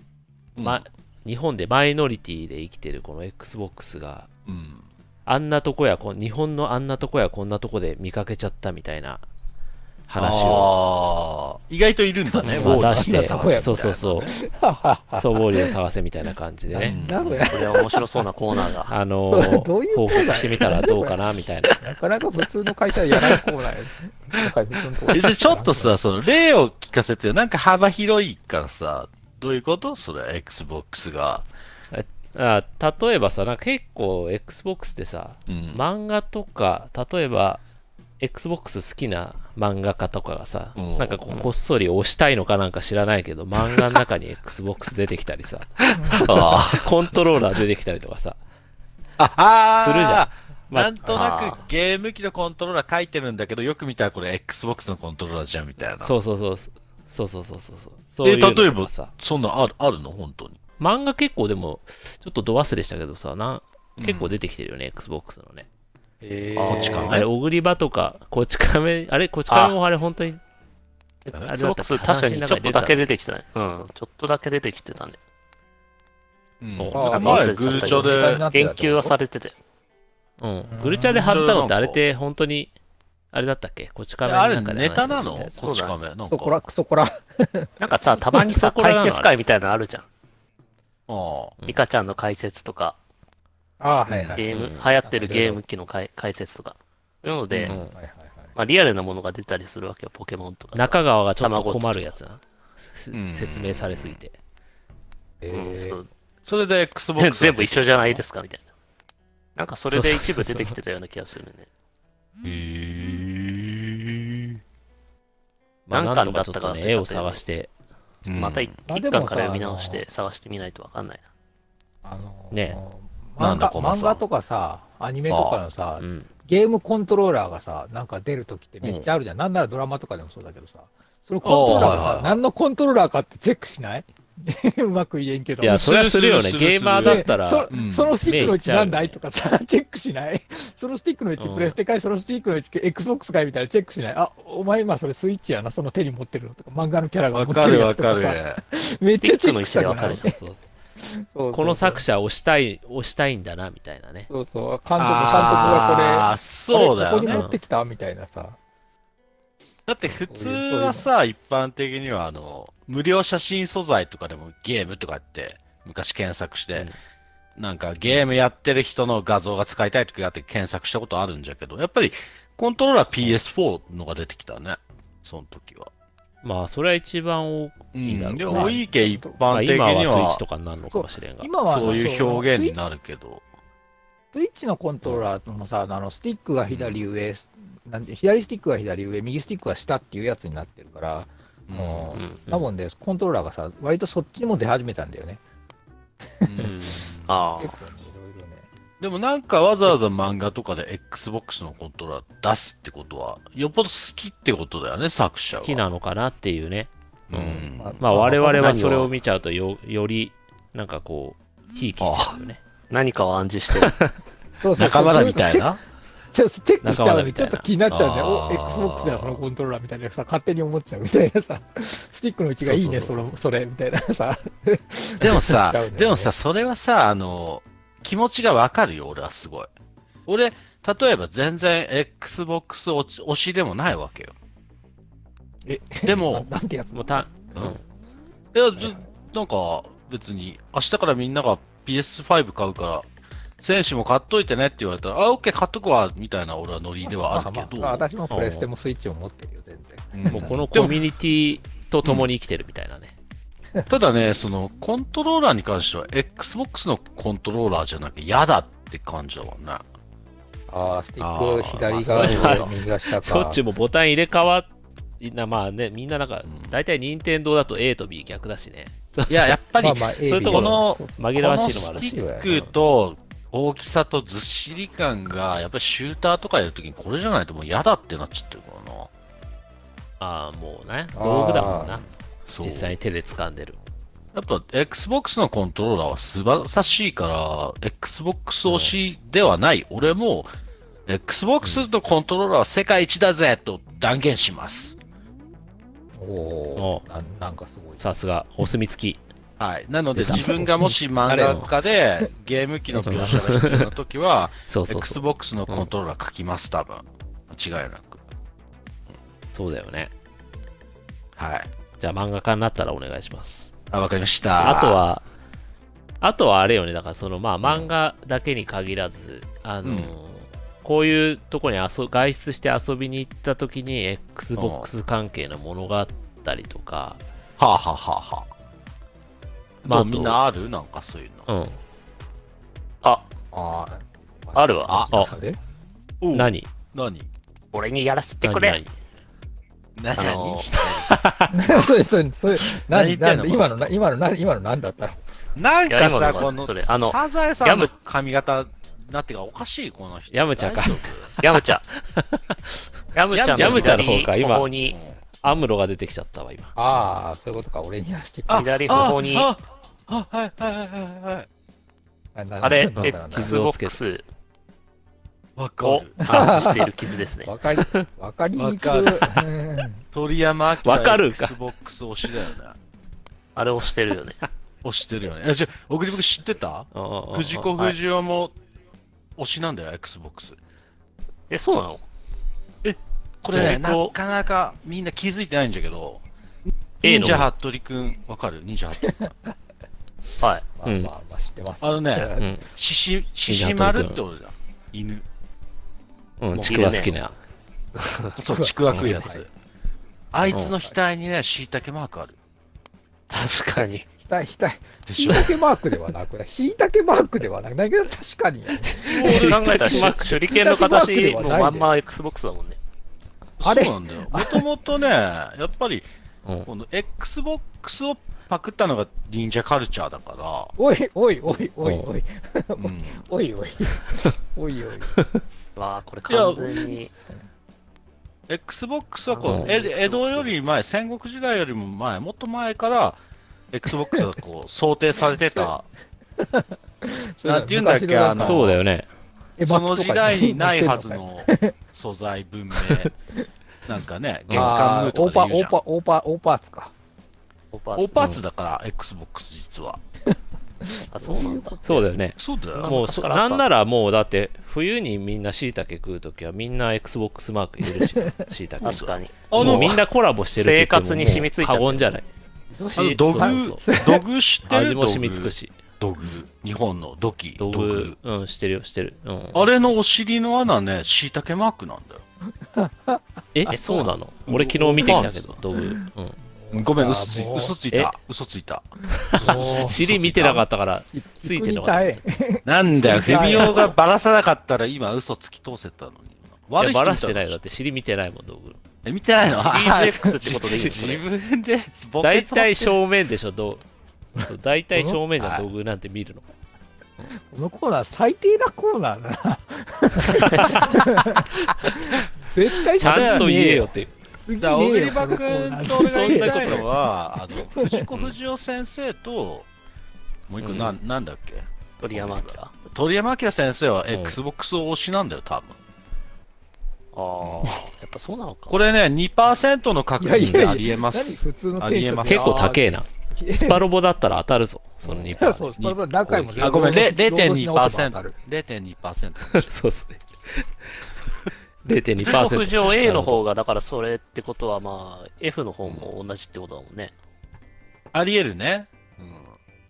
S3: ま、日本でマイノリティで生きてるこの XBOX が、
S4: うん。
S3: あんなとこやこん、日本のあんなとこやこんなとこで見かけちゃったみたいな話を、
S4: を。意外といるんだね。
S3: ま
S4: ウォー
S3: あ、
S4: ダー
S3: 出し
S2: ウォ
S3: て、
S2: ーリー探せみたいなね
S3: そうそうそう、そう、ウォーリーを探せみたいな感じでね。
S2: なんだこれ
S5: これは面白そうなコーナーだ
S3: あの
S2: それどういう
S3: 報
S2: ことだよ
S3: 告してみたらどうかなみたいな。
S2: なかなか普通の会社でやらないコーナーやなんか普通のコーナー
S4: えじゃあちょっとさ、その例を聞かせてよ。なんか幅広いからさ、どういうことそれ、Xbox が。
S3: あ例えばさ、なんか結構 Xbox ってさ、
S4: うん
S3: 漫画とか、例えば Xbox 好きな漫画家とかがさ、
S4: うん
S3: なんかこうこっそり押したいのかなんか知らないけど、漫画の中に Xbox 出てきたりさ、
S4: あ
S3: コントローラー出てきたりとかさ、
S4: ああー
S3: するじゃん まあ
S4: なんとな
S5: あ
S4: くゲーム機のコントローラー書いてるんだけど、よく見たらこれ Xbox のコントローラーじゃんみたいな。
S3: そうそうそう、そうそうそうそうそう。そうい
S4: え、
S3: うの
S4: 例え
S3: と
S4: ば
S3: かさ、、
S4: そんなんあるあるの本当に。
S3: 漫画結構でも、ちょっと度忘れしたけどさ、なん結構出てきてるよね、Xbox のね。
S2: え
S5: こっちか
S3: あれ、小栗場とか、こち亀、あれ、こち亀もあれ、本当に、あれだった
S5: そう確かにちょっとだけ出てきたねうんちょっとだけ出てきてたね
S4: うん
S3: お
S4: なんか
S5: あ
S4: 前、
S5: ー
S4: グルチョで、
S5: 言及はされてて
S3: うん
S2: うん。
S3: グルチャで貼ったのって、
S4: うん
S3: あれって本当に、あれだったっけこち
S4: え
S3: 亀
S4: あ
S3: の
S4: れ
S3: 中で話
S4: ネタな
S3: をし
S4: の
S3: てたやつ
S4: こっち亀。なんか
S2: クソコラクソコラ
S5: なんかさたまにさ
S3: そこら
S5: 解
S3: なの
S5: 説会みたいなのあるじゃん
S4: あー
S3: うん
S5: ミカちゃんの解説とか
S2: ああはいはい
S5: ゲーム
S3: うん
S5: 流行ってるゲーム機の解解説とかそういうので
S3: うん
S2: はいはいはい
S5: まあ、リアルなものが出たりするわけよ、ポケモンとかさ。
S3: 中川がちょっと困るやつな。す
S4: うん
S3: 説明されすぎて。
S5: うん
S2: え
S5: そ
S2: ー
S5: う
S4: それで XBOX が
S5: 全部一緒じゃないですかみたいな。なんかそれで一部
S3: そうそうそうそう
S5: 出てきてたような気がするね。
S4: へー
S3: まあ、
S5: 何
S3: なんとか
S5: 巻だっ
S3: ちょ
S5: た
S3: っ
S5: か
S3: と
S5: 忘れちゃった
S3: ね、
S5: けど
S3: 絵を探して、
S4: うん
S5: また一
S2: まあ
S5: 一
S2: で
S5: 巻
S2: もさ
S5: から読み直し
S2: あ
S5: て
S2: の
S5: 探してみないとわかんないな。
S2: あのー
S3: ね
S4: な
S2: 漫
S4: んだ
S2: 画
S4: このさ
S2: 漫画とかさ、アニメとかのさ
S3: う、ん、
S2: ゲームコントローラーがさ、なんか出るときってめっちゃあるじゃん。なんならドラマとかでもそうだけどさ、そのコントローラー
S4: あ
S2: が
S4: ーはい
S2: さ
S4: は、い
S2: 何のコントローラーかってチェックしない うまく言えんけど。
S3: いや、それはするよね。
S4: するする
S3: ゲーマーだったら、
S2: そ
S4: うん
S2: そのスティックの位置なんだ
S3: 目い
S2: い
S3: っちゃ
S2: とかさ、チェックしないそのスティックの位置
S3: うん
S2: プレステかい、そのスティックの位置 Xbox かいみたいなチェックしないあ、お前今それスイッチやな、その手に持ってるのとか、漫画のキャラが
S4: わ
S2: 持っ
S4: か
S2: てる
S4: る
S2: や
S4: わ
S2: つと
S4: か
S2: か
S4: る
S2: さ、めっちゃチェックしたくな
S5: スティックの位置でわか
S2: い
S5: る
S3: そうそうそう
S2: そう
S3: この作者押したい、押したいんだな、みたいなね。
S2: そうそう、監督、監督が
S4: あーそうだ
S2: これ、ここ
S4: よ
S2: に
S4: ね
S2: 持ってきたみたいなさ。
S4: だって普通はさ一般的にはあの無料写真素材とかでもゲームとかって昔検索して、なんかゲームやってる人の画像が使いたいとかやって検索したことあるんじゃけどやっぱりコントローラー PS4 のが出てきたねその時は、
S3: まあ、それは一番多
S4: うん、
S3: いいだろうね
S4: で多いけ一
S3: まあ、
S4: 般的に
S3: 今はスイッ
S4: は
S3: チとかになるのかもしれんが。
S2: 今は
S4: そういう表現に
S2: な
S4: なるけど
S2: スイッチのコントローラーもさ、あのスティックが左上、なんで左スティックが左上、右スティックが下っていうやつになってるから、
S4: うん
S2: も
S5: うん
S2: う多分ね、コントローラーがさ、割とそっちにも出始めたんだよね。
S4: うん
S5: あ
S2: 結構ね、いろいろね。
S4: でもなんかわざわざ漫画とかで XBOX のコントローラー出すってことはよっぽど好きってことだよね作者は
S3: 好きなのかなっていうね。
S4: うん
S3: まあ、我々は
S5: 何を
S3: それを見ちゃうとよ、より、なんかこう、ひいきしちゃうよね。
S5: 何かを暗示してる。
S2: そうそう
S4: 仲間だみたい。な
S2: チェックチェックしちゃうのにちょ
S3: 仲間だみたい
S2: っと
S3: な
S2: 気になっちゃうんだよ。
S4: あ
S2: お、
S4: ー
S2: Xbox やそのコントローラーみたいなさ、勝手に思っちゃうみたいなさ、スティックの位置がいいね、そ
S3: そ
S2: う
S3: そ
S2: れ
S3: うそうそ、
S2: それ、みたいなさ。
S4: でもさ
S2: しちゃうんだよね
S4: でもさそれはさあの気持ちがわかるよ俺はすごい俺例えば全然 XBOX 推し推しでもないわけよ
S2: え
S4: で
S2: な
S4: も
S2: んてやつ
S3: もうた、
S4: いやずなんか別に明日からみんなが PS5 買うから選手も買っといてねって言われたら、あ、オッケー買っとくわ、みたいな俺はノリではあるけど。
S2: まあまあ私もプレステもスイッチを持ってるよ、全然。
S3: もう
S4: うん
S3: このコミュニティと共に生きてるみたいなね。
S4: ただね、そのコントローラーに関しては、Xbox のコントローラーじゃなきゃ嫌だって感じだもんね。
S2: ああ、スティ
S4: あ
S2: ック
S4: ー
S2: 左
S3: まあ
S2: 側
S3: それは
S2: 上、右が下か。
S3: しょっちゅうもうボタン入れ替わっなまあね、みんななんか
S4: うん、
S3: 大体任天堂だと A と B 逆だしね。
S4: いや、やっぱり、
S2: まあ
S4: こ
S2: まあ、そう
S3: いうとこ
S4: の
S3: 紛らわ
S4: の
S3: しいのもあ
S4: ス
S3: る
S4: テ
S3: し。
S4: ィックと大きさとずっしり感が、やっぱりシューターとかやるときにこれじゃないともう嫌だってなっちゃってるからな。
S3: ああ、もうね、道具だもんな。
S4: そう。
S3: 実際に手で掴んでる。
S4: やっぱ Xbox のコントローラーは素晴らしいから、Xbox 推しではない。俺も、Xbox のコントローラーは世界一だぜと断言します。
S2: おお
S3: お
S2: なんなんかすごい。
S3: さすが、お墨付き。
S4: はい。なので、
S2: 出た
S4: 自分がもし漫画家 でゲーム機の描写が必要な時は、
S3: そうそうそう。
S4: Xbox のコントローラー書きます、多分。間違いなく。
S3: そうだよね。
S4: はい。
S3: じゃあ漫画家になったらお願いします。
S4: あ、わかりまし
S3: あ
S4: た。
S3: と、は、あとはあれよね、だからそのまあ漫画だけに限らず、あのー
S4: うん
S3: こういうとこに遊外出して遊びに行った時に XBOX 関係のものがあったりとか、
S4: はあ、はあはあはあ、
S3: まああ
S4: どう
S3: と
S4: みんなあるなんかそういうの。
S3: うん、
S5: あ、
S2: あ
S5: あるわ。
S4: あ
S3: あ
S2: あ、で
S4: おう
S3: 何
S4: 何
S5: 俺にやらせて
S3: 何
S5: く
S3: 何
S5: れ。
S4: 何
S5: あのー
S2: そうです、そうですそうです。
S4: 何言っ
S2: 何、
S4: て
S2: なん
S4: んの
S2: で今のな、今の、な今の何だったの
S4: なんか
S5: いや
S4: さ、
S5: 今のは
S4: この
S5: それあの
S4: サザエさ
S5: ヤ
S4: んの
S5: ム
S4: 髪型なってかおかしい、この人。
S3: ヤムチャか
S4: 大丈夫。
S5: ヤ ムチャ。ヤムチャ
S4: ヤムチャ
S3: の方か今
S5: 左頬に、
S3: アムロが出てきちゃったわ、今。
S2: ああ、そういうことか、俺にやらしてくれ
S5: 左頬に、
S4: あああはいはいはいはいはい。
S2: あな
S5: あれ、
S2: なんだなんだ
S5: Xbox
S4: わか
S5: を
S4: る。
S5: 暗示している傷ですね。
S2: わかり、わかりにくい。
S4: わ
S2: うん
S4: 鳥山明
S3: わかるか
S4: Xbox 推しだよね。
S5: あれをしてるよね。
S4: 推してるよね。えじゃあ、奥君知ってた藤子
S5: はい
S4: 不二雄も推しなんだよ、Xbox。
S5: え、そうなの
S4: これね、
S5: 藤子
S4: なかなかみんな気づいてないんじゃけど、
S5: A
S4: 忍
S5: の
S4: 者服部くん、わかる忍者服部。
S5: はい。
S2: まあ
S3: うん
S2: まあまあ、知ってます。
S4: あのね
S2: じゃあ
S3: うん、
S4: 獅子、獅子丸っておるじゃん。犬。
S3: うん、
S5: もう
S3: ちくわ好きな。
S4: そう、ちくわ食うや
S2: はい
S4: つ。あいつの額にね、しいたけマークある。
S5: 確かに。
S2: ひたひた、
S4: で
S2: しい
S4: しょ
S2: たけマークではなくない。しいたけマークではなくない。だけど確かに。
S5: 考えたらし、手裏剣の形、もうまんま XBOX だもんね。
S4: そ
S2: あ
S4: う
S2: れ
S4: なんだよ。もともとね、やっぱり、
S5: うん
S4: この XBOX をパクったのが忍者カルチャーだか
S2: おいおいおいおいおい
S4: ら、うん、
S2: おいおいおいおい。
S5: わあ、これ完全に。
S4: XBOX はこう、
S5: うん
S4: え江戸より前、戦国時代よりも前、もっと前から、XBOX がこう想定されてた、なんて言うんだっけ、あの、
S3: そうだよね。
S2: え
S4: その時代 にないはず。
S2: バッジとか
S4: の 素材、文明、なんかね、玄関ム
S2: あ
S4: ー
S2: ーオ
S4: と
S2: ーパ
S4: か
S2: ー
S4: で言うじ
S2: オー
S4: ゃん
S2: パ。ーオーパーオーパーツか。
S5: オパ
S4: オーパーツだから、XBOX 実は。
S5: あ、そうなんだ。
S3: そうだよね。
S4: そうだよ。
S3: もうそ、
S5: 昔からあ
S3: な
S5: った
S3: んならもうだって、冬にみんな椎茸食うときはみんな XBOX マーク入れるしね、椎茸。
S5: 確かに。
S4: あ
S3: もう
S4: の、
S3: みんなコラボしてるって言っても
S5: 生活に染み付いちゃって
S3: も
S5: る
S3: う過言じゃない。
S4: あの土
S3: そう
S4: 偶
S3: そう、
S4: 土偶知ってる
S3: 味も染み付
S4: 土偶
S3: くし。
S4: 土偶。日本の土器、
S3: 土
S4: 土
S3: 偶
S4: 偶。、
S3: うん、してるよ、してる。うん、
S4: あれのお尻の穴ね、しいたけマークなんだよ。
S3: えそうなの俺昨日見てきたけど、道具。うん。
S4: ごめん、
S2: あー
S4: 嘘つい
S2: もう
S4: 嘘つい
S3: え
S4: た。嘘ついた。
S3: 尻見てなかったから、ついてなかった。い
S4: なんだよ、
S2: 嘘つ
S4: フ
S2: いた
S4: ェミオがバラさなかったら今嘘つき通せたのに。悪い
S3: や、
S4: 人見
S3: バ
S4: た
S3: ラしてないよ。だって尻見てないもん、道具。
S4: え見てないの
S5: EGX ってことでいいの
S4: 自分で、ボケ
S3: 大
S4: そう
S3: 体正面でしょ、道具。そう大体正面じゃん道具なんて見るの。
S2: このコーナー最低なコーナーだな。絶対
S3: ちゃんと言えよっていう。
S2: 次ね
S4: だから小栗
S2: えよ。
S4: 場君と
S2: このコーナー
S4: 俺が言いたいのは、あの藤子不二雄先生と、もう一個な、ん、なんだっけ
S5: 鳥山明。あ
S4: 鳥山明先生は
S3: ん
S4: XBOX を推しなんだよ、多分。
S5: あ、やっぱそうなのか。
S4: これね、2%の確率でありえま
S2: 何
S4: す。
S2: 普通のテ
S4: あ
S2: ンション
S4: りえます
S3: 結構高
S2: い。
S3: えな。スパロボだったら当たるぞ、その2%
S2: そう
S3: で。
S2: そう、スパロボ何回も
S4: あ、ごめん、れ0.2%
S2: 0.2%。。
S4: 0.2%。
S3: そうっすね。
S5: パーセント。
S3: 0.2%。
S5: A の方が、だからそれってことは、まあ、F の方も同じってことだもんね。
S4: ありえるね。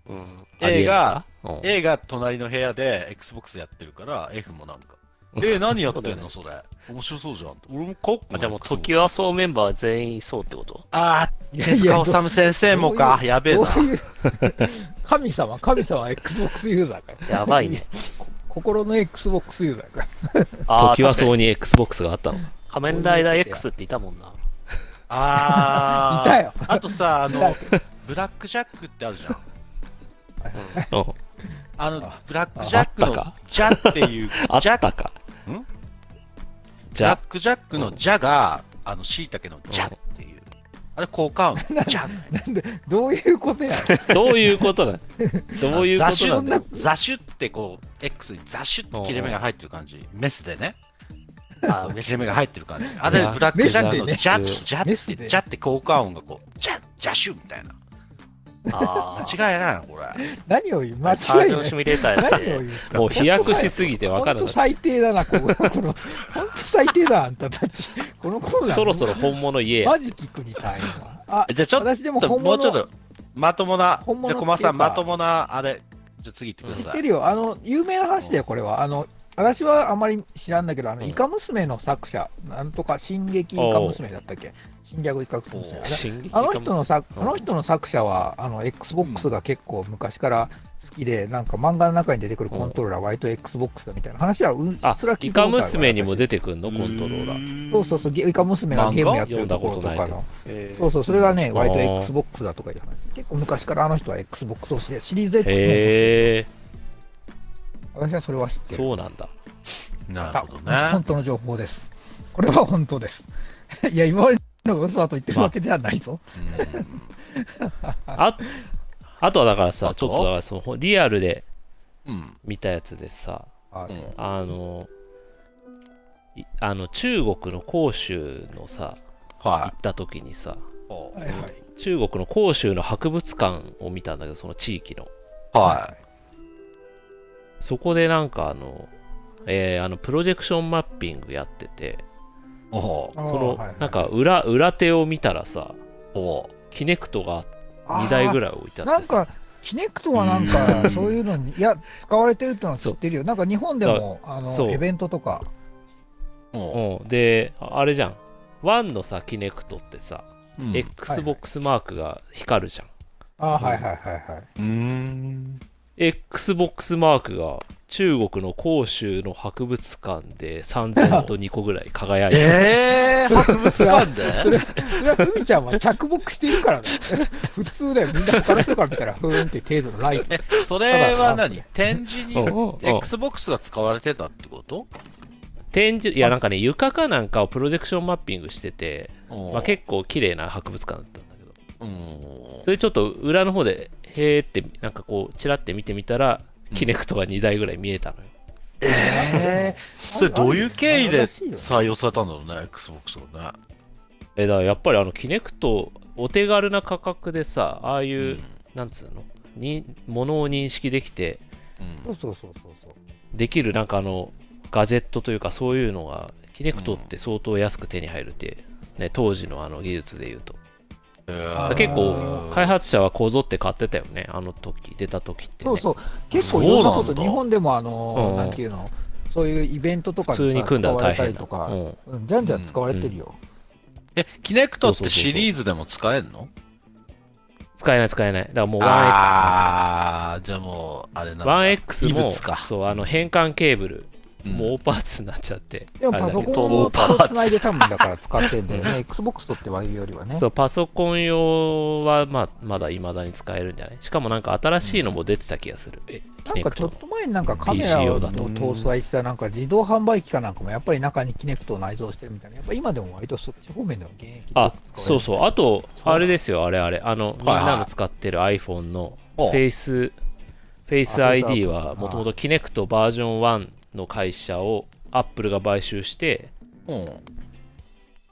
S4: うん
S5: うん。
S4: A が、
S5: うん
S4: A が隣の部屋で Xbox やってるから F もなんか。え、何やってんのそれ。面白そうじゃん。俺もコック
S5: あじゃあもう、時はそうメンバー全員そうってこと
S4: あ
S2: い
S4: ー、
S2: や
S4: 手
S2: いや
S4: 塚治虫先生もか。やべえ
S2: ど
S4: な
S2: う。いう 神様、神様は XBOX ユーザーかよ
S5: やばいね。
S2: 心の XBOX ユーザーかよ
S5: ああ、
S3: 時は
S5: 確かに
S3: そうに XBOX があったの。
S5: 仮面ライダー X っていたもんな。
S4: あー。
S2: いたよ
S4: あとさ、あ
S2: いたよ
S4: の、ブラックジャックってあるじゃん。
S3: うん
S4: あの、ブラックジャック
S3: あった
S4: の
S3: か
S4: ジャっていう、
S3: あったか。
S4: ん
S3: じ
S4: ブラッ
S3: ゃ
S4: クジャックのジャが、あの、しいたけのジャっていう。あれ、効果音。ジャン。
S2: どういうことやねん
S3: あ、どういうことだどういうこ
S4: 雑
S3: となんだよ
S4: 種雑種ってこう X に雑種って切れ目が入ってる感じメスでね
S5: あーめっ
S4: 切
S5: ちゃ
S4: れ目が入ってる感じあれ
S3: うわ
S4: ブラックジャックの
S2: メ
S4: ジ
S2: ス
S4: ャ
S3: でね
S4: ッジャ
S2: メ
S4: ッ
S2: ス
S4: て
S2: で
S4: ジャッて効果音がこうジャッジャッシュみたいな
S5: あー
S4: 間違いないのこれ
S2: 何を言う間違
S5: サー
S2: い
S5: ジョ
S2: な
S5: ン
S2: い
S5: シミュレーターやっ
S2: 何を
S5: て
S2: 言う
S3: もう飛躍しすぎて分
S2: 本
S3: からな
S2: 当
S3: かっ
S2: 最低だな、こここの。本当最低だ、あんたたち。このコーナ
S3: た。
S2: ー、
S3: そろそろ本物言えや。
S2: マジ聞くに大変わあ、
S4: じゃあちょっ
S2: 私でも
S4: と
S2: 本
S4: もうちょっ
S2: 物
S4: とまともな
S2: 本物
S4: じゃあ駒さん
S2: っていうか
S4: まともなあれじゃあ次行ってくだ
S2: 知っ
S4: さ
S2: て
S4: い
S2: るよ。あの、有名な話だよ、これは。あの、私はあまり知らんだけど、あの、
S3: うん
S2: イカ娘の作者、なんとか、進撃イカ娘だったっけ新逆イカ娘
S4: お
S2: あ
S4: う
S2: れ
S3: 進撃
S2: あ
S3: か
S2: の
S3: も
S2: 人の作あの人の作者は、あの XBOX が結構昔から好きで、なんか漫画の中に出てくるコントローラー、割と XBOX だみたいな話はうっ
S3: あ
S2: すら、聞
S3: イ
S2: いた
S3: カ
S2: ことある
S3: 娘にも出てくんのコントローラー。
S4: ー
S2: そうそうそう、ゲイカ娘がゲームやってるところと
S3: 漫
S2: か
S3: 画読んだ
S2: の。
S5: え
S2: そうそう、それがね、割と
S3: あー
S2: XBOX だとかいう話。結構昔からあの人は XBOX をして、シリーズ X の
S3: へえ、
S2: 私はそれは知ってる。
S3: そうなんだ。
S4: なる
S2: さ
S4: ほど
S2: あ本
S4: ね
S2: 当の情報です。これは本当です。 いや、今までのが嘘だと言ってるわけではないぞ。
S3: ああとはだから
S4: あ
S3: さ、ち
S4: と
S3: ょっとだからそのリアルで
S4: うんうん
S3: 見たやつでさ、
S2: あ
S4: うん
S3: あの、いあの中国の広州のさ、行
S4: は
S3: った時にさ、
S4: い
S2: はいはい。
S3: 中国の広州の博物館を見たんだけど、その地域の。
S4: は
S3: そこでなんかあの、えーあのプロジェクションマッピングやってて、
S4: いおお
S2: そ
S3: そのなんか裏裏手を見たらさ、
S4: お
S3: キネクトが2台ぐらい置いてあって
S2: なん
S3: さ
S2: か、キネクトはなんか、そういうのに、いや、使われてるってのは知ってるよ。なんか日本でも、あ
S3: そ
S2: の、
S3: う
S2: イベントとか、
S4: も
S3: うん、でああれじゃん1のさキネクトってさ、
S4: う、うん、
S3: XBOX マークが光るじゃん、
S2: あはいはいはいはい。
S4: うーん。
S3: XBOX マークが中国の広州の博物館で3000と2個ぐらい輝 いてる
S4: えー、博物館で
S2: それそれはふみちゃんは着目しているからだよね。普通だよ、みんな他の人から見たら、ふーんって程度のライト。
S4: えそれは何展示
S3: うん
S4: に
S3: うん
S4: Xbox が使われてたってこと
S3: 展示いやなんかね床かなんかをプロジェクションマッピングしてて、
S4: うん
S3: まあ、結構綺麗な博物館だったんだけど
S4: うん
S3: それちょっと裏の方でへーってなんかこうチラって見てみたらキネクトが2台ぐらい見えたのよ
S4: えー、それどういう経緯で採用されたんだろうね、Xbox がね。
S3: えだからやっぱりあのキネクトお手軽な価格でさああいう、
S4: うん
S3: なんつうのにものを認識できて
S2: そうそうそうそうそう。
S3: できるなんかあのガジェットというかそういうのがキネクトって相当安く手に入るって、ね、当時のあの技術でいうと
S2: あー
S3: 結構開発者はこぞって買ってたよねあの時出た時って、ね、
S2: そうそう、結構いろんな
S4: そ
S2: こ
S4: うな
S2: と、
S4: んだ
S2: 日本でもあの、
S3: うん
S2: なんていうの、そういうイベントとか
S3: 普通に組んだら
S2: 使わ
S3: 大
S2: れた
S3: 変
S2: り
S3: だ
S2: とか、
S3: う
S2: うん
S3: ん
S2: じゃんじゃん使われてるよ。
S4: え、キネクトってシリーズでも使えんの
S3: 使えない使えないだからもう 1X
S4: あー、じゃあもう、あれなんだ。
S3: 1X
S4: 異
S3: も
S4: 物か
S3: そうあの変換ケーブル、
S4: うん
S3: もう大パーツになっちゃって
S2: でもパソコンを
S4: あれだけど
S2: つないでたもんだから使ってんだよね。Xbox とっては言うよりはね。
S3: そうパソコン用は、まあ、まだ未だに使えるんじゃないしかもなんか新しいのも出てた気がする、えキ
S2: なん
S3: ネ
S2: か
S3: ク
S2: ちょっ
S3: ト
S2: と前になんかカメラ
S3: PC 用
S2: を
S3: だと
S2: 搭載したなんか自動販売機かなんかもやっぱり中にキネクトを内蔵してるみたいな、やっぱ今でも割とそっち方面では現役で
S3: あそう
S2: う。
S3: そうあとあれですよあれあれあのみん
S4: はい
S3: なの使ってる iPhone のフ
S4: お
S3: ェイスフェイス
S2: あ
S3: ID
S2: フェイス ID
S3: はもともとキネクトバージョン1の会社を Apple が買収して
S4: うん。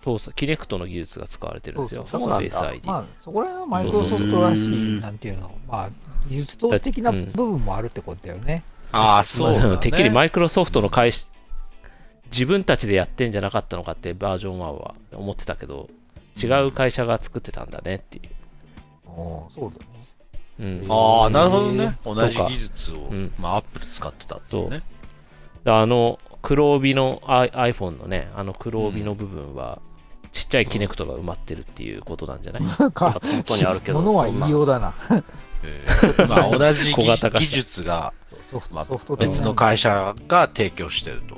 S3: 搭載キネクトの技術が使われてるんですよ
S2: そう
S5: そ
S3: こ
S5: う
S3: のフェイス
S5: そうなんだ
S3: ID、
S2: まあ、そこら辺はマイクロソフトらしい、なんていうの、まあ、技術投資的な部分もあるってことだよね。
S4: あー、そうだ、
S3: ま
S4: ね
S3: あ。てっきりマイクロソフトの会社自分たちでやってんじゃなかったのかってバージョン1は思ってたけど違う会社が作ってたんだねってい
S2: おーそうだね。
S3: う、うん、
S4: ああ、なるほどね。同
S3: か
S4: じ技術を、
S3: うん
S4: まあ、アップル使ってたっていうね。
S3: あの黒帯のあ iPhone のねあの黒帯の部分は、ちっちゃいキネクトが埋まってるっていうことなんじゃない、
S2: なんか
S5: 本当にあるけど、
S2: 物は
S5: そ
S2: 言
S5: ん
S2: い
S5: な
S2: ようだな。
S4: えーまあ、同じ
S3: 小
S4: 技
S3: 型化
S4: 技
S3: した
S4: 術が、
S2: ソフ
S4: まあ
S2: ト、ソフト、
S4: 別の会社が提供してると。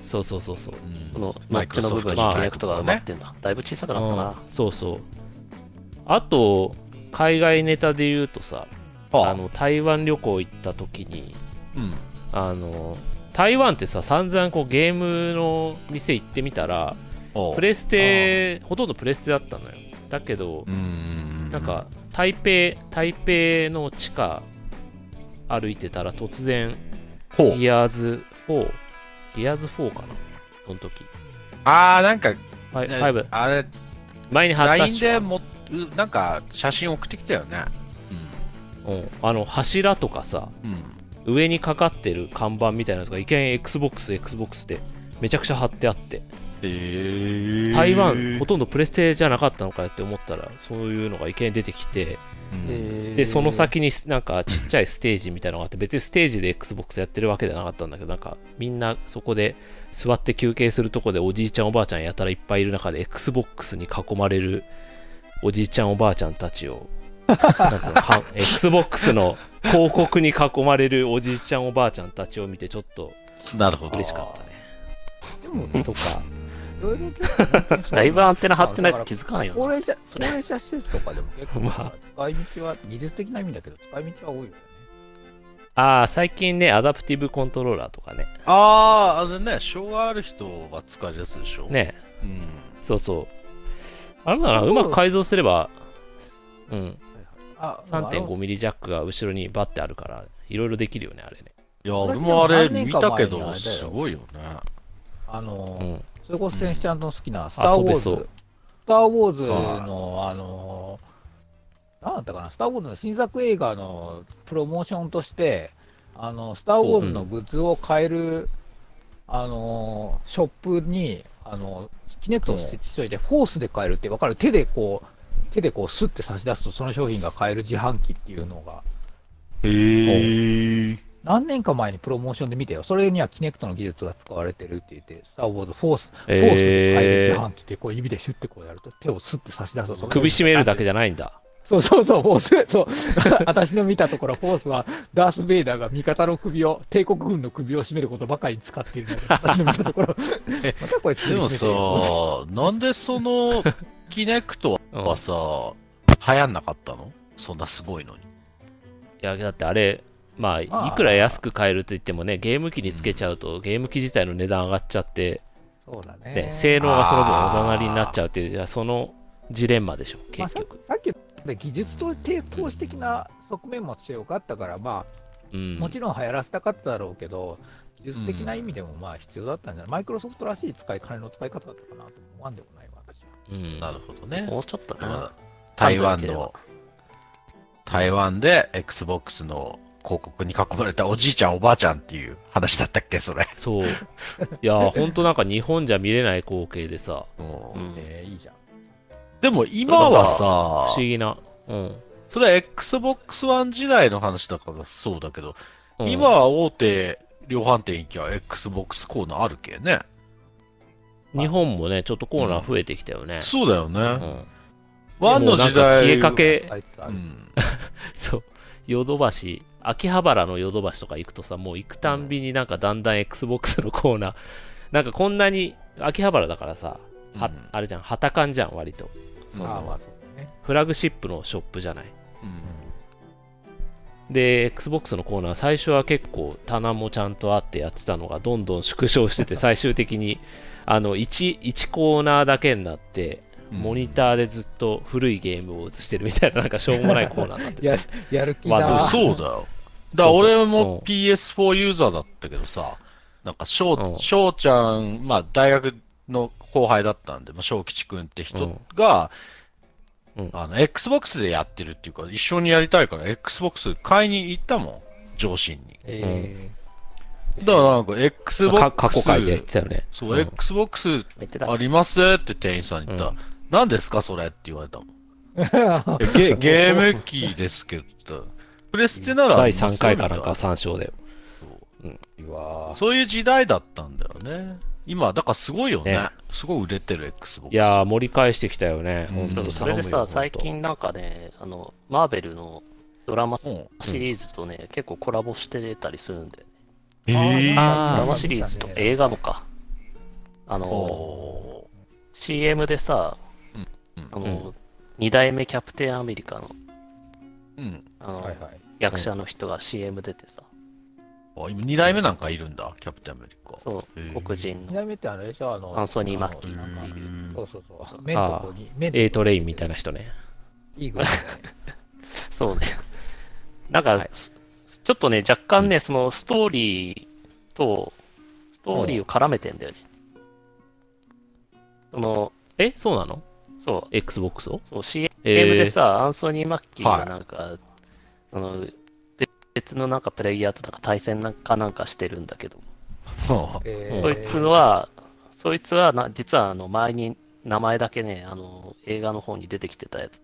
S3: そうそうそうそう
S5: こ
S4: うん
S5: のマッチの部
S3: ま
S5: 分に
S3: あ
S5: キネクトが埋まってんだ。だいぶ小さくなったな。
S3: うんそうそうあと海外ネタで言うとさ
S4: はあ
S3: あの台湾旅行行った時に
S4: うん。
S3: あの台湾ってさ散々こうゲームの店行ってみたら
S4: おう
S3: プレステほとんどプレステだったのよだけど
S4: うーん。
S3: なんか台北台北の地下歩いてたら突然
S4: ほう、
S3: ギアーズ4ギアーズ4かなその時
S4: ああ、なんか、
S3: はい
S4: ね
S3: 5
S4: あれ、
S3: 前に発達
S4: LINE
S3: し
S4: でも、うなんか、写真送ってきたよね。
S3: うん、あの柱とかさ
S4: うん。
S3: 上にかかってる看板みたいなやつが一見 XboxXbox でめちゃくちゃ貼ってあって
S4: うん。
S3: 台湾ほとんどプレステじゃなかったのかよって思ったらそういうのが一見出てきて
S4: うん
S3: でその先になんかちっちゃいステージみたいなのがあって別にステージで XBOX やってるわけじゃなかったんだけどなんかみんなそこで座って休憩するとこでおじいちゃんおばあちゃんやたらいっぱいいる中で XBOX に囲まれるおじいちゃんおばあちゃんたちをなんつうのか XBOX の広告に囲まれるおじいちゃんおばあちゃんたちを見てちょっと
S4: なるほど。
S3: 嬉しかったね
S2: でも、
S3: とか
S2: いろいろ結構ね
S5: だいぶアンテナ張ってないと気づかないよ
S2: 高
S5: な。
S2: 齢者、高齢者施設とかでも結構、
S3: ま
S2: 使い道は、技術的な意味だけど、使い道は多いよね。
S3: ああ最近ねアダプティブコントローラーとかね
S4: ああ、あれね、障害ある人が使えるやつでしょ。。
S3: ね
S4: うん。
S3: そうそうあれもなうまく改造すればうん
S2: ああ
S3: 3.5ミリジャックが後ろにバッてあるから、いろいろできるよね、あれね。
S4: いや、
S2: 俺
S4: 俺もあれ
S2: 何
S4: 見
S2: 年か
S4: た
S2: 前
S4: け
S2: にあ
S4: ど、
S2: れだよ
S4: すごいよね。
S2: あの、
S3: うん。
S2: それこそ先生の好きな、スター・ウ
S3: あそう
S2: ォ
S3: で
S2: ー
S3: すそ
S2: ズ
S3: う。
S2: スター・ウォーズの、あの、なんだったかな、スター・ウォーズの新作映画のプロモーションとして、あの、スター・ウォーズのグッズを買える、あの、ショップに、あの、キネクトを設置しといて、フォースで買えるってわかる手でこう、手でこう、スッて差し出すと、その商品が買える自販機っていうのが、
S4: へえ。
S2: 何年か前にプロモーションで見てよ。それにはキネクトの技術が使われてるって言って、スター・ウォーズ・フォース、フォースで怪物
S3: え
S2: 自販機ってこう指でシュッてこうやると手をスッて差し出すとそ
S3: ー、
S2: の
S3: 首絞めるだけじゃないんだ。
S2: そうそうそう、フォース。そう。 私の見たところ、フォースは、ダース・ベイダーが味方の首を、帝国軍の首を絞めることばかりに使っているので、私の見たところ、またこれ
S4: で
S2: 首絞
S4: も
S2: めてるよ
S4: さ、なんでその、キネクト
S3: うん、い
S4: はさ、流行んなかったのそんなすごいのに。
S3: や、だってあれ、まあ、い
S2: まあ
S3: くら安く買えると言ってもね、ゲーム機につけちゃうと、ゲーム機自体の値段上がっちゃって、
S2: そうだね。
S3: ね、性能がその分おざなりになっちゃうっていういや、そのジレンマでしょ、
S2: まあ、
S3: 結
S2: さ
S3: 局。
S2: さっき言った技術と低投資的な側面も強かったから、まあ、
S3: うん
S2: も。ちろん流行らせたかっただろうけど、技術的な意味でもまあ必要だったんじゃない、マイクロソフトらしい使い、金の使い方だったかなと思わんでもないわ、私は。
S3: うん
S4: なるほどね。
S5: もうちょっとな、
S4: まあ台湾の、台湾で XBOX の広告に囲まれたおじいちゃんおばあちゃんっていう話だったっけ、それ。
S3: そう。いや、ほんとなんか日本じゃ見れない光景でさ、
S4: も
S5: う
S4: うん
S2: えーいいじゃん。
S4: でも今は
S3: 不
S4: さ
S3: 思、議な。うん。
S4: それは Xbox One 時代の話だからそうだけど、
S3: うん
S4: 今は大手量販店行きゃ Xbox コーナーあるけね。
S3: 日本もね、ちょっとコーナー増えてきたよね。
S4: そうだよ
S3: うん
S4: ね。。
S3: も
S4: ワンの
S3: なん
S4: 時
S3: か
S4: 代。
S3: 消えかけ、
S2: あいつあ
S4: う
S2: る
S4: ん。
S3: そう、ヨドバシ、秋葉原のヨドバシとか行くとさ、もう行くたんびになんかだんだん XBOX のコーナー、なんかこんなに、秋葉原だからさ、は
S4: うん
S3: あれじゃん、旗感じゃん、割と。そ
S2: ああま
S3: の
S2: あそうだね。
S3: フラグシップのショップじゃない。
S4: うん
S3: で、Xbox のコーナー、最初は結構棚もちゃんとあってやってたのが、どんどん縮小し てて、最終的に、あの1、1コーナーだけになって、モニターでずっと古いゲームを映してるみたいな、なんかしょうもないコーナーになってて
S2: ややる気
S3: まあで
S2: だ
S3: も。
S4: そうだよ。だから俺も
S3: そう
S4: PS4 ユーザーだったけどさ、なんか
S3: うん
S4: 翔、翔ちゃん、まあ大学の後輩だったんで、まあ翔吉くんって
S3: うん
S4: 人が、
S3: うん
S4: あの、Xbox でやってるっていうから、一緒にやりたいから、Xbox 買いに行ったもん。上心に。
S2: え
S4: だからなんか、Xbox。
S3: か過去回でやってたよね。
S4: そう、
S3: うん
S4: Xbox
S5: 言ってた
S4: ありますって店員さんに言ったら、
S3: うん
S4: 何ですかそれって言われたもん。
S2: ー
S4: いやゲゲーム機ですけど、プレステなら、
S3: 第3回かなんか参照で。
S2: い いわ
S4: そういう時代だったんだよね。今、だからすごいよね。
S3: ね
S4: すごい売れてる XBOX。
S3: いやー、盛り返してきたよね。
S4: うん
S3: ほんと
S5: そ
S3: 頼む
S5: う
S3: よ
S5: それで
S3: ほん
S5: さ、
S3: と
S5: 最近なんかね、あの、マーベルのドラマ
S4: うん。
S5: シリーズとね、結構コラボしてたりするんで、
S4: え
S2: ー
S4: ー、
S5: ド
S3: あ
S5: ラマシリーズとか映画もか。あの、
S4: お
S5: CM でさ
S4: うんうん、
S5: あの、二代目キャプテンアメリカの
S4: ーうん。
S5: あの
S2: はいはい。
S5: 役者の人が CM 出てさ、
S4: あ今、2代目なんかいるんだ、キャプテンアメリカ。
S5: そ
S4: へ
S5: う、
S4: ー
S5: 黒人
S2: 二
S5: の
S2: 代目ってあれでしょあの、
S5: アンソニー・マッキ
S4: う
S5: ーっていう。
S4: ん
S2: そうそうそう。面とこうに、面とこう
S3: A トレインみたいな人ね。
S2: いいぐらいだね。
S5: そうね。 なんか、
S2: はい
S5: すちょっとね、若干ね、そのストーリーと、ストーリーを絡めてんだよね。その、
S3: え、そうなの
S5: そう、
S3: ?Xbox を
S5: そう CM
S3: えー
S5: でさ、アンソニー・マッキー
S4: は
S5: が
S4: い
S5: なんか、あのべ別のなんかプレイヤーとなんか対戦なんかなんかしてるんだけど、
S2: えー
S3: へ
S5: そいつは、そいつはな、実はあの前に名前だけね、あの映画の方に出てきてたやつ。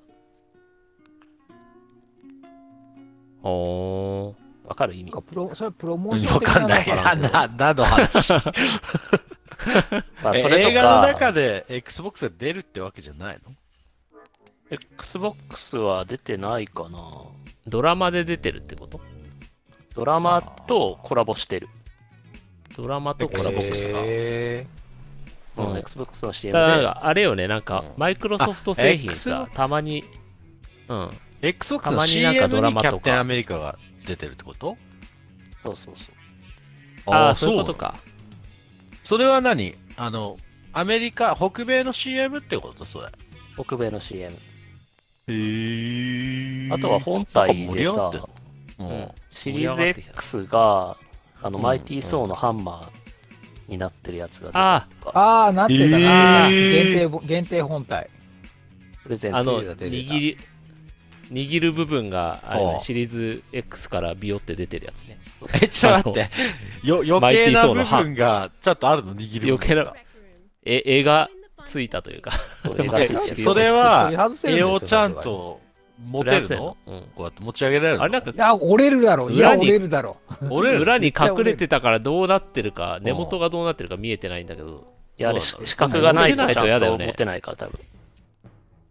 S3: おー。
S5: わかる意
S2: なん
S5: 味
S2: かプロ、それプロモーション
S4: わ
S2: 的
S4: かんない。
S2: のか
S4: な、な、なの話。
S5: まあ、それと
S4: 映画の
S5: か、
S4: 中で Xbox が出るってわけじゃないの
S5: XBOX は出てないかな。
S3: ドラマで出てるってこと
S5: ドラマとコラボしてる。
S3: ドラマとコ
S2: コラ
S3: ラボ
S2: ボ
S3: する。
S2: え
S5: うん
S3: うん
S5: Xbox の
S3: た
S5: CM
S3: だなん
S5: で。
S3: か、あれよね、なんか、
S4: うん
S3: マイクロソフト製品さ、たまに、うん。
S4: ?Xbox
S3: た
S4: の
S3: まになんか
S4: CM
S3: ドラ
S4: に
S3: マ
S4: キ
S3: とか
S4: ャプテンアメリカが出てるってこと
S5: そうそうそう。
S3: ああー、
S4: ー
S3: そういうことか。
S4: それは何あの、アメリカ、北米の CM ってことそれ。
S5: 北米の CM。
S4: へ
S5: あとは本体
S4: 盛り
S5: で
S4: 上が
S5: さ
S4: ってん、のうん。
S5: シ
S3: 盛り
S5: リー
S3: 上がって
S5: ズ
S3: きた
S5: X が、あの、
S4: うん
S5: マイティー・ソーのハンマーになってるやつが出
S3: あ
S5: たりと
S2: ー、
S5: か、
S2: ああ、なってたな、
S4: えー
S2: 限定ぼ。限定本体。
S5: プレゼン
S3: あ
S5: ト。
S3: の、
S2: 出てた出てた
S3: 握り、握る部分が、あれね
S4: ああ
S3: シリーズ X からビヨって出てるやつね。
S4: え、ちょっと待って。よ、余計な
S3: マイティーソーの
S4: 部分が、ちょっとあるの握る部分が。
S3: 余計なえ、絵がついたというか。
S5: 映画ついて
S4: え
S5: る
S4: それは
S2: 取り外せるんでしょ
S4: 絵をちゃん。と持てるの
S3: うん
S4: こうやって持ち上げられるの
S3: あれなんか
S2: いや、折れるだろう。いや、
S3: 裏に
S2: 折れるだろう。
S4: 俺ら
S3: 裏に隠れてたからどうなってるか、根元がどうなってるか見えてないんだけど、
S5: いや、あれ、
S3: どうなんだろう
S5: 資格がない
S3: 持てな
S5: と
S3: い
S5: ち
S3: と
S5: ゃ
S3: 嫌
S5: ん
S3: だよ
S5: と
S3: ね
S5: 持てないから、多分。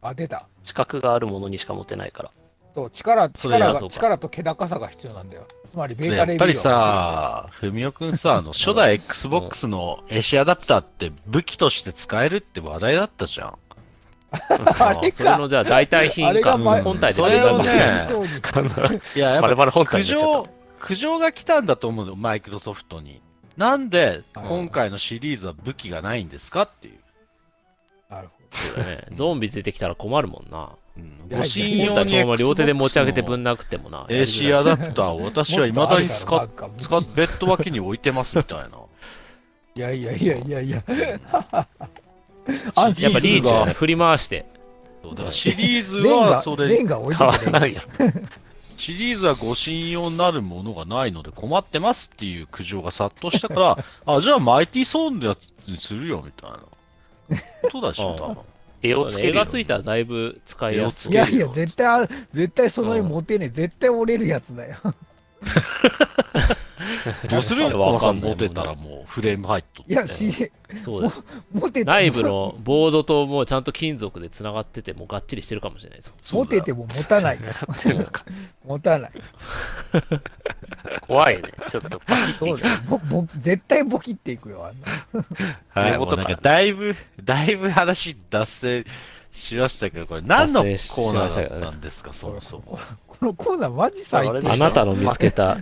S2: あ、出た。
S5: 資格があるものにしか持てないから。
S2: そう、力、
S3: それ
S2: 力
S3: は
S2: が
S3: そうか
S2: 力と気高さが必要なんだよ。つまり、ベー
S4: や
S2: タ
S4: っ
S2: レビュー
S4: ぱり
S2: は
S4: さ、ふみおくんさ、あの、初代 XBOX の AC アダプターって武器として使えるって話題だったじゃん。
S2: あれか
S3: それのじゃあ代替
S2: あれ
S3: 品
S2: が
S3: か、
S2: 前
S3: 本体で
S4: それをね
S2: 大事そうに
S4: いや、やっ
S5: バレ
S4: ぱ
S5: バレ本体
S4: 苦
S5: になっちゃっ
S4: 情、苦情が来たんだと思うの、マイクロソフトに。なんで、今回のシリーズは武器がないんですかっていう。
S2: なるほ
S3: そうだねゾンビ出てきたら困るもんな。
S4: うん
S2: いや
S4: ご信
S3: 本
S4: 用
S3: 体そ
S4: に
S3: のまま両手で持ち上げてぶ
S4: Xbox
S3: ん
S4: の
S3: なくてもな。やり
S4: AC
S3: づらい
S4: アダプターを私はいまだに使
S2: も
S4: っ
S2: っとあるだ
S4: 使
S2: ろ
S4: っベッド脇に置いてますみたいな。
S2: いやいやいやいやいや。
S4: 安
S3: やっぱリーチ
S4: が
S3: をね、振り回して。
S4: そうだからシリーズ
S2: レン
S4: は
S2: ガ
S4: そ、
S2: レ
S4: れ、
S2: ンガ置い
S5: た。変わ
S2: てくれ。
S5: らないやろ。
S4: シリーズはご信用になるものがないので困ってますっていう苦情が殺到したから、あ、じゃあマイティーソーンのやつにするよみたいな。ことだし、多分。
S5: 絵をつけ
S3: 絵
S5: るよ
S3: が。ついたらだいぶ使いやす
S2: い
S3: い。
S2: やいや、絶対あ、絶対その絵持てねえ。絶対折れるやつだよ。
S4: どうする
S3: いやわ
S4: コマ
S3: か
S4: さ
S3: ん
S4: ん
S3: ない
S4: 持てたらもうフレーム入っとって。
S2: いや、し、
S3: そうだよ
S2: 持てても
S3: 内部のボードともうちゃんと金属でつながってて、もうがっちりしてるかもしれない です。
S4: そう
S2: 持
S4: だよ
S2: てても持たない。 持たない。
S5: 怖いね。ちょっとパキッて
S2: そ
S5: いうき
S2: だ
S5: そう
S2: よ。ぼぼ絶対ボキっていくよ。あんな
S4: はい、
S5: 根
S4: もう
S5: 元
S4: なん
S5: から
S4: かだいぶ、だいぶ話脱線しましたけど、これ何のコーナーだったんですか、そもそも。
S2: このコーナーマジ最
S5: あれ
S2: 低
S5: でしょ
S3: あなたの見つけた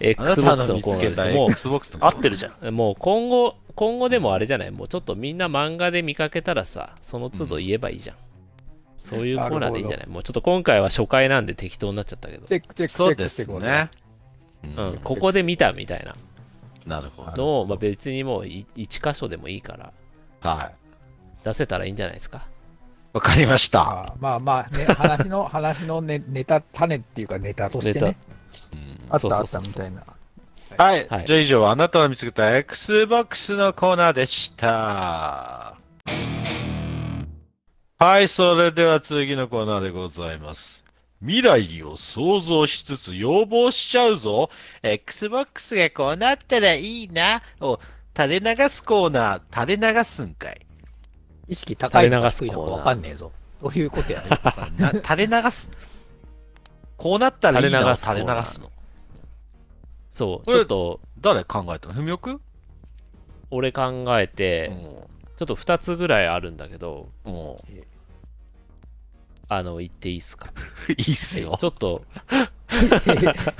S3: Xbox のコーナーです。もう
S4: Xbox のコ
S5: 合
S4: ーナ
S5: ってるじゃん。
S3: もう今後、今後でもあれじゃない、もうちょっとみんな漫画で見かけたらさ、その都度言えばいいじゃん。そういうコーナーでいいんじゃないもうちょっと今回は初回なんで適当になっちゃったけど
S2: チ、ェックチェックチ
S4: そ
S2: ェ
S4: う
S2: ック
S4: で
S2: して
S4: す
S2: いこう
S4: ね。
S3: うん、ここで見たみたいな
S4: なるほど。
S3: のを、まあ、別にもうい1箇所でもいいから
S4: はい。
S3: 出せたらいいんじゃないですか。
S4: わかりました。
S2: あーまあま あね、話の、話のねネタ、種っていうかネタとして
S3: ネ
S2: ね
S3: タ。
S4: うん
S2: あったあ
S3: そう
S2: っ
S3: そ
S2: た
S3: うそう
S2: みたいな。
S4: はい、
S3: はい
S4: じゃあ以上、あなたの見つけた Xbox のコーナーでした。はい、それでは次のコーナーでございます。未来を想像しつつ要望しちゃうぞ。Xbox がこうなったらいいな。を垂れ流すコーナー、垂れ流すんかい。
S2: 意識高いのか低
S3: 垂
S2: い
S3: れ流すコ
S2: のか
S3: ーナー
S2: わかんねえぞ。どういうこと やね。
S4: な垂れ流す。こうなったらいいな。
S3: 垂
S4: 垂
S3: れ
S4: れ流
S3: 流すコーナー
S4: すの。
S3: そ
S4: こ
S3: う、ち
S4: れ
S3: ょっと
S4: 誰考えたのふみおくん
S3: 俺考えて、ちょっと2つぐらいあるんだけど、
S4: も
S3: あの、言っていいですか。
S4: う、いいっすよ
S3: ち。ょっと、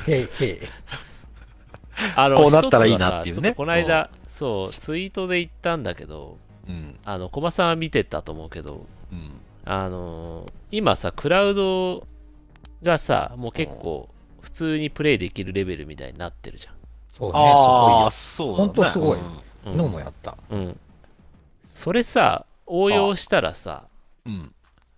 S2: へいへいへい。
S3: あの、
S4: こうなったらいいなっていうね
S3: 一つはさちょとこの間、そう、ツイートで言ったんだけど、
S4: うん。
S3: あの、駒さんは見てたと思うけど、
S4: うん。
S3: あのー今さ、クラウドがさ、もう結構、普通にプレイできるレベルみたいになってるじ
S2: そうね、
S4: ああ、そうだね。
S2: ほんとすごい
S4: うん
S3: ゃ
S2: すごい
S3: ん。
S2: よ。のもやった。
S3: うん。うんそれさ、応用したらさ、
S4: うん。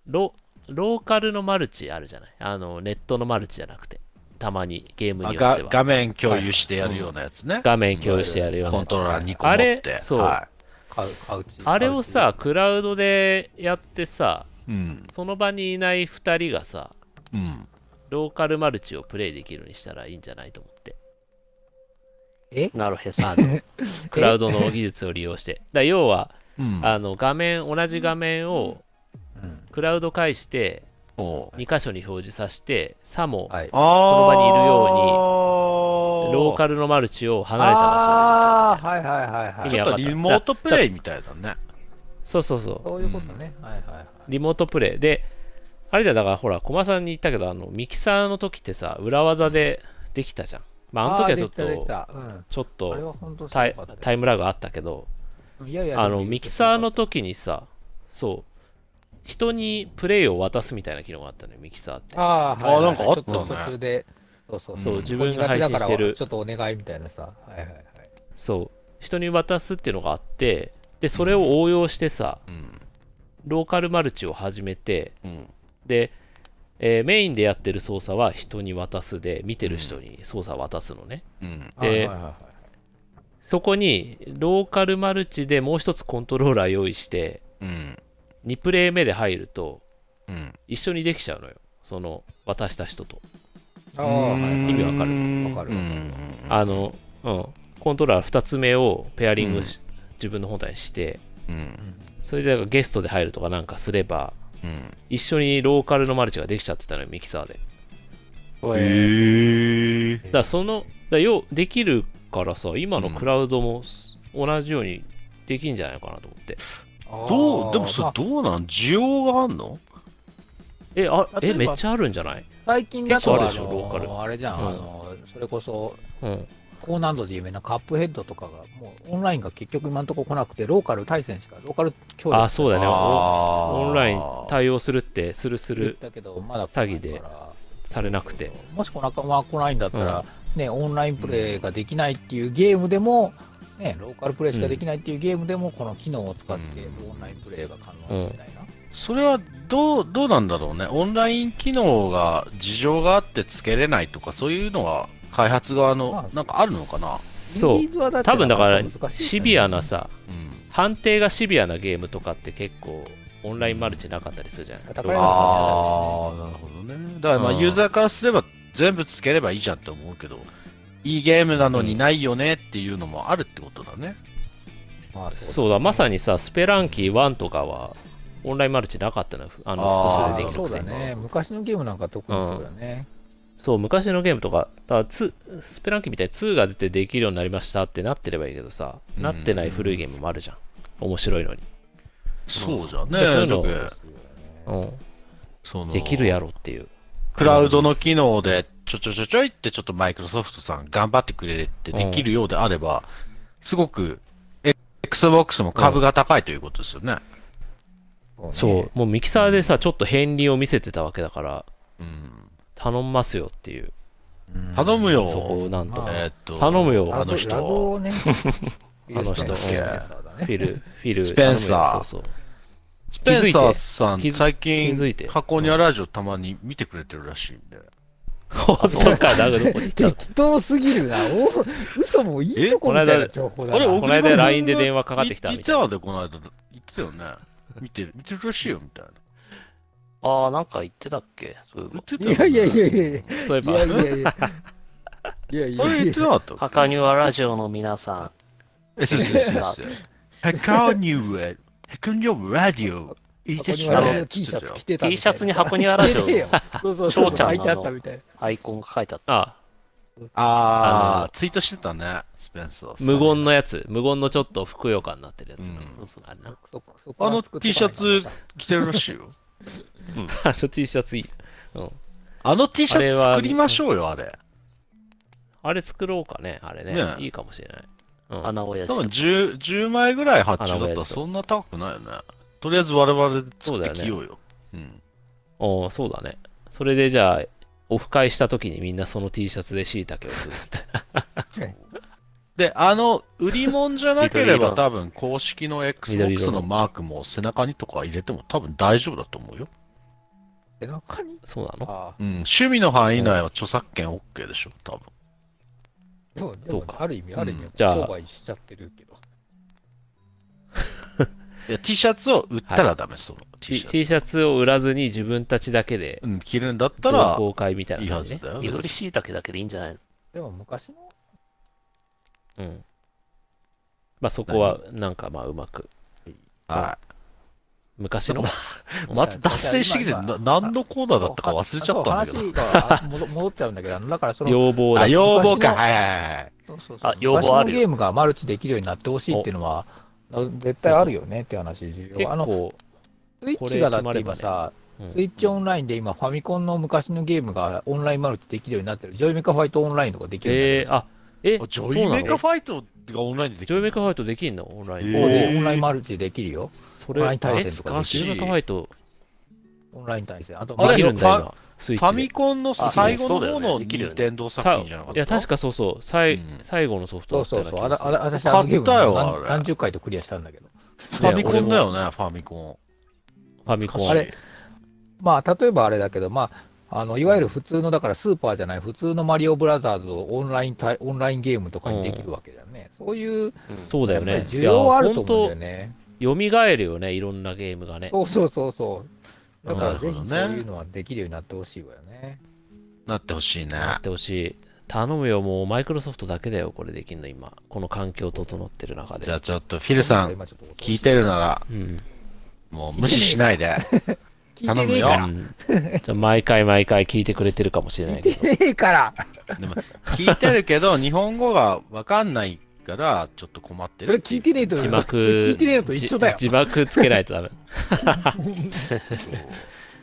S3: ロローカルのマルチあるじゃないあの、ネットのマルチじゃなくて、たまにゲーム
S4: あ
S3: によって
S4: が
S3: は。
S4: 画面共有してやるようなやつね。
S3: 画面共有してやるような
S4: コ
S3: や
S4: ン
S3: つ
S4: トローラー2個持
S3: あ
S4: っ
S3: れ
S4: て。
S3: そう
S4: は
S2: カウカウチ。
S3: あれをさ、クラウドでやってさ、
S4: い。うん。
S3: その場にいない2人がさ、
S4: うん。
S3: ローカルマルチをプレイできるようにしたらいいんじゃないと思って。
S5: なるへそ。
S3: クラウドの技術を利用して。だから要は、
S4: うん。
S3: あの画面、同じ画面を
S2: カウチ、うん
S3: クラウド返して、
S4: おう
S3: 2箇所に表示させて、さも、
S2: はい。
S4: あそ
S3: の場にいる
S4: よ
S3: ロー
S4: ル
S3: カルのマルチを離れた場所
S2: ああ、はいはいはいは
S3: 意
S2: い。
S3: 味
S4: ちょっ
S3: わか
S4: と
S3: った
S4: リモートプレイみたいだね。
S3: に。そうそうそう。
S2: そういうことね。はいはいはい。
S3: リモートプレイ。で、あれじゃん、だからほら、駒さんに言ったけど、あの、ミキサーの時ってさ、裏技でできたじゃん。まあ、あの時はちょっ
S2: あーでき
S3: と、
S2: たできたうん
S3: ちょっ
S2: あれ
S3: と
S2: は本当すご
S3: タイ
S2: かったよ
S3: タイムラグあったけど、
S2: いやいや
S3: あのミキサーの時にさそう人にプレイを渡すみたいな機能があったのよミキサーって
S2: ああ、はい
S4: あーなんかあったね
S2: ちょと途中で、そうそう
S3: そう
S2: うん
S3: 自分が配信してる
S2: ちょっとお願いみたいなさ。はいはいはい。
S3: そう人に渡すっていうのがあってでそれを応用してさ、
S4: ん
S3: ローカルマルチを始めて
S4: うん。
S3: で、えーメインでやってる操作は人に渡すで見てる人に操作を渡すのね、
S4: うん。
S2: はいはい
S3: で
S2: はいはい
S3: そこにローカルマルチでもう一つコントローラー用意して
S4: うん。
S3: 2プレイ目で入ると
S4: うん。
S3: 一緒にできちゃうのよその渡した人と
S2: ああ、はい。
S3: 意味わかる
S2: わかる
S4: う
S2: わか
S4: ん
S3: あの、うん、コントローラー2つ目をペアリングし、自分の本体にして
S4: うん
S3: それでなんかゲストで入るとかなんかすれば
S4: うん
S3: 一緒にローカルのマルチができちゃってたのよミキサーで
S4: へ
S5: え
S4: え
S3: だからそのだからようできるからさ今のクラウドもす同じようにできんじゃないかなと思って、
S4: どうでもそ
S2: ま
S4: れ
S2: あ
S4: どうなん需要があんの
S3: えあ
S2: 例え
S3: え
S2: ば
S3: めっちゃあるんじゃない
S2: 最近だと
S3: 結構あ
S2: あ
S3: るでしょローカル
S2: のあれじゃん、
S3: うん
S2: あのそれこそ
S3: うん
S2: 高難度で有名なカップヘッドとかがもうオンラインが結局今のところ来なくてローカル対戦しかローカル協
S3: あ
S2: 力
S3: そうだねオ
S4: あー
S3: ンライン対応するってするする
S2: だけどまだ
S3: 詐欺で
S2: 来ないから
S3: されなくて
S2: もしこの仲間が来ないんだったら、ね、オンラインプレイができないっていうゲームでも、ね、ローカルプレイしかできないっていうゲームでも、この機能を使って
S4: うん
S2: オンラインプレイが可能みたいな。
S4: それはどうどうなんだろうねオンライン機能が事情があってつけれないとかそういうのは開発側
S2: ま
S4: の
S2: あ
S4: なんかあるのかな、
S3: そう
S2: ニーズはだって
S3: 多分だから
S2: な難しいよね
S3: シビアなさ
S4: うん
S3: 判定がシビアなゲームとかって結構オンラインマルチなかったりするじゃない
S2: 戦い
S3: ロー
S2: な
S3: カ
S4: ああなるほどねだからまあ
S3: うん
S4: ユーザーからすれば全部つければいいじゃんって思うけどいいゲームなの
S3: う
S4: に
S3: ん
S4: ないよねっていうのもあるってことだね、
S2: まあ
S3: ルでそうだまさにさスペランキー1とかはオンラインマルチなかったのよあ
S4: あ
S3: の
S4: ー
S3: 複
S2: あ
S3: 数でできる
S2: そ
S3: く
S2: う
S3: せ
S2: だ
S3: に
S2: ね。昔のゲームなんか特にそうだね。
S3: そう昔のゲームとかだからツースペランキーみたいに2が出てできるようになりましたってなってればいいけどさ、
S4: うん
S3: なってない古いゲームもあるじゃん面白いのに、
S4: そうじゃん
S3: で
S4: ね
S3: そういう
S4: だっ
S3: の
S4: て
S3: う
S4: そ
S3: ん、
S4: の
S3: できるやろっていう
S4: クラウドの機能でちょちょちょちょいってちょっとマイクロソフトさん頑張ってくれってできるようであれば、すごく Xbox も株が高いということですよね。
S3: そうもうミキサーでさちょっと片鱗を見せてたわけだから
S4: うん
S3: 頼んますよっていう
S2: うん
S4: 頼むよ。
S3: そこをなんと
S2: ま
S3: か
S2: あ
S4: えーっと
S3: 頼むよ
S4: あの
S2: ラグ
S4: 人。
S2: をね。
S3: あの人
S2: イエスペンサーだね
S3: フ ィルフィル
S4: スペンサー
S3: 頼むよそうそう
S4: スペンサーさ
S3: 気づい
S4: ん、
S3: て
S4: 最
S3: 気づいて
S4: 近、箱庭ラジオたまに見てくれてるらしいんで。
S3: 本当かだけどこ行っち ゃった
S2: 適当すぎるな。お嘘もいいとこみたいな情報だな。
S4: あれ、
S3: この間 LINE で電話かかってきた
S4: み
S3: み
S4: た
S3: た
S4: い
S3: い
S4: な。
S3: な
S4: ギターでこの間言ってたよね。見てる、見てるらしいよみたいな。
S5: ああ、なんか言ってたっけそういえ
S4: 言っ
S5: ば。
S4: てた
S2: いやいやいやいやいや。
S3: そういえ
S2: いや
S3: ば
S2: いやいや。いやい
S4: あ
S2: や
S4: れ言っ
S2: いや
S4: て。なかった
S5: ハカニュアラジオの皆さ
S4: え、そうそうそうそう。ヘカニュエ、ヘカニュラディオ、いい
S2: 箱
S4: でし
S2: に
S4: ょ
S2: は
S5: あ
S2: ラ
S5: の
S2: ジオ T シャツ着て
S5: ん、
S2: たみた
S5: T
S2: いな。
S5: シャツに箱庭ラジオ
S2: 着てねえ
S5: の
S2: よそうそうそう。
S5: 翔ちゃんの
S2: 書いてあったみたいな。
S5: アイコンが書いてあった。
S3: ああ
S4: あ
S3: の
S4: あ、ツイートしてたね、スペンサーさん。
S3: 無言のやつ無言のちょっとふくよかになってるやつ、
S4: うん
S5: そうそ う
S3: あれな
S2: そそ
S4: あの T シャツ着てるらしいよ。
S3: あの T シャツいい、うん、
S4: あの T シ
S3: あ
S4: ャ
S3: れ
S4: ツ
S3: は
S4: 作りましょうよ、あれ。
S3: あれ作ろうかね、あれね。
S4: ねえ
S3: いいかもしれない。うん、
S5: 穴親
S4: 多
S5: 父
S4: 分。10、10枚ぐらい発注だ
S3: あ
S4: っ
S3: 名
S4: たら
S3: 古屋市
S4: そんな高くないよね。とりあえず我々で作ってきようよ。うん。
S3: おーそうだね。それでじゃあ、オフ会した時にみんなその T シャツで椎茸を食う。
S4: で、あの、売り物じゃなけれ
S5: 緑
S4: ば
S5: 色
S4: 多分公式の
S3: 緑
S4: Xbox
S3: 色の
S4: のマークも背中にとか入れても多分大丈夫だと思うよ。
S2: 背中に
S3: そうなの
S2: あ
S4: うん。趣味の範囲内は著作権 OK でしょ、多分。
S2: あ、そう、で
S3: そう
S2: も
S3: か
S2: ある意味、ある意味
S4: うん、
S3: じゃあ
S2: 商売しちゃってるけど。
S4: いや T シャツを売ったらダメ、その T
S3: T,
S4: シャツ。
S3: T シャツを売らずに自分たちだけで
S4: うん、着るんだった
S3: 同
S4: ら
S3: 好会みたい
S4: いい
S3: な
S4: は
S3: 感じ
S4: ず
S3: ね。
S4: だよ。
S5: 緑しいたけだけでいいんじゃないの
S2: でも昔の、
S3: うん。まあそこはなんかまあうまく。
S4: は
S3: 昔の。
S4: い。また脱線してきて、
S2: 今
S4: な何のコーナーだったか忘れちゃったんだけど。
S2: そう話が戻戻っちゃうんだけど、あのだからその、
S3: 要望だ
S4: あ、。要望か。
S2: 昔の
S4: はいはいはい。
S2: そうそうそう
S5: あ要望ある
S2: 昔
S5: よ
S2: のゲームがマルチできるようになってほしいっていうのは、あ絶対あるよねって話重
S3: 結
S2: 要。あの、
S3: 構、
S2: スイッチがだって今さ、
S3: うん
S2: スイッチオンラインで今、ファミコンの昔のゲームがオンラインマルチできるようになってる。ジョイメカファイトオンラインとかできるようになってる
S3: えー、あ、え、
S4: あジ
S3: そう
S4: ョイ
S3: な
S4: メカ
S3: の
S4: ファイトがオンラインででき
S3: ジョイメ
S4: る。
S3: カファイトできんのオンライン
S4: えー
S3: で。
S2: オンラインマルチできるよ。
S3: そ
S2: オンライン
S3: れ、
S2: 対戦と
S4: 懐
S2: かで
S4: か
S2: き
S4: し
S3: ジ
S4: い
S3: ョイメカファイト
S2: る。オンライン対戦。あと、
S4: あれ
S3: できるんだ
S4: ファ
S3: 今、スイ
S4: ファ
S3: ッチ
S4: ミ
S3: で。
S4: コンの最後の方の
S5: あそうだよねできる
S4: 任
S5: よね
S4: 天堂作
S3: さ
S4: 品じゃなかった
S3: いや、確かそうそう、さい
S4: うん
S3: 最後のソフ
S2: そ
S3: ト
S2: うそうそう。あ
S3: だ
S2: れ、
S3: った
S2: あ
S3: よう
S2: れ
S3: な
S2: 私、あのゲーム
S4: 買ったよあ
S2: 何
S4: れ
S2: 何十回とクリアしたんだけど。
S4: ファミコンだよね、ファミコ
S3: 気がするファミコ
S4: ン。
S3: ン。
S2: あれまあ、例えばあれだけど、まあ、あのいわゆる普通の、だからスーパーじゃない、普通のマリオブラザーズをオンライン対オンラインゲームとかにできるわけだよね。そういう、
S3: そうだよね。
S2: やっぱり需要はあると思うんだよ
S3: いや
S2: ね。
S3: ほんと蘇るよね、いろんなゲームがね。
S2: そうそうそうそう。だから
S4: なる
S2: ぜ
S4: ほど
S2: ひ
S4: ね
S2: そういうのはできるようになってほしいわよね。
S4: なってほしいね。
S3: やってほしい。頼むよ、もうマイクロソフトだけだよ、これできんの、今。この環境整ってる中で。
S4: じゃあちょっとフィルさん、
S2: 今ちょっとお通し
S4: 聞いてるなら、
S3: うん。
S4: もう無視しないで。
S2: 聞いてねえ
S4: 頼
S2: か
S4: む
S2: ら
S3: う。んじゃあ毎回毎回聞いてくれてるかもしれないけど。
S2: ね えから。
S4: でも聞いてるけど、日本語がわかんないから、ちょっと困って
S2: それ
S4: る。
S2: 聞いてねえと、
S3: 字
S2: それ
S3: 幕。
S2: 聞いてねえのと一緒だよ。
S3: 字字幕つけないとダメ。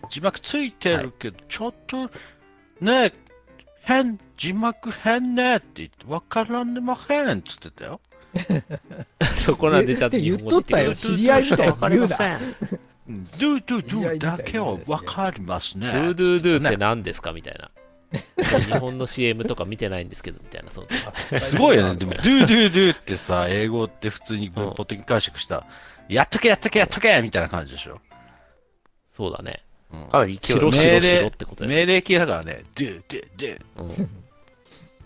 S4: 字幕ついてるけど、ちょっと、ねえ、変、字幕変ねって言って、わからんでまへんっつってたよ。
S3: そこなんでちゃんと日
S2: 言っ
S3: 本
S2: と
S3: 語
S2: った
S3: で言
S2: よ。
S3: って
S2: 知り合いみたいに
S5: わかり
S2: 言う
S5: ま
S2: な。
S5: せん。
S4: うんドゥドゥド
S2: いや
S4: ゥ
S2: みたいな
S4: だけはわかりますね。
S3: くれる。ドゥードゥードゥーっ
S4: ね
S3: て何ですかみたいな。日本の CM とか見てないんですけど、みたいな。そう
S4: すごいよね。でも、ドゥドゥドゥってさ、英語って普通に文法的に解釈した、やっとけやっとけやっとけみたいな感じでしょ。
S3: そうだね。
S4: うん
S5: かなり勢い
S3: 白
S4: ね
S3: 白白ってことだよね。
S4: 命令系だからね、ドゥドゥドゥ、
S3: うん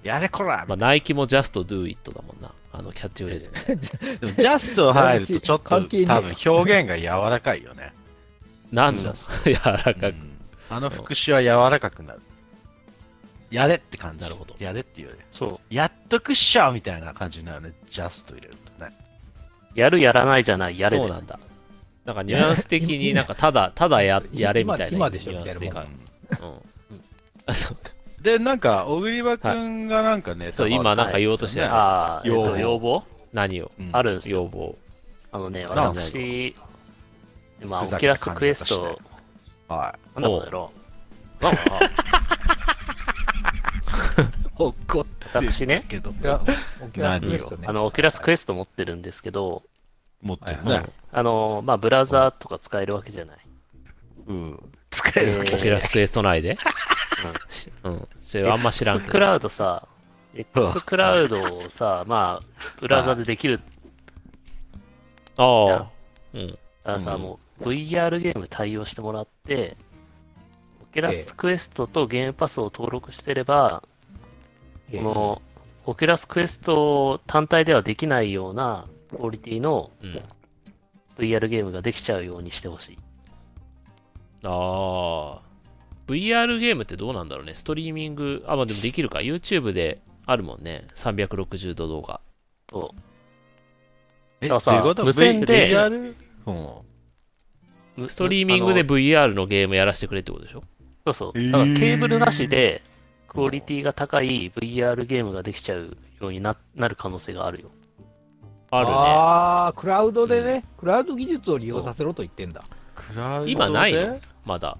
S4: やれこら
S3: まあ、ナイキも Just Do It だもんな。あのキャッチフレーズ。
S4: でもジャスト入るとちょっと多
S2: 関係ね
S4: 分表現が柔らかいよね。
S3: なんだ、柔らか
S4: う
S3: く。
S4: んあの副詞は柔らかくなる。やれって感じ。
S3: なるほど
S4: やれっていうよね。
S5: そ
S4: やっとくっしょみたいな感じになるね。ジャスト入れるとね。
S5: う。やるやらないじゃない、やれ
S3: そう
S5: で。
S3: なんだ。なんかニュアンス的になんかただ、ただややれみたいな。
S2: 今今でしょ
S3: ニュアンスでか。うん。うんあそうか
S4: で、なんか、小栗場くんがなんかね、
S3: そう、今なんか言おうとして
S4: は
S3: る
S4: い。
S5: ああ、えっ
S4: 要望
S5: と、要望
S3: 何を
S4: うん
S5: あるんですよ。
S3: 要望。
S5: あのね、
S4: なんだ
S5: 私、まあ、
S4: ふ
S5: オ
S4: ざ
S5: キ
S4: け
S5: ュラ
S4: た
S5: ス
S4: 感
S5: ク
S4: じ
S5: エ
S4: が
S5: ス
S4: して
S5: ト、
S4: は
S5: なんだこの野郎。
S4: い。 怒って
S5: 私ね、
S4: けど、
S2: いやオキュラスクエストね
S5: あの、オキュラスクエスト持ってるんですけど、
S4: 持ってる
S2: は
S4: ね
S2: い。
S5: あの、まあ、ブラウザーとか使えるわけじゃない。
S4: うん。使えるわ
S5: え
S4: け
S5: ー
S3: オキュラスクエスト内で。しうん。それあんま知らんけ
S5: ク
S3: ど。
S5: ラウドさ、X クラウド をさ、まあ、ブラウザーでできる
S3: ああ。うん。
S5: からさ、
S4: うん
S5: もう VR ゲーム対応してもらって、オキュラスクエストとゲームパスを登録してれば、このオキュラスクエスト単体ではできないようなクオリティの
S3: うん。
S5: VR ゲームができちゃうようにしてほしい。
S3: ああ。VR ゲームってどうなんだろうね。ストリーミング、あ、まあでもできるか。YouTube であるもんね。360度動画。
S5: と、
S4: え
S5: だから
S4: っ
S5: さ
S4: ていうことは
S5: 無線で
S4: VR？うん。
S5: む
S3: ストリーミング
S5: あ
S3: で
S5: の
S3: VR のゲームやらせてくれってことでしょ
S5: そ
S4: え
S5: うそう。
S4: ー
S5: だからケーブルなしでクオリティが高い VR ゲームができちゃうようにななる可能性があるよ。
S3: あるね。
S2: ああ、クラウドでね、クラウド技術を利用させろと言ってんだ。
S4: クラウドで
S3: 今ないのまだ。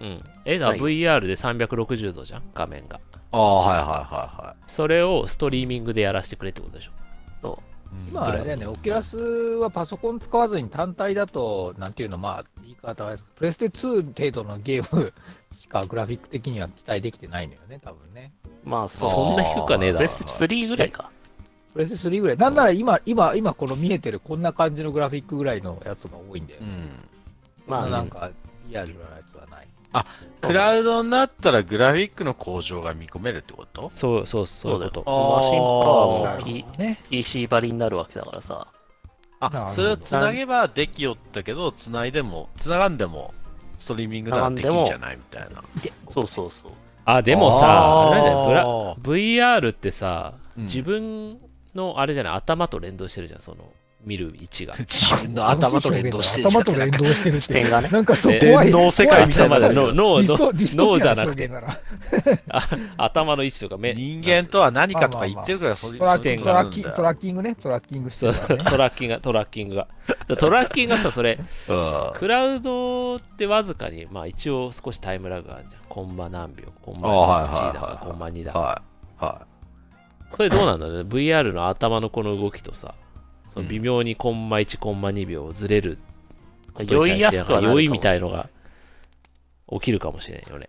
S3: うん。え、だから
S5: ない
S3: VR で360度じゃん、画面が。
S4: ああ、はいはいはいはい。
S3: それをストリーミングでやらせてくれってことでしょ。
S2: 今あれだよね、オキュラスはパソコン使わずに単体だと、なんていうの、まあ、言い方はあれですけどプレステ2程度のゲームしかグラフィック的には期待できてないのよね、多分ね。
S5: まあ、そう。
S3: そんな低くはねえだ
S5: プ
S3: ろ
S5: レ。ステ3ぐらいか。
S2: プレステ3ぐらい。なんなら今、今、今この見えてるこんな感じのグラフィックぐらいのやつが多いんだよ
S4: う。ん。
S5: まあ、
S2: なんか、リアルなやつはない。
S4: クラウドになったらグラフィックの向上が見込めるってこと
S3: そうそうそういうこと。
S5: マシンパワ
S2: な
S5: ー
S2: る
S5: も
S2: ほど
S5: P-
S2: ね。
S5: PC 張りになるわけだからさ。
S2: なるほ
S4: あ、
S2: ど
S4: それをつなげばできよったけど、つないでも、つながんでも、ストリーミングならできんじゃないみたいな。
S5: そうそうそう。
S3: あ、でも
S4: あ
S3: さ、
S4: ー
S3: あれだよブラ VR ってさ、
S4: うん
S3: 自分のあれじゃない、頭と連動してるじゃん、その見る位置が。
S4: 自分の頭と連動してるじゃ
S2: 頭
S4: ん
S2: と連動してるっ
S5: 視
S2: て
S5: 点。がね。
S2: なんかそう
S3: え
S2: 怖い。
S4: 電脳世界みたいな
S3: 頭
S2: 怖
S3: で
S2: い
S3: 脳脳
S2: ディス
S3: の
S2: トディスト
S3: 脳
S2: ピ
S3: じ
S2: ア
S3: ゃ
S2: の
S3: なく
S2: 表現、
S3: て
S2: だな
S3: 頭の位置とか目、
S4: 人間とは何かとか言ってるから、そういう
S2: トラ
S4: そういうこ
S2: ット
S4: と
S2: ラ
S4: なん
S2: ッ
S4: だ
S2: キ
S4: よ
S2: トラッキングね、トラッキングして
S3: そう
S2: るからね。
S3: トラッキングが、トラッキングが。トラッキングがさ、それ、
S4: うん
S3: クラウドってわずかに、まあ一応少しタイムラグがあるじゃん。コンマ何秒、コンマ
S4: あー
S3: 1だ
S4: はいはい
S3: か
S4: はい、
S3: コンマ2だか。
S4: はい。は
S3: それどうなんだろうね VR の頭のこの動きとさその微妙にコンマ1コンマ2秒ずれること
S5: 酔
S3: に対
S5: いや
S3: してな
S5: す
S3: ん
S5: く
S3: か
S5: はなるかも
S3: 酔いみたいのが起きるかもしれんよね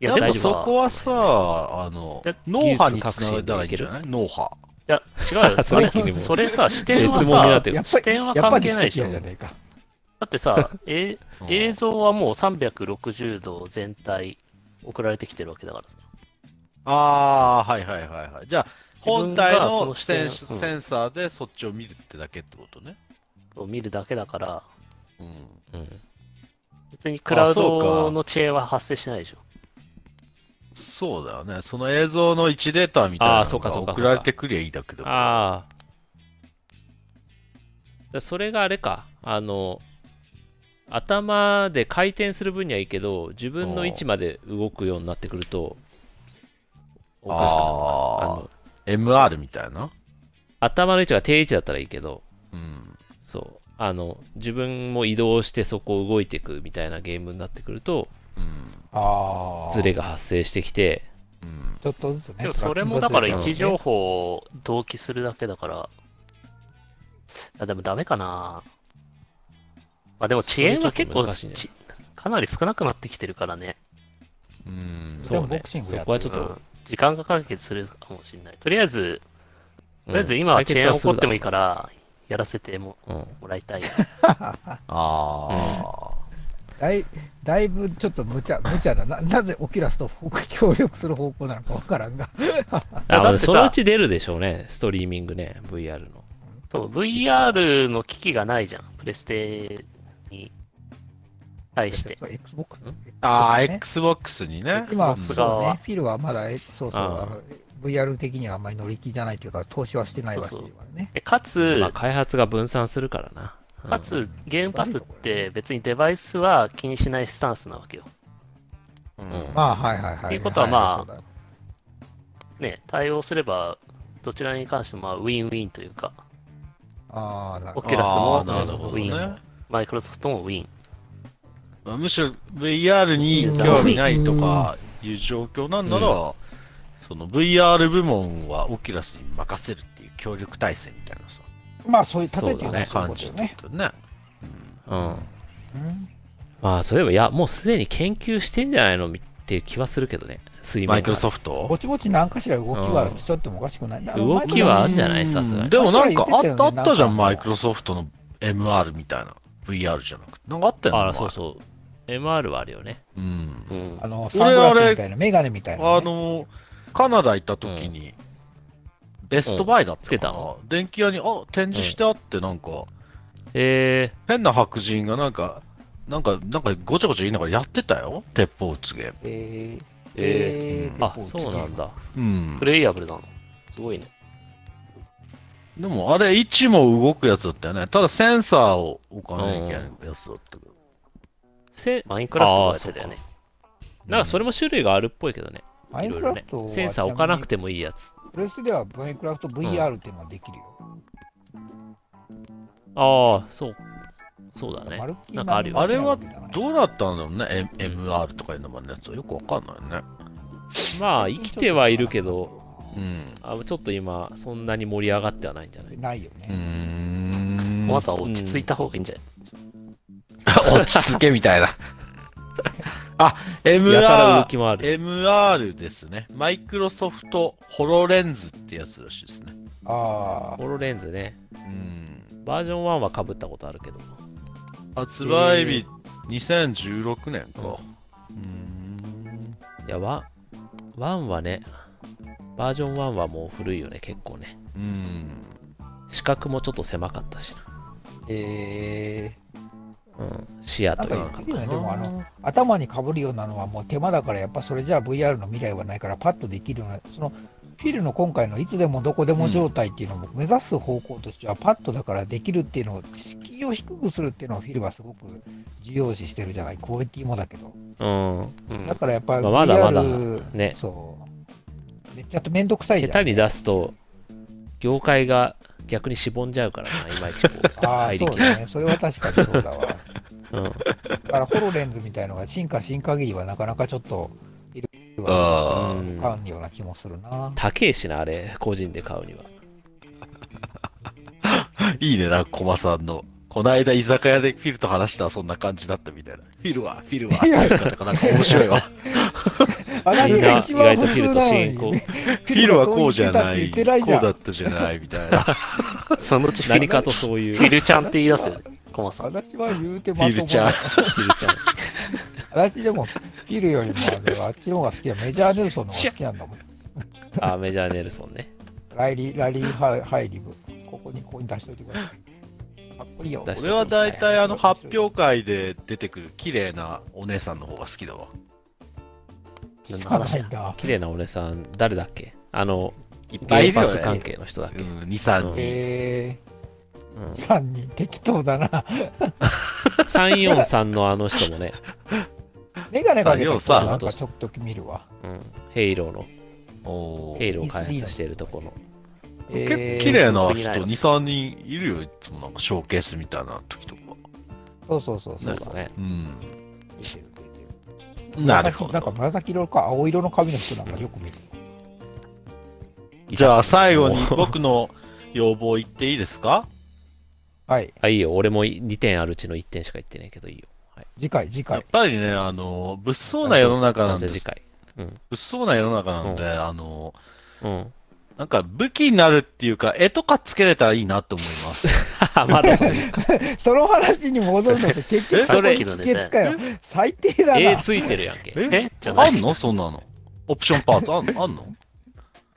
S5: い
S4: い。
S5: や、
S4: で
S5: で
S4: も
S5: も
S4: そ
S5: さ、
S4: こはさ、あの
S5: いや、
S4: 脳波につなげたらいいんじゃない脳波。
S5: いや、違うよ。
S3: そ
S5: そ
S3: れ
S5: れ
S3: 君も
S5: それさ、視
S3: 別
S5: 点は
S3: 物になっ
S5: さ、
S3: てる
S2: やっぱ
S5: 視
S2: り、
S5: 点は
S2: やっぱ
S5: 関
S2: り
S5: 係
S2: ス
S5: ない
S2: テ
S5: でし
S2: キ
S5: ょ。
S2: アじゃ
S5: だ
S2: ねえか。
S5: ってさ、え
S4: うん
S5: 映像はもう360度全体送られてきてるわけだからさ。
S4: ああ、はいはいはいはい。じゃあ、本体
S5: 自分がその
S4: の
S5: 視
S4: セ
S5: 点
S4: ン
S5: うん
S4: センサーでそっちを見るってだけってことね。
S5: 見るだけだから、
S4: うん。
S3: うん
S5: 別にクラウ
S4: あそう
S5: ド
S4: か
S5: の遅延は発生しないでしょ。
S4: そうだよね。その映像の1データみたいな
S3: あーそ
S4: の
S3: うか
S4: が
S3: そうかそうか
S4: 送られてくりゃいいだけど。
S3: ああ。だそれがあれか。あの、頭で回転する分にはいいけど、自分の位置まで動くようになってくると、おかしくなるのかあ
S4: あ
S3: の。
S4: ー MR みたいな。
S3: 頭の位置が定位置だったらいいけど、
S4: うん。
S3: そう。あの、自分も移動してそこを動いていくみたいなゲームになってくると、
S4: うん。
S2: ああ。
S3: ズレが発生してきて、
S4: うん。
S2: ちょっとずつね。
S5: でもそれもだから位
S2: 一
S5: 置情報を同期するだけだから。あでもダメかな。まあでも遅延は結構
S3: それちょっと難しいね
S5: ちかなり少なくなってきてるからね。
S4: うん。
S2: でも
S3: ね
S2: ボクシング
S3: そ
S2: やって
S3: こはちょっ
S5: う
S3: と
S5: ん、時間が解決するかもしれない。とりあえず、とりあえず今は
S3: は
S5: 遅延起こってもいいから、やらせても
S3: うん、
S5: もら いたい。
S4: ああ。
S2: だいだいぶちょっと無茶無茶だな、なぜオキュラスと 協力する方向なのかわからんが、
S5: だ
S3: あ
S5: ってさ
S3: まあそのうち出るでしょうね、ストリーミングね、VR の。
S5: そう、VR の機器がないじゃん。プレステに対して。
S2: Xbox
S3: ん
S4: ああ、
S2: ね
S4: Xbox にね。
S2: 今、
S4: うん
S2: そう
S5: 側
S2: ね、フィルはまだ、えそうそう、
S3: ああ
S2: あの VR 的にはあまり乗り気じゃないというか、投資はしてないらしいからね。
S5: でかつ、
S3: まあ、開発が分散するからな。うん
S5: かつ、ゲームパスって別にデバイスは気にしないスタンスなわけよ。
S4: うん
S3: うん
S2: まあ、はいはいはい。
S5: っていうことはまあ
S2: いいそう
S5: ね、対応すれば、どちらに関してもまあウィンウィンというか、
S2: だああ、なるほど
S5: オキュラスも
S4: あーなるほど
S5: ウィ
S4: ね。
S5: マイクロソフトもウィン。
S4: まあむしろ VR に興味ないとかいう状況なんなら、
S3: う
S4: その VR 部門はオキュラスに任せるっていう協力体制みたいなさ、
S2: まあ、そういう、例えて
S3: そう
S2: ね
S3: だね、
S2: そうい
S4: 感
S2: うこ
S4: じ
S2: と
S4: だ
S2: よ
S4: っ
S2: ね。
S4: たね。
S3: うん。
S2: うん
S3: まあ、それでも、いや、もうすでに研究してんじゃないのみっていう気はするけどね、水
S4: マ
S3: 面
S4: イクロ
S3: 下
S4: ソフト
S2: ぼちぼち何かしら動きはしとってもおかしくない。あの
S3: 動きはあんじゃないさすが
S4: うん
S3: に。
S4: でもなんかあ
S2: あ
S4: っ
S2: 言ってたよね
S4: たあったじゃん、
S2: なんか
S4: マイクロソフトの MR みたいな。VR じゃなくて。なんかあったよね。
S3: あら、そう
S4: う。
S3: そう。MR はあるよね。
S4: うん。
S5: うん
S2: あの、サングラスみたいな、メガネみたいなね。
S4: あの、カナダ行った時に、ベストバイだったかな、
S3: うん
S4: 電気屋に、あ、展示してあって、なんか、
S3: え
S4: 変な白人がなんか、なんか、なんかごちゃごちゃ言いながらやってたよ。鉄砲撃つゲーム。
S2: えー
S3: ー、え
S2: え
S3: ー、
S2: ー
S3: あ、そうなん。だ。
S4: うん
S5: プ。レイヤブルなの。すごいね。
S4: でもあれ、位置も動くやつだったよね。ただセンサーを置かないといけないやつだったけど。
S3: せ、
S5: マインクラフトのやつだよね。
S3: なんかそれも種類があるっぽいけどね。
S2: マイ
S3: い
S2: ン
S3: ろ
S2: ク
S3: い
S2: ラ
S3: ろ
S2: フ
S3: ね
S2: トは。
S3: センサー置かなくてもいいやつ。
S2: プレステではマインクラフト VR っていうのはできるよ。
S3: ああ、そう。そうだね
S2: マル。キー
S3: なんかあるよね
S4: あれは
S2: う
S4: どうだったんだろうね、M、r とかいう名前のやつはよくわかんないね。
S3: まあ、生きてはいるけど、
S4: うん。
S3: あちょっと今、そんなに盛り上がってはないんじゃない
S2: ないよ
S4: うー
S2: ね。
S4: ん。
S5: まずは落ち着いた方がいいんじゃない、
S4: 落ち着けみ たいな。あ、
S3: やたら動
S4: MR。
S3: き回る。
S4: MR ですね。マイクロソフトホロレンズってやつらしいですね。
S2: ああ。
S3: ホロレンズね。
S4: うん。
S3: バージョン1は被ったことあるけど。
S4: 発売日2016年か。
S3: いや、ワン、ワンはね、バージョン1はもう古いよね、結構ね。
S4: うーん。
S3: 視角もちょっと狭かったし
S2: え
S3: な。うん。視野
S2: ー、な
S3: と
S2: ん
S3: い
S2: か
S3: う
S2: 言
S3: か
S2: って。るよね。でもあの、頭にかぶるようなのはもう手間だから、やっぱそれじゃあ VR の未来はないから、パッとできるような、その、フィルの今回のいつでもどこでも状態っていうのも目指す方向としては、パッとだからできるっていうのを、敷居を低くするっていうのをフィルはすごく重要視してるじゃない、クオリティもだけど。
S3: うん。
S5: うん
S2: だからやっぱり、
S3: まあまだまだ
S2: VR
S3: ね
S2: そう。めっちゃめんどくさいじゃ
S3: 下
S2: ん。
S3: 手に出すと、業界が逆にしぼんじゃうからな、いまいちこう、
S2: ああ、
S3: 入り
S2: そう
S3: きら
S2: だね。それは確かにそうだわ。
S3: うん。
S2: だからホロレンズみたいのが進化進化限りはなかなかちょっといるは
S4: あ
S3: うん
S2: 買うような気もするな。
S3: 高えしな、あれ、個人で 買うには。
S4: あ、いいね、なんか、コマさんの。この間、居酒屋でフィルと話したらそんな感じだったみたいな。フィルは、フィルは、って言う方がなんか面白いわ。
S2: 私が一番普通なの
S3: 意外とフィルと進
S2: に。
S3: 行
S4: フィルはこうじゃな
S2: 言っ
S4: い。
S2: てない
S4: こう
S2: じゃ
S4: だ
S2: ん。
S4: ったじゃない、みたいな。 フ
S5: そのうちフィル
S3: 何かとそういう、
S5: フ
S3: フ
S5: ィルちゃんって言い出すよね、コマさん。
S2: 私は言うてまと
S4: ィ
S2: も
S4: ルちゃん
S2: な。。
S3: ィルちゃん。
S2: 私でもフィルよりもあのあっちの方が好きだ。メジャーネルソンの方が好きなんだもん。
S3: あ、メジャーネルソンね。
S2: ライリー、ラリーハイハイリブ。ここに、ここに出しといてください。かっこいいよ。
S3: 出して
S4: 俺は大体あの発表会で出てくる綺麗なお姉さんの方が好きだわ。
S2: 聞かないんだ。
S3: 綺麗な俺さん、誰だっけあの、
S4: いっぱい
S3: ゲ
S4: いる
S3: ーパ
S4: よ
S3: ス関
S4: ね。
S3: 係の人だっ
S4: う
S3: け。
S4: ん、2、3人。
S2: え
S3: う
S2: ー、
S3: ん
S2: 3人、適当だな。
S3: 343のあの人もね、
S2: メガネかけてる人
S4: さあ要はさ
S2: なんかちょっと見るわ。
S3: うん、ヘイローの、
S4: おー
S3: ヘイロー開発してるとこの。
S4: 結構
S2: えー
S4: 綺麗な人
S5: えー
S4: 2、3人いるよ、いつもなんかショーケースみたいな時とか。
S2: そうそうそうそ
S3: そうう。だね。
S4: うん。
S2: 出てる出てる
S4: なるほ
S2: なんか
S4: ど。
S2: 紫色か青色の髪の人なんかよく見る。
S4: じゃあ最後に
S3: もう
S4: 僕の要望言っていいですか
S2: はい、
S3: あ、いいよ。俺も2点あるうちの1点しか言ってないけどいいよ。はい。
S2: 次回、次
S4: やっ
S2: 回。
S4: ぱりね、あの、物騒な世の中なんで
S3: じゃあ次
S4: す。
S3: 回。
S4: 物騒な世の中なんで、
S3: う
S4: あの、
S3: うん。
S4: なんか武器になるっていうか、絵とかつけれたらいいなと思います。
S3: まだそ れか。
S2: その話に戻るのって結局
S4: え
S2: それ
S5: さっきの
S2: 帰
S5: ね
S2: 結かよ。最低だ
S3: 絵
S2: な。
S3: ついてるやんけ。
S5: えじゃな
S4: あ
S5: い
S4: んのそんなの。オプションパーツあんのあんの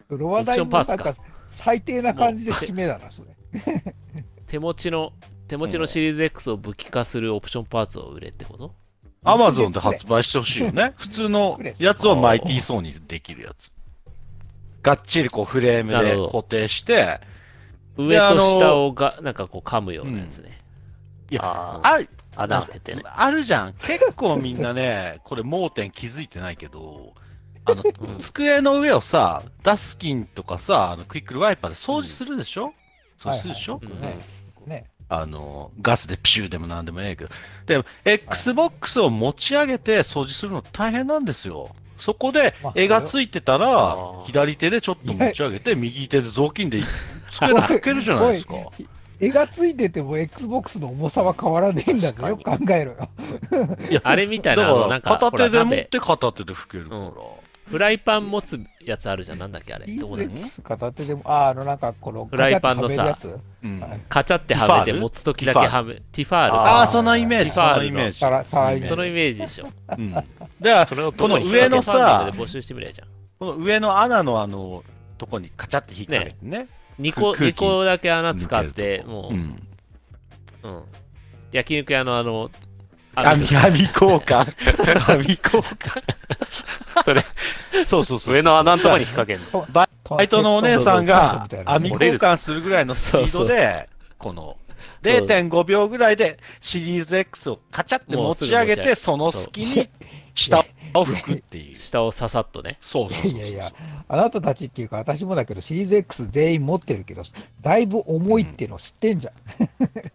S2: ロワダイの
S3: オプション
S2: な
S3: パー
S2: ん
S3: ツか
S2: か最低な感じで締めだな、それ。
S3: 手持ちの、手持ちのシリーズ X を武器化するオプションパーツを売れってこと
S4: アマゾンで発売してほしいよね。 普通のやつをマイティーソーにできるやつ。がっちりこうフレーム
S3: な
S4: で
S3: るほど
S4: 固定して、
S3: 上と下をが、なんかこう噛むようなやつね。
S5: あー
S4: あ、
S5: 穴開けてね。
S4: あるじゃん。結構みんな ね、これ盲点気づいてないけど、あの、
S5: うん
S4: 机の上をさ、ダスキンとかさ、あのクイックルワイパーで掃除するでしょ、そうするでしょ、
S2: はいはい
S3: うん
S2: ねね
S4: あの、ガスでピシューでもなんでもええけど。で、Xbox を持ち上げて掃除するの大変なんですよ。そこで
S2: まあ
S4: 絵がついてたら
S5: あ、ー
S4: 左手でちょっと持ち上げて、右手で雑巾 で机にかけるじゃないですか。
S2: 絵がついてても XBOX の重さは変わらねえんだぞ。よく考えろよ。
S3: あれみた
S4: だ
S3: いな、あの
S4: か
S3: なん
S4: ら、
S3: か、
S4: 片手で
S3: ほら
S4: 持っ
S3: 鍋
S4: て片手で拭けるから。
S3: うんフライパン持つやつあるじゃん。なんだっけあれ。どこだっけ
S2: X 片手でも、あー、あのなんかこの
S3: フライパンの
S2: ガチャ
S3: さ
S2: ッとはめるや
S4: うん
S2: はい
S3: カチャってはめて
S4: ティファール
S3: 持つときだけはめ、ティファール
S4: あ
S3: か
S4: あ、そのイメージ、
S3: リ
S4: そ
S3: ファールの
S4: のイメージ。
S2: さらさらイメージ
S3: そのイメージでしょ。
S4: うんだから、
S5: それを
S4: この上のさ
S3: 募集してみりゃいいじゃん。
S4: この上の穴のあの、とこにカチャって引っ掛けてね。
S3: 2個、
S4: 空
S3: 二
S4: 気
S3: 個だけ穴使って、も
S4: うん。
S3: う、うん。焼肉屋のあの、
S4: 網、網交換。網交換。
S5: それ、
S4: そうそうそう。
S5: 上の穴のとこに引っ掛けんの。
S4: バイトのお姉さんが網
S5: そう
S4: 交換するぐらいのスピードで、この0.5秒ぐらいでシリーズ X をカチャって持ち上げ
S3: もうすぐ持ち上げ
S4: て、その隙に下を拭くって いう。
S3: 下をささっとね。
S4: そうそうそう。
S2: いやいや、あなたたちっていうか、私もだけど、シリーズ X 全員持ってるけど、だいぶ重いっていうの知ってんじゃん。
S4: うん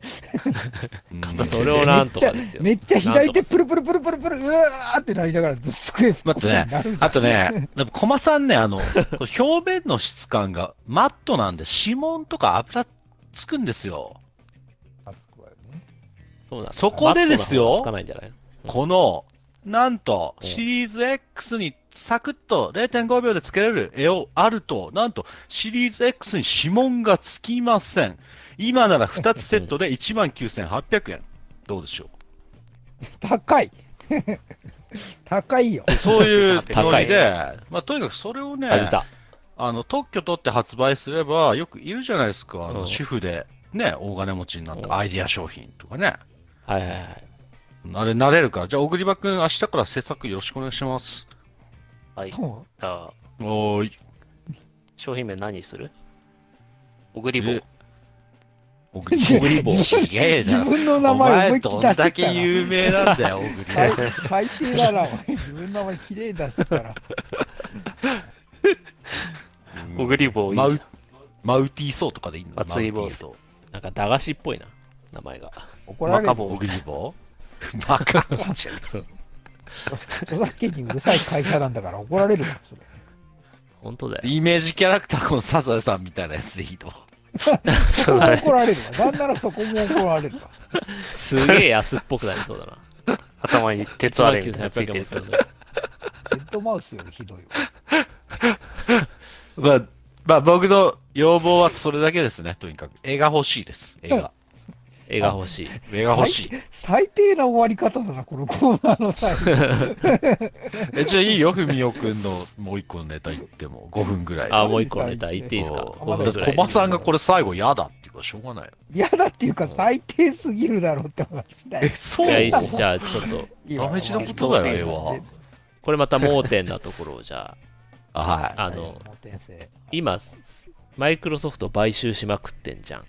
S3: それをなんとかですよ。
S2: めっちゃ左手プルプルプルプルプル、うわーってなりながら、ずっと机す
S4: 待ってね あとね、でも駒さんね、あの、こう表面の質感がマットなんで、指紋とか油つくんですよ。
S3: そうなんだ
S4: そこでですよ
S3: マットの方がつかないんじゃないの
S4: この、なんと、
S3: うん
S4: シリーズ X にサクッと0.5秒でつけれる絵をあると、なんと、シリーズ X に指紋がつきません。今なら2つセットで19,800円。どうでしょ
S2: 高い。 高いよ。
S4: うそういう
S5: 高
S4: の
S3: い
S4: りで、まあ、とにかくそれをね、
S3: あ、出た。
S4: あの、特許取って発売すれば、よくいるじゃないですか。あ
S3: う
S4: の、
S3: ん
S4: 主婦で、ね、大金持ちになっ
S3: うん
S4: たアイディア商品とかね。
S3: はいはいはい。
S4: あれ、慣れるから。じゃあ、小栗場くん、明日から制作よろしくお願いします。
S5: はい。じ
S2: も
S5: ゃあ、
S4: おーい。
S5: 商品名何にするおぐり棒
S4: え。小栗小栗棒。すげえ
S2: 自
S4: な。
S2: 分の名前思いっき
S4: お
S2: り
S4: 前ど
S2: 出
S4: ん
S2: して
S4: だ
S2: きた
S4: け有名なんだよ、小栗
S2: な。最最低だな、お前自分の名前きれいに出してたら。
S5: おぐり棒いい
S4: マ
S5: じゃん
S4: ウ、マウティーソーとかでいいの
S5: 熱い棒
S4: マウティーソ
S3: なんか駄菓子っぽいな、名前が。
S2: 怒られ
S5: マ
S2: る
S5: カ。ボ
S4: ー。小
S5: ン
S4: 栗棒バカ。
S2: 著作権にうるさい会社なんだから怒られるわそれ。
S3: 本当だよ。
S4: イメージキャラクター、このサザエさんみたいなやつでいいの。
S2: そこも怒られるわ。なんならそこも怒られるわ。
S3: すげえ安っぽくなりそうだな。
S5: 頭に鉄アレンがついて
S3: 19,800
S5: る。
S3: 円もするの
S2: ヘッドマウスよりひどいわ。
S4: まあ、まあ、僕の要望はそれだけですね、とにかく。絵が欲しいです、絵が。
S3: 絵が欲しい。
S4: 絵が欲しい。
S2: 最低な終わり方だな、このコーナーの最後。
S4: え、じゃあいいよ、ふみおくんのもう一個のネタ言っても、5分ぐらい。
S3: あ、もう一個のネタ言っていいですか
S4: おー
S2: ま
S3: 5
S2: だ
S3: 分
S4: だ
S3: ぐ
S4: っ
S3: ら
S4: て、
S3: い
S4: コ
S3: で
S4: バさんがこれ最後嫌だっていうか、しょうがないよ。
S6: 嫌だっていうか、最低すぎるだろうって話だ
S4: え、
S6: よ。
S4: そう
S3: いやいいしじゃあ、ちょ
S4: ダ
S3: っと、
S4: メージのことだよ、絵は。
S3: これまた盲点なところを、じゃ
S4: は
S3: あ、あの、今、マイクロソフト買収しまくってんじゃん。
S4: い。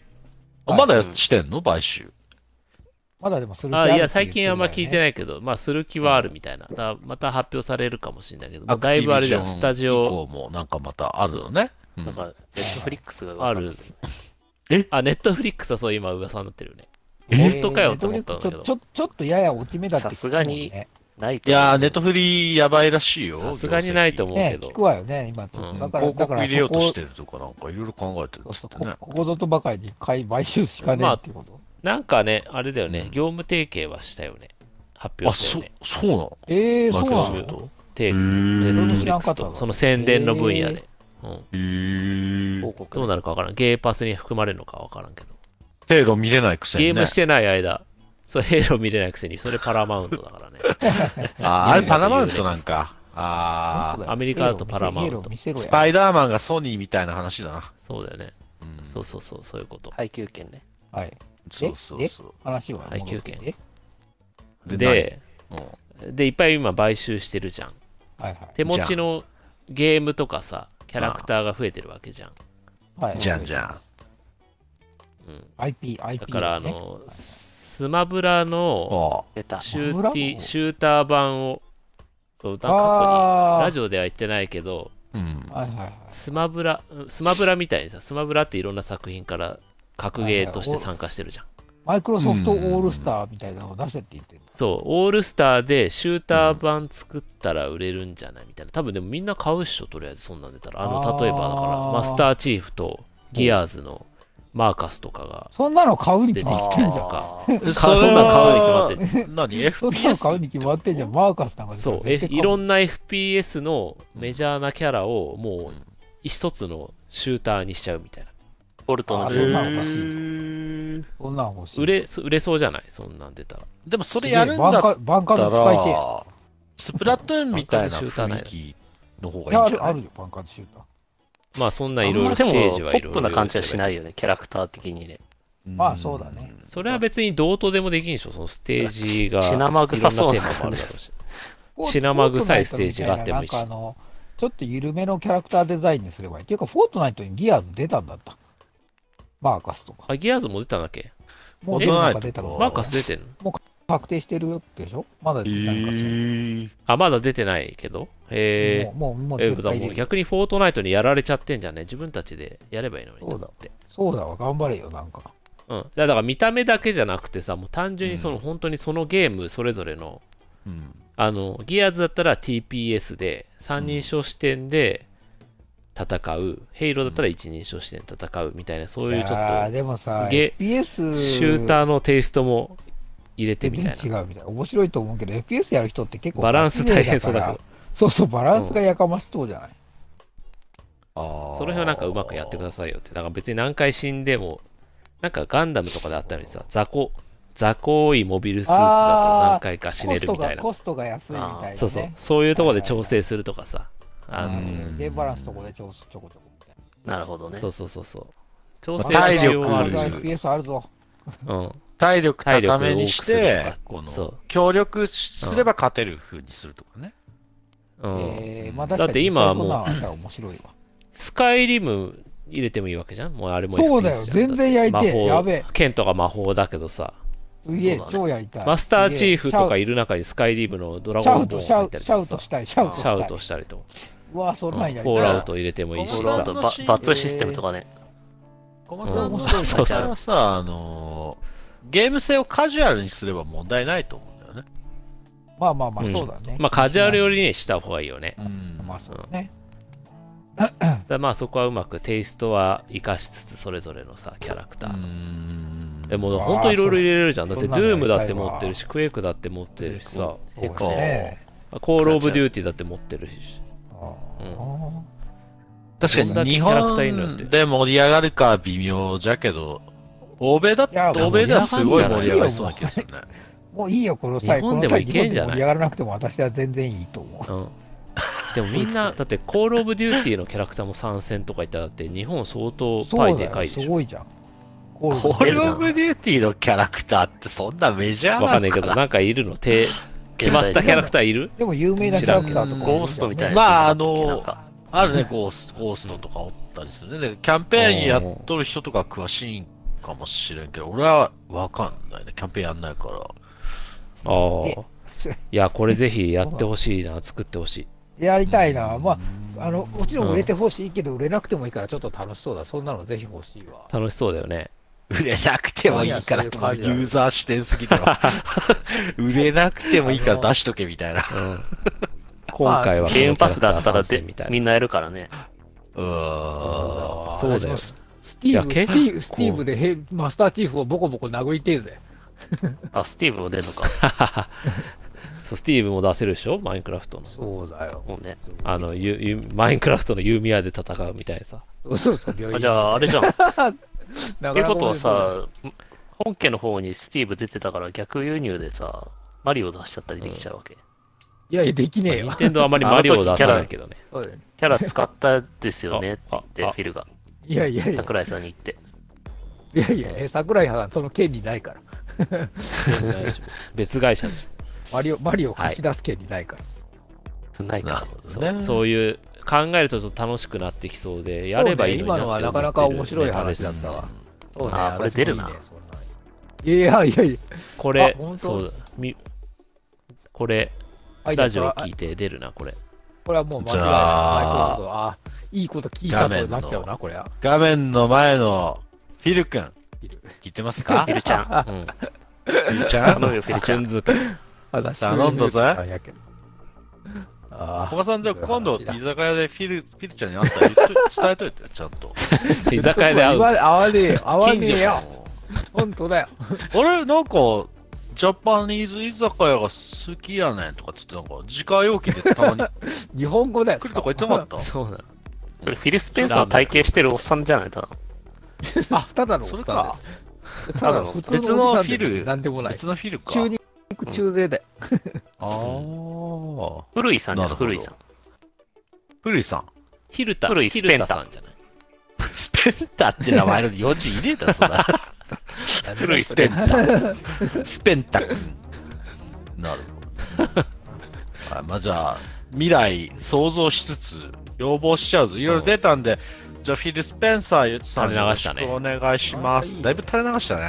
S4: まだしてんの買収。
S2: まだでもする
S3: あいや、最近あんま聞いて
S2: い。
S3: ないけど、まあ、する気はあるみたいな。だからまた発表されるかもしれないけど、も
S4: ア
S3: う
S4: クテ
S3: だい
S4: ィ
S3: ぶあ
S4: ビ
S3: れ
S4: ジ
S3: じ
S4: ョ
S3: ゃ
S4: ン
S3: ん、スタジオ
S4: 以降もなんかまたあるのね。うん
S5: なんか、ネットフリックスが噂
S3: あ
S5: になっ
S3: る
S5: て。
S3: あ、ネットフリックスはそう、今噂になってるよね。
S2: え
S3: 本当かよと思ったんだけ
S2: ちょ
S3: ど
S2: ち。ょちょっとやや落ち目だって聞くもんね。
S5: さすがにない
S4: いやー、ネットフリーやばいらしいよ。
S3: さすがにないと
S4: 思
S3: 思う
S2: ね
S3: け、ど
S2: 聞。くわよね、今ちょっと。
S3: うん
S2: だから、
S4: 広
S2: だか
S4: 告
S2: ら
S4: 入れようと
S2: そこ
S4: してるとか、なんかいろいろ考えてる
S2: そう
S4: っ
S2: そ
S4: つ
S2: う
S4: って
S2: こ
S4: ね。
S2: ここぞとばかりに買い買収しかねえっていうこと。
S3: なんかね、あれだよね、業務提携はしたよね。発
S4: あ、
S3: 表した
S4: そ
S3: よ
S4: う
S3: ね。、
S4: そうなの
S2: ええ
S4: マ
S2: そうな
S4: イクロソフ
S2: の
S4: ト
S3: 提携。ネ
S4: ー
S3: ットフ
S2: 知
S3: リ
S2: ら
S3: ッ
S2: ん
S3: ク
S2: か
S3: ス
S2: ったわ
S3: と、その宣伝の分野で。うん
S4: へー
S5: 広告
S3: どうなるかわからん。ゲーパスに含まれるのかわからんけど。
S4: ヘイロー見れないくせ
S3: ゲ
S4: に
S3: ー
S4: ね
S3: ムし。てない間、そう、ヘイロー見れないくせに、それパラマウントだからね。
S4: あー、あれパナマウントなんか。あ
S3: アメリカだとパラマウント
S2: ト。見せ
S4: ー、
S2: ろ
S4: ス
S2: や
S4: パイダーマンがソニーみたいな話だな。
S3: そうだよね。
S4: うん
S3: そうそうそう、そういうこと。
S5: 配給権ね。
S2: はい。
S4: そうそうそう。
S2: 話は。
S3: 配給権
S2: 戻って
S4: で
S3: で、
S4: うん
S3: で、いっぱい今買収してるじゃん。
S2: はいはい。
S3: 手持ちのゲームとかさ、キャラクターが増えてるわけじゃん。
S2: はい、
S4: じゃんじゃん。
S3: うん、
S2: IP、IP、
S3: だから、あ、の、スマブラの
S4: ああ。
S5: 出た。
S3: シュ
S2: スマ
S3: ー
S2: ブ
S3: ティ
S2: ラ
S3: シューター版を、そう、なんか過去に、
S2: あ
S3: ラジオでは言ってないけど、
S4: うん
S2: あ、。はいはいはい。
S3: スマブラ、うんスマブラみたいにさ、スマブラっていろんな作品から格ゲーとして参加してるじゃん。
S2: マイクロソフトオールスターみたいなのを出せって言ってる。
S3: そう、オールスターでシューター版作ったら売れるんじゃないみたいな。多分でもみんな買うっしょ、とりあえずそんなん出たら。あ
S2: あ
S3: の、
S2: ー
S3: 例えばだから、マスターチーフとギアーズのマーカスとかが
S2: そんなの買うに決まってんじゃん。
S5: あ
S4: それ
S3: そんなの買うに決 まって
S4: 何
S2: そんなの買うに決まってんじゃん。マーカスなんか
S3: そう、えいろ
S2: な。
S3: んな FPS のメジャーなキャラをもう一つのシューターにしちゃうみたいな。
S5: ーボルトの
S2: あ
S5: 情
S2: そ
S5: 報
S2: んな
S5: が
S2: の欲しい。そんなの欲しい。
S3: 売れそ売れそうじゃないそんなん出たら。
S4: でもそれ
S2: で
S4: やるんだ
S2: バ
S4: っ
S2: ンカバン
S4: た
S2: カズ使いてえ。
S4: ら、スプラトゥーンみたいな雰囲気の方
S2: い
S4: がい
S2: や、
S4: いん
S2: あ
S4: じゃ
S2: る、
S4: な
S2: あ
S4: い
S2: るよ、バンカズシューター。
S3: まあそんな
S5: あ
S3: い
S5: ん
S3: ろい
S5: ま
S3: ろ
S5: で
S3: ス
S5: も
S3: テー
S5: ポ
S3: ジはいろ
S5: ッ
S3: いろ。。
S5: プな感じはしないいよね、キャラクター的にね。
S4: うん
S2: まあ、そうだね。。
S3: それは別にどうとでもできんでしょそのステージが。
S5: 血血生臭そう
S3: い
S5: な
S3: ろんなテーマもあ
S5: 感
S3: る
S5: じ
S3: だろうし。血生臭いステージがあってもいいし
S2: フォートナイトみたいななんかあの、ちょっと緩めのキャラクターデザインにすればいい。っていうか、フォートナイトにギアーズ出たんだった。マーカスとか。
S3: あ、ギアーズも出たんだっけ
S2: もう出るの
S4: フォートナイ
S2: か
S4: ト
S2: 出たのか。
S3: マーカス出てんの
S2: 確定してるでしょまだ
S4: え
S2: 出てないのかしら
S3: あ、まだ出てないけど。へ
S2: もう、もう、も
S3: ー
S2: う
S3: え
S2: 絶
S3: ー、だから
S2: 対
S3: も
S2: 出る
S3: う
S2: よ。
S3: 逆にフォートナイトにやられちゃってんじゃんね。自分たちでやればいいのにと思って。
S2: そうだわ、頑張れよ、なんか。
S3: うん、だからだから見た目だけじゃなくてさ、もう単純にその、
S4: うん
S3: 本当にそのゲームそれぞれの、
S4: うん
S3: あの、ギアーズだったら TPS で、三人称視点で戦う、ヘイローだったら一人称視点で戦うみたいな、そういうちょ
S2: や
S3: っ
S2: ーでもさ、
S3: ゲ
S2: FPS
S3: と、シューターのテイストも入れてみたいな
S2: 全。然違うみたいな。面白いと思うけど、FPS やる人って結構
S3: バランス大変そうだけど
S2: ガチ勢から。そうそう、バランスがやかましそうじゃない。
S4: あー
S3: その辺はなんかうまくやってくださいよって。だから別に何回死んでも、なんかガンダムとかであったのにさ、雑魚、雑魚いモビルスーツだと何回か死
S2: コ
S3: ね
S2: ス
S3: る
S2: ト
S3: みたい
S2: が、
S3: な。
S2: コストが安いみたいな、ね。
S3: そうそう、そういうところで調整するとかさ。あの、
S2: うんゲームバランスとこでちょちょこちょこみたいな。
S5: なるほどね
S3: そ。うそうそうそう。調整
S4: 体力
S3: はある
S2: こ
S3: じゃ
S2: れ
S3: ん
S2: が FPS あるぞ。
S3: うん。
S4: 体力
S3: 体力
S4: 高
S3: を
S4: め
S3: 多
S4: に
S3: く
S4: し
S3: する
S4: て、
S3: と
S4: こ
S3: か。
S4: の
S3: そ
S4: 協力すれば勝てる風にするとかね。
S3: う。うん。
S2: えーまあ、
S3: だって今はもう
S2: 確かに実際そんなのあったら面白いわ。
S3: スカイリム入れてもいいわけじゃんもうあれも
S2: そうだよ
S3: FPS じゃん
S2: 全然焼いて
S3: だっ魔法
S2: やべえ
S3: 剣とか魔法だけどさ、
S2: すげえ
S5: そうだね
S2: 超やりたい。
S3: マスターチーフとか
S2: シ
S3: いる中にスカイリムのドラ
S2: ャ
S3: ゴ
S2: ウ
S3: ンボ
S2: ト、
S3: ーン
S2: シャ
S3: 入
S2: ウ
S3: っ
S2: ト、
S3: たり
S2: シャ
S3: と
S2: ウ
S3: か
S2: ト
S3: さ
S2: したい、シャウト
S3: シ
S2: した
S3: ャ
S2: い。
S3: ウトしたりとか、
S2: うわ、そん
S3: うん
S2: なん
S3: フ
S2: や
S3: ォ
S2: り
S3: ール
S2: た
S3: ア
S2: い。
S3: ウト入れてもいいし
S5: フォールアウ
S3: さ
S5: ト、ば罰システムとかね。
S4: 小松さんの
S2: うん
S4: 場
S3: そう
S4: 合
S3: そう
S4: はさ、あのー、ゲーム性をカジュアルにすれば問題ないと思うんだよね。
S2: まあまあまあ、
S3: うん
S2: そうだね。
S3: まあカジュアル寄りにした方がいいよね
S2: まあそうね。
S3: だからまあそこはうまくテイストは生かしつつそれぞれのさキャラクターのでも本当いろいろ入れれるじゃんだってド
S2: そんなのや
S3: ゥー
S2: りたい
S3: ム
S2: わ
S3: だって持ってるしクエイクだって持ってるしさ
S2: そうです
S5: 結構
S2: ね。
S3: コールオブデューティーだって持ってるし
S2: あ
S3: うん
S2: ー
S4: 確か
S3: どんだけ
S4: に
S3: キ
S4: 日
S3: ャラクターいるのっ
S4: 本
S3: て
S4: で盛り上がるかは微妙じゃけど、欧米だっ
S2: いや
S4: 欧米ではすごい盛り上がりそうな気がするね。
S2: もういいよ、この際、
S3: 日
S2: こ
S3: 本
S2: の
S3: でも
S2: 際、
S3: い
S2: 日
S3: け
S2: 本
S3: んじ
S2: で
S3: ゃな
S2: 盛
S3: い
S2: り上がらなくても私は全然いいと思う。
S3: うん でもみんな、だってコールオブデューティーのキャラクターも参戦とか言ったらだって日本相当
S2: そ
S3: パイ
S2: うだ
S3: でか
S2: よ、
S3: いですしょ。
S2: ごいじゃん。
S6: コールド
S4: コールオブデューティーのキャラクターってそんなメジャーなの
S3: わかんないけど、なんかいるの手、決まったキャラクターいる
S6: でも有名なキャラクターとか、
S5: ゴーストみたいな。
S4: まああの
S5: なんか
S4: あるね、ゴースゴーストとかおったりするね。でキャンペーンやっとる人とか詳しいんかもしれんけど、俺はわかんないね。キャンペーンやんないから。
S3: ああ。いや、これぜひやってほしいな、作ってほしい。
S6: やりたいな。まあ、あの、もちろん売れてほしいけど、売
S2: 売
S6: れ
S2: れ
S6: な
S2: な
S6: く
S2: く
S6: て
S2: て
S6: も
S2: も
S6: い
S2: い
S6: い
S2: い
S6: か。
S2: からら、ちょっと楽しそうだ。そんなのぜひ欲しいわ。
S3: 楽しそうだよね。
S4: 売れなくてもいいから、
S2: いやそういう
S4: まあ
S2: 感
S4: ユ
S2: じだね
S4: ーザー視点すぎだろ。売れなくてもいいから出しとけみたいな。
S3: うん。今回はこの
S5: ゲームパスだったら
S3: キャラクター参
S5: で
S3: 戦みたい
S5: み
S3: な。
S5: んなやるからね。
S4: うーん。
S2: あー
S3: そうだよ
S2: 私もスティーブ、
S3: いや
S2: ス
S3: 結
S2: テ
S3: 構
S2: ィーブスティーブでヘイマスターチーフをボコボコ殴りてえぜ。
S5: あ、スティーブも出るのか。
S3: そう、スティーブも出せるでしょマインクラフトの。
S2: そうだよ。
S5: もうね。
S3: あの、ゆゆマインクラフトの弓矢で戦うみたいなさ。
S2: そうそう、病
S5: あ
S2: 院。
S5: じゃあ、あれじゃん。っ
S2: な
S5: て
S2: か
S5: いう
S2: なか
S5: ことはさ、本家の方にスティーブ出てたから逆輸入でさ、マリオ出しちゃったりできちゃうわけ。
S2: いやいや、できねえ
S3: ニン
S2: よ。
S3: テンドーあまりマリオを出さないけどね。
S2: そうだよね
S5: キャラ使ったですよねって言っ
S3: ああ
S5: て、
S3: あ
S5: フィルが
S2: いやいやいや、
S5: 桜井さんに言って。
S2: いやいや、え桜井はその権利ないから。
S3: 大丈夫別会社で
S2: マリオ、マリオ貸し出す権利ないから。
S5: ない
S4: な
S5: か
S4: る。ほど
S3: そ
S4: ね
S3: う。そういう考えるとちょっと楽しくなってきそうでやればいいのに
S2: そうね今のはなかなか面白い話
S3: 話だ
S2: だ
S3: っ
S2: ったた
S3: わ
S2: わ。そうね、
S5: あーこれ出るな
S2: 私もいいね。そんないやいやいや
S3: これ
S2: あ本当
S3: そうだみこれ
S2: はい、
S3: ラジオ
S2: これ
S3: 聞いて出るなこれ
S2: これはもう間違い
S4: じ
S2: ない。
S4: ゃあ
S2: マイクロソフトあいいこと聞いたとなっちゃうな、これは。
S4: 画面の前のフィル君
S2: ィル。
S4: 聞いてますか
S5: フィルちゃん、
S3: うん
S4: フィルちゃ
S5: 頼
S4: ん。
S5: むよ、フィルちゃ
S3: 順
S5: ん。
S3: づく
S2: 私
S4: 頼んだぜ
S2: あやけどあ
S4: 小賀さん、じゃあ今度、居
S2: いや
S4: 酒屋でフィル、フィルちゃんに会ったら言っと伝えといて、ちゃんと。
S3: 居酒屋で会
S2: 会
S3: う
S2: わ合わねえよ。合わねえよ。
S4: うん
S2: 本当だよ。
S4: あれなんか、ジャパニーズ居酒屋が好きやねんとかっつって、なんか、自家用機でたまに
S2: 日本語だよ。
S4: 来るとか言ってなか った
S3: そうなの
S5: それフィル・スペンサー体型してるおっさんじゃないただの
S2: あ、ただのおっ
S4: それ
S2: さんで
S4: か。
S2: す。ただの普通
S4: 別
S2: の
S4: の
S2: お
S4: フ
S2: じさん
S4: ィ
S2: で
S4: ル
S2: もなんでもない。
S4: 別のフィルか。
S2: 中肉中背で。
S4: ああ。
S5: 古井さんじゃ
S4: なる
S5: ん、
S4: ほど
S5: 古井さん。
S4: 古井さん。
S3: ヒルタ
S5: 古い
S3: ヒ
S5: ス
S3: ル
S5: ペン
S3: タ
S5: タ
S3: さんじゃない
S4: スペンターって名前の4字入れたそんな。
S2: 古
S4: スペンター。スペンタ君。なるほど。はい、まあじゃあ、未来想像しつつ、要望しちゃうぞ。いろいろ出たんで、じゃあフィル・スペンサーさん
S3: 垂れ流したね
S4: よろしくお願いしま
S2: あいい
S4: す。
S2: ね
S4: だいぶ垂れ流したね。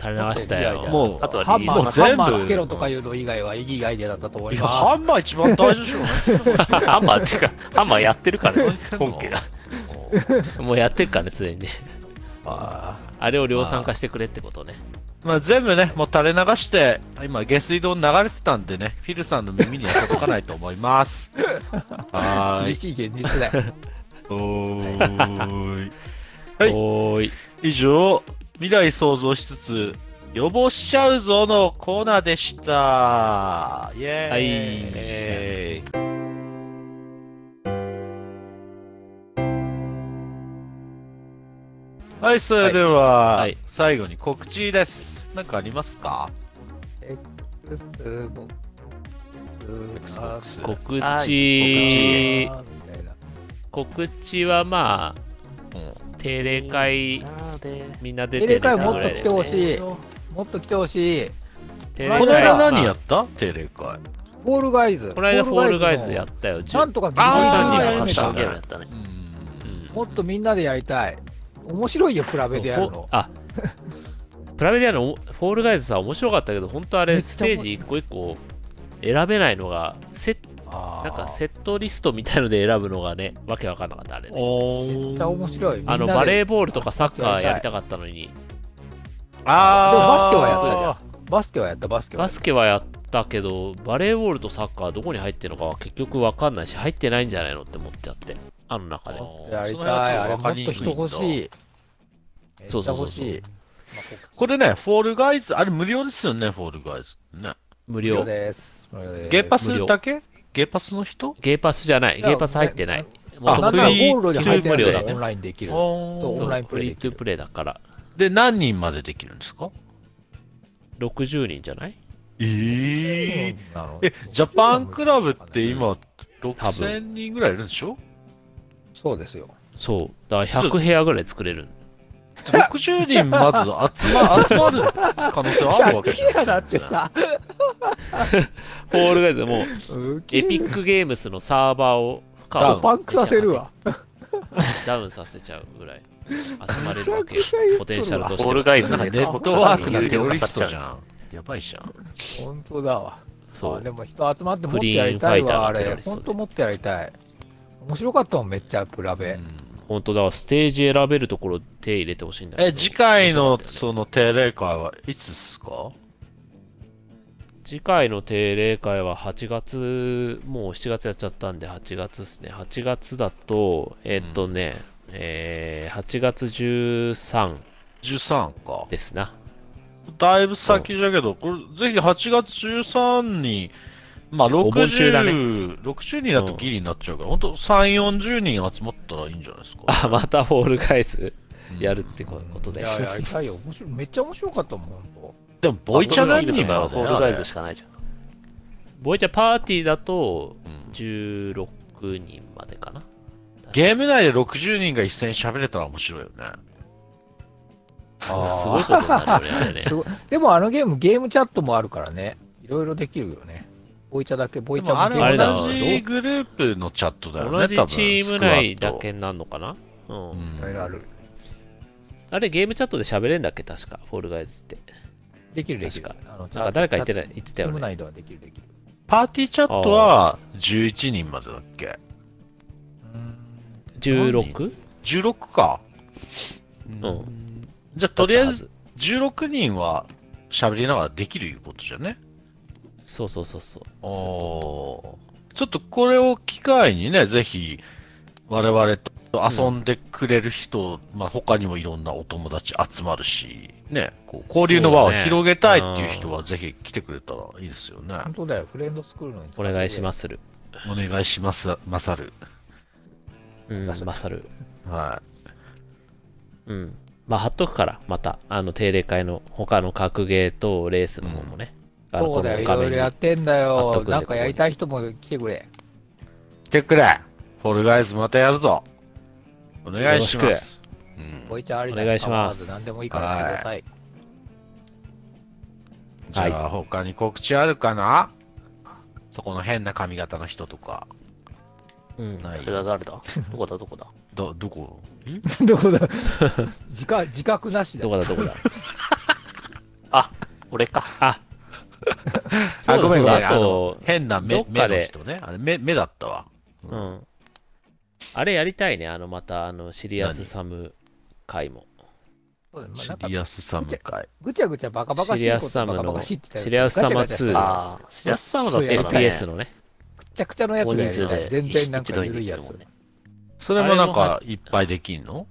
S3: 垂れ流した
S2: いやい
S3: よ
S2: や
S4: もう、
S5: あとは
S2: ハンマー、
S4: もう全
S2: ハ
S4: 部
S2: ンマーつけろとかいうの以外はいいアイデアだったと思
S4: い
S2: い
S4: や、
S2: ま
S4: ハ
S2: す。
S4: ンマー一番大事でしょ。
S5: ハンマーってか、ハンマーやってるからね、本家が。
S3: もうやってるからねすでにね
S2: あー
S3: あれを量産化してくれってことね
S4: まあ全部ね、もう垂れ流して、今、下水道流れてたんでね、フィルさんの耳には届かないと思い ます。はー
S2: 厳
S4: い。
S2: しい現実だよ。
S4: おーい。はい
S3: おーい
S4: 以上、未来想像しつつ、予防しちゃうぞのコーナーでした。イェーイ。
S3: はい
S4: はい、それでは、
S3: はいはい
S4: 最後に告知です。なんかありますか
S2: すごく。すごく
S4: ?Xbox。
S3: 告知
S5: は
S2: あーみたいな
S3: 告知はま
S4: うん
S3: あ定例会みんな出
S2: 定
S3: て
S2: 例
S3: みた
S2: 会
S3: ぐ
S2: も
S3: ら
S2: っ
S3: い
S2: と来てほしい。
S5: こ
S2: もっと来てほしい。
S3: 定例
S4: こ
S3: 会
S4: の間何や
S3: まあ
S4: った定例会。
S2: フォールガイズ。
S3: この間フォールガイズや
S2: っ
S3: ったよ
S2: なんとか
S4: あー
S2: ギリギリ
S4: やりました
S5: カスタムゲームやったね。
S3: うん
S2: もっとみんなでやりたい。面白いよ、比べてやる
S3: そう
S2: の。
S3: あ プラベリアのフォールガイズさ面白かったけど本当あ
S2: め
S3: れ
S2: っちゃ
S3: ステージ一個一個選べないのがセッ
S2: あ
S3: なんかセットリストみたいので選ぶのがねわけわかんなかったあれね
S4: おー
S2: めっちゃ面白い。
S3: あのバレー
S2: ー
S3: ボールとかサッカーやりたかったのに
S4: あー
S2: でもバスケはやったじゃんバスケはやった、バスケは
S3: バ
S2: やっ
S3: スケはやったけどバレーボールとサッカーはどこに入ってるのかは結局わかんないし入ってないんじゃないのって思っちゃってあの中で
S2: た。やりたい。あれ、もっと人欲し
S4: い。
S2: い。めっち
S3: そう
S2: ゃ
S3: そうそうそう
S2: 欲しい。
S4: これね、フォールガイズ、あれ無料ですよね、フォールガイズ。ね。
S3: 無
S2: 無料
S3: 料
S2: です。
S4: ゲーパ
S3: 無料
S4: スだけゲーパスの人
S3: ゲーパスじゃないゲーパス入ってない
S4: あ
S3: 元
S2: な
S3: 々
S2: んなら
S4: フ
S2: ゴ
S4: リー
S2: ールドに入ってない
S3: 無料
S2: か
S3: だ
S2: ら
S3: ね
S2: オンラインできる。
S4: お
S2: そう
S4: ー
S2: オンライン
S3: そう
S2: プ
S3: フ
S2: レイ
S3: リ
S2: で
S3: ー
S2: き
S3: ト
S2: る
S3: ゥープレイだから
S4: で、何人までできるんですか
S3: 60人じゃない
S4: ええ
S2: なの
S4: え、ジャパンクラブって今、
S3: 多分
S4: 6000人ぐらいいるんでしょ
S2: そうですよ。
S3: そう。だから100部屋ぐらい作れる。
S4: 60人まず集 ま集まる可能性はあるわけじゃん
S6: 100だってさ、
S3: フォールガイズもう
S2: ウ
S3: エ
S2: ケ
S3: ピ
S2: る
S3: ックゲームスのサーバーを負荷
S2: ダ
S3: を
S2: パンクさせるわ。
S3: ダウンさせちゃうぐらい集ま
S2: め
S3: れる
S2: ちゃ
S3: わ
S2: く
S3: けよ
S2: ちゃ言っ
S3: ポ
S2: と
S3: テンシャ
S2: る
S3: ル
S2: わ
S3: と。
S5: ボール
S3: して
S5: ガイズが
S4: ネットワークのテロリストじ
S5: ん。
S4: ゃん。やばいじゃん。
S2: 本当だわ。
S3: そ
S2: あ
S3: う
S2: でも人集まってもっとやりたいわ、あ
S3: クリーンファイターのテロ
S2: れ。
S3: リストで
S2: 本当もっとやりたい。面白かったもん、めっちゃプラベ。
S3: 本当だわステージ選べるところ手入れてほしいんだけど
S4: え、次回の
S3: 面白かったよね
S4: その定例会はいつですか
S3: 次回の定例会は8月、もう7月やっちゃったんで、8月ですね。8月だと、えっとね、えー8月13
S4: ?13 か。
S3: ですな。
S4: だいぶ先じゃけど、これぜひ8月13に、まあ
S3: お盆中だね
S4: 60、60人だとギリになっちゃうから、ほんと3、40人集まったらいいんじゃないですか。
S3: あ、またフォールガイズやるってこと
S2: い
S3: で。
S2: や、やりたいよ。面白い。めっちゃ面白かったもん、本当。
S4: でも、ボイチャ何人
S5: は
S4: も
S5: ホールガイズしかないじゃん。
S3: ボイチャパーティーだと
S4: うん
S3: 16人までかな。
S4: ゲーム内で60人が一斉に喋れたら面白いよね。
S3: すごいことになるよねあれね。
S2: すごいでもあのゲーム、ゲームチャットもあるからね。いろいろできるよね。ボイチャだけ、ボ
S4: で
S2: イチャ
S4: もあ
S2: もゲー
S3: あ
S4: れ
S2: ム
S3: れだ
S2: だ
S4: 同じグループのチャットだよね。
S3: 同じ
S4: 多分
S3: チーム内だ。けになるのかなう。
S4: スクワットうん
S2: いろいろあ
S4: ん、
S2: る。
S3: あれゲームチャットで喋れんだっけ確か、フォールガイズって。
S2: できる、できる
S3: 確。
S2: あの
S3: なんか誰か言って
S2: チ
S3: た言ってた
S2: ャ
S3: よ
S2: ット
S3: ね。
S2: 内ではできる、できる。
S4: パーティーチャットは11人までだっけ
S2: うーん
S3: 16?
S4: ?16 か。
S3: うん。
S4: じゃあ、とりあえず16人は喋りながらできるいうことじゃね
S3: そうそうそうそう。
S4: おちょっとこれを機会にね、ぜひ我々と遊んでくれる人、まあ他にもいろんなお友達集まるし、ね、こう交流の輪を広げたいっていう人はぜひ来てくれたらいいですよね。
S2: 本当だよ、フレンド作るのに。。
S3: お願いしますする。
S4: お願いします、まさる。
S3: うん、
S2: 出せ
S3: まさる。
S4: は
S3: うん。まあ、貼っとくから、また、あの、定例会の他の格ゲーとレースの方もね。あの
S2: そうだよ、い
S3: こ
S2: ろ
S3: の画
S2: いろ
S3: 面
S2: や
S3: に
S2: ってんだ
S3: 貼っと
S2: よ
S3: くん。で
S2: なんかやりたい人も来てくれ。
S4: い。来てくれフォルガイズまたやるぞお願いし
S3: よ
S4: ま
S3: ろし
S4: す。うん、
S2: ボイチャありだ
S3: お願いします
S2: 構わず何でもいいから来てください。
S4: じゃあ他に告知あるかな、そこの変な髪型の人とか。
S3: うん。
S4: ない
S5: それが誰だどこだどこだ
S4: ど、どこ
S2: どこだ 自覚自覚なしだ
S3: ど。こだ、どこだ。
S5: 俺か。
S3: あ
S4: あ、ごめんごめん。
S3: あ
S4: あの
S3: と、
S4: 変な
S3: ど
S4: 目
S3: っ
S4: 目
S3: かで
S4: の人ね。あれ目、目だったわ。
S3: うん。あれやりたいね、あの、また、あの、シリアスサム会も。
S2: そうだよまあ
S4: シ
S2: なんか
S4: リアスサム会。
S2: ぐちゃぐちゃバカバカし
S3: シリ
S2: い
S3: ア
S2: こ
S3: ス
S2: と
S3: サム
S2: バ
S3: の
S2: カバカしいって言った
S3: シリアスサ
S2: ガチ
S3: ム
S2: ャガチャ
S3: 2
S2: した
S5: ああ、シラスサムだったからね。
S3: LPS のね。
S2: ぐちゃくちゃのやつがやりたい。全然なんか緩いや
S5: 一度
S2: つ
S5: に。できるもんね
S4: それもなん
S3: あれも
S4: かいっぱいできんの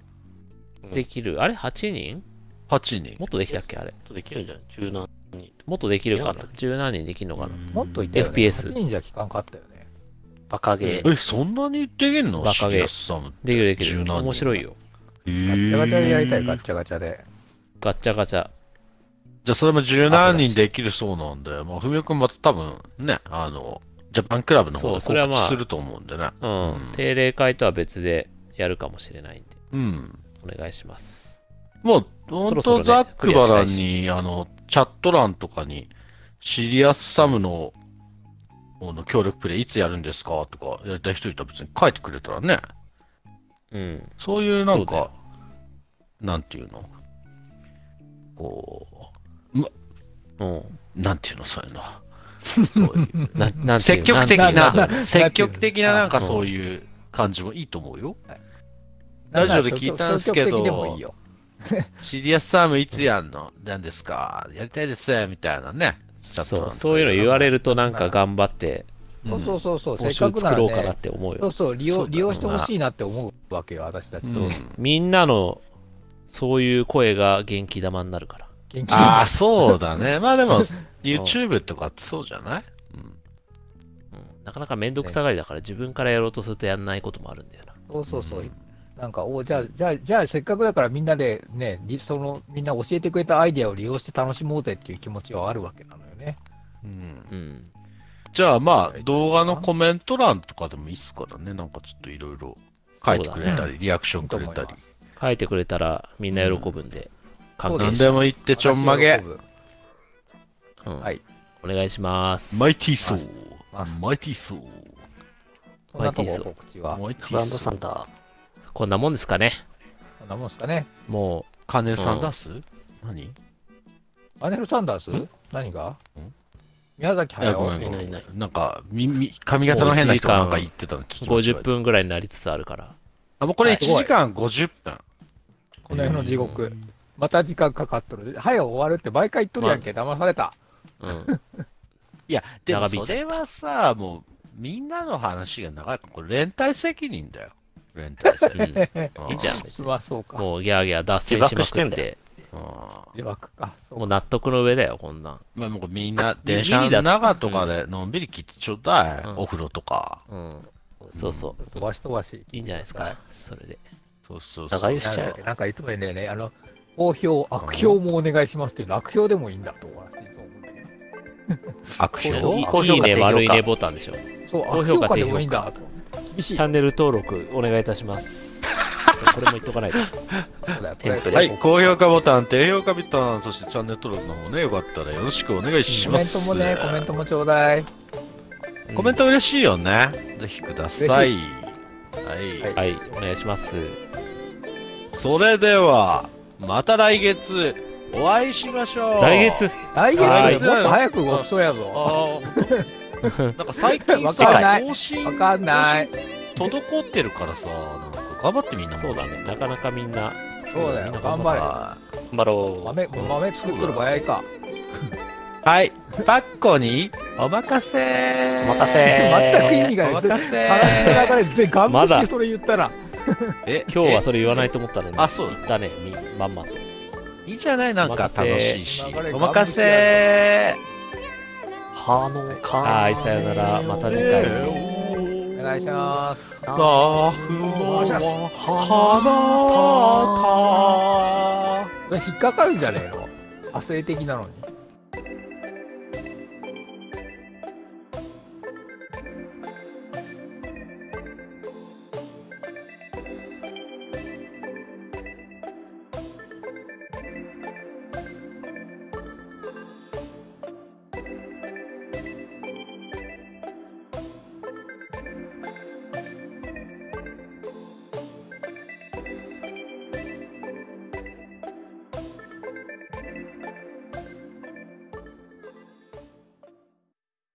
S5: うん
S3: できる。あれ ?8 人
S4: ?8 人。
S3: もっとできたっけあれ。
S5: できるんじゃない柔軟。
S3: もっとできるか
S5: い
S3: な
S5: や。
S3: 十何人できるのかな。
S2: もっといたよ、ね。
S3: FPS
S2: 8人じゃ効かんかったよね。
S5: バカゲー。
S4: え、そんなにできんの
S3: バ
S4: シ
S3: カゲー
S4: リアスサム。
S3: できる、でき
S4: 十何
S3: る。
S4: 人
S3: 面白いよ。
S4: ガ
S2: ガッチャガチャでやりたい、ガッチャガチャで。
S3: ガッチャガチャ。
S4: じゃあそれも十何人できるそうなんで、まあ、ふみおくんまた多分ね、あの、ジャパンクラブの方で
S3: そうそれは
S4: 告
S3: まあ
S4: 知すると思うんでね。
S3: うん
S4: うん。
S3: 定例会とは別でやるかもしれないんで、
S4: うん。
S3: お願いします。
S4: もう、ほん
S3: そろそろ
S4: と
S3: ね
S4: ざっくばらん
S3: クリ
S4: に、あの、チャット欄とかに、シリアスサムの、この協力プレイいつやるんですかとか、やりたい人いたら別に書いてくれたらね、
S3: うん。
S4: そういうなん
S3: そうだ
S4: か
S3: よ、
S4: なんていうの、こう、ま、
S3: うん。
S4: なんていうの、そういうの。そういう
S3: ななんてい
S4: 積
S3: う
S4: 極的
S3: んていう
S4: な
S3: の
S4: 積極的ななんかそういう感じもいいと思うよ。ラジオで聞いたんすけど
S2: 消極的でもいいよ
S4: シリアスサムいつやんのなんですかやりたいですみたいなね。
S3: そう、そういうの言われ
S4: る。
S3: るとなんか頑張って、
S4: うん
S2: そうそうそうそう、せ
S3: 募
S2: っ
S3: 集
S2: かくな
S3: 作
S2: ら
S3: ろうかなっ
S2: ね。
S3: て思う
S2: そ
S3: よ
S2: う。そう、利用
S4: そうだ
S2: 利用してほしいなって思うわけよ、私たち。
S4: うん
S3: みんなの、そういう声が元気玉になるから。
S2: 元気
S4: ああ、そうだね。まあでも、YouTube とかってそうじゃない
S3: うんなかなかめんどくさがりだから、自分からやろうとするとやんないこともあるんだよな。
S2: そうそうそう。なんか、おじゃあ、じゃあ、じゃあ、せっかくだからみんなでね、りその、みんな教えてくれたアイデアを利用して楽しもうぜっていう気持ちはあるわけなのよね。
S4: うん
S3: うん。
S4: じゃあまあ、動画のコメント欄とかでもいいっすからね。なんかちょっといろいろ書いてくれたり、リアクションくれたり。
S3: 書いてくれたらみんな喜ぶんで、
S2: ん
S3: 関係
S4: 何
S3: 者
S4: でも言ってちょんまげ。
S3: うん
S2: はい
S3: お願いします。
S4: マイティーソー
S2: マス。
S4: マイティーソー。
S2: こんなとこ告知は。
S4: マイティ
S5: グラ
S4: ー
S5: ンド
S4: ソ
S5: サン
S4: ー。
S5: ダ
S3: こんなもんですかね。
S2: こんなもんですかね。
S3: も
S4: カネルサンダース何
S2: マネル・サンダース何が
S4: ん
S2: 宮崎
S4: いやご
S2: 駿
S4: めんご
S5: いな
S4: め
S5: いない
S4: んなんか、耳、髪型の変な人がなんか言ってたの聞
S3: う、
S4: きました
S3: 50。分ぐらいになりつつあるから。
S4: あ、もうこれ
S2: はい
S4: 1時間50分。
S2: この辺の地獄。また時間かかっとる。早く終わるって毎回言っとるやんけ。騙された。
S3: うん。
S4: いや、でも
S3: 長引い
S4: そ
S3: ちゃ
S4: れはさ、もう、みんなの話が長いから、これ連帯責任だよ。連帯責
S3: うん
S4: 任。
S3: いいじゃん、別に
S2: まあそうか。
S3: もうギャーギャー脱線しまく
S5: 自爆して
S3: っ
S5: んだ
S3: て、
S4: うん
S2: 自爆か。そう
S3: もう納得の上だよ、こんなん。
S4: まあ、もうみんな、電車の中とかでのんびり切ってちょうだい。
S3: うん
S4: お風呂とか。
S3: うん。そうそ
S2: 飛ばし飛ばし。
S3: う。いいんじゃないですか。それで。
S4: そうそうそう。
S5: 長いし
S2: なん
S5: ちゃ
S2: だっ
S5: う
S2: け。なんかいつも言うんだよね。あの、好評、悪評もお願いしますっていう、悪評でもいいんだと思うと思うんだけど。
S4: 悪
S5: いい
S4: 評
S5: 高評価
S3: いいね、
S5: 低評価
S3: 悪いねボタンでしょ。
S2: そう、
S3: 高
S2: 悪
S3: 評
S2: 評
S3: 価
S2: 価でもいいんだと。厳し
S3: チ
S2: い。
S3: ャンネル登録お願いいたし ます。これも言っとかないと。
S2: そうだよこ
S5: テンプ
S2: れ
S5: レ
S4: はい、高評価ボタン、低評価ボタン、そしてチャンネル登録の方ね、よかったらよろしくお願いし
S2: コ
S4: ま
S2: メン
S4: す。
S2: トもね、コメントもちょうだい。
S4: コメント嬉しいよね。ぜひください。はい。
S2: はい
S3: はい、お願いします。
S4: それでは、また来月、お会いしましょう。
S3: 来月、
S2: 来
S4: は
S2: 月
S4: い
S2: もっと早く動きそうやぞ。
S4: ああ、 なんか最近
S2: わ
S4: さ
S2: かんない
S4: 更新
S2: わかんない。
S4: 滞ってるからさ、なんか頑張ってみんなも
S3: そうだね、なかなかみんな、
S2: そうだよ
S3: みんな
S2: 頑張れ
S4: は
S5: ー。頑張ろ
S2: 豆、豆作っとる場合か。
S4: い、パッコにお任せ
S5: お任 せ
S2: 全く意味がない。
S4: お任せ
S2: 話の流れ全然ガン無視
S3: ま
S2: して
S3: だ
S2: それ言ったら、
S4: え
S3: 今日は
S4: え
S3: それ言わないと思ったのに、
S4: あそう
S3: 言ったね、みまんまと。
S4: いいじゃないなんか楽しいし
S2: お任せ
S4: お任せ
S5: う。ハーノーカー。
S3: はい、さよなら、また次回に。
S2: お願いします。
S5: な
S4: ラフ
S2: お願いします
S4: は
S5: 花
S4: 花束
S2: 引っかかるんじゃねえの派生的なのに。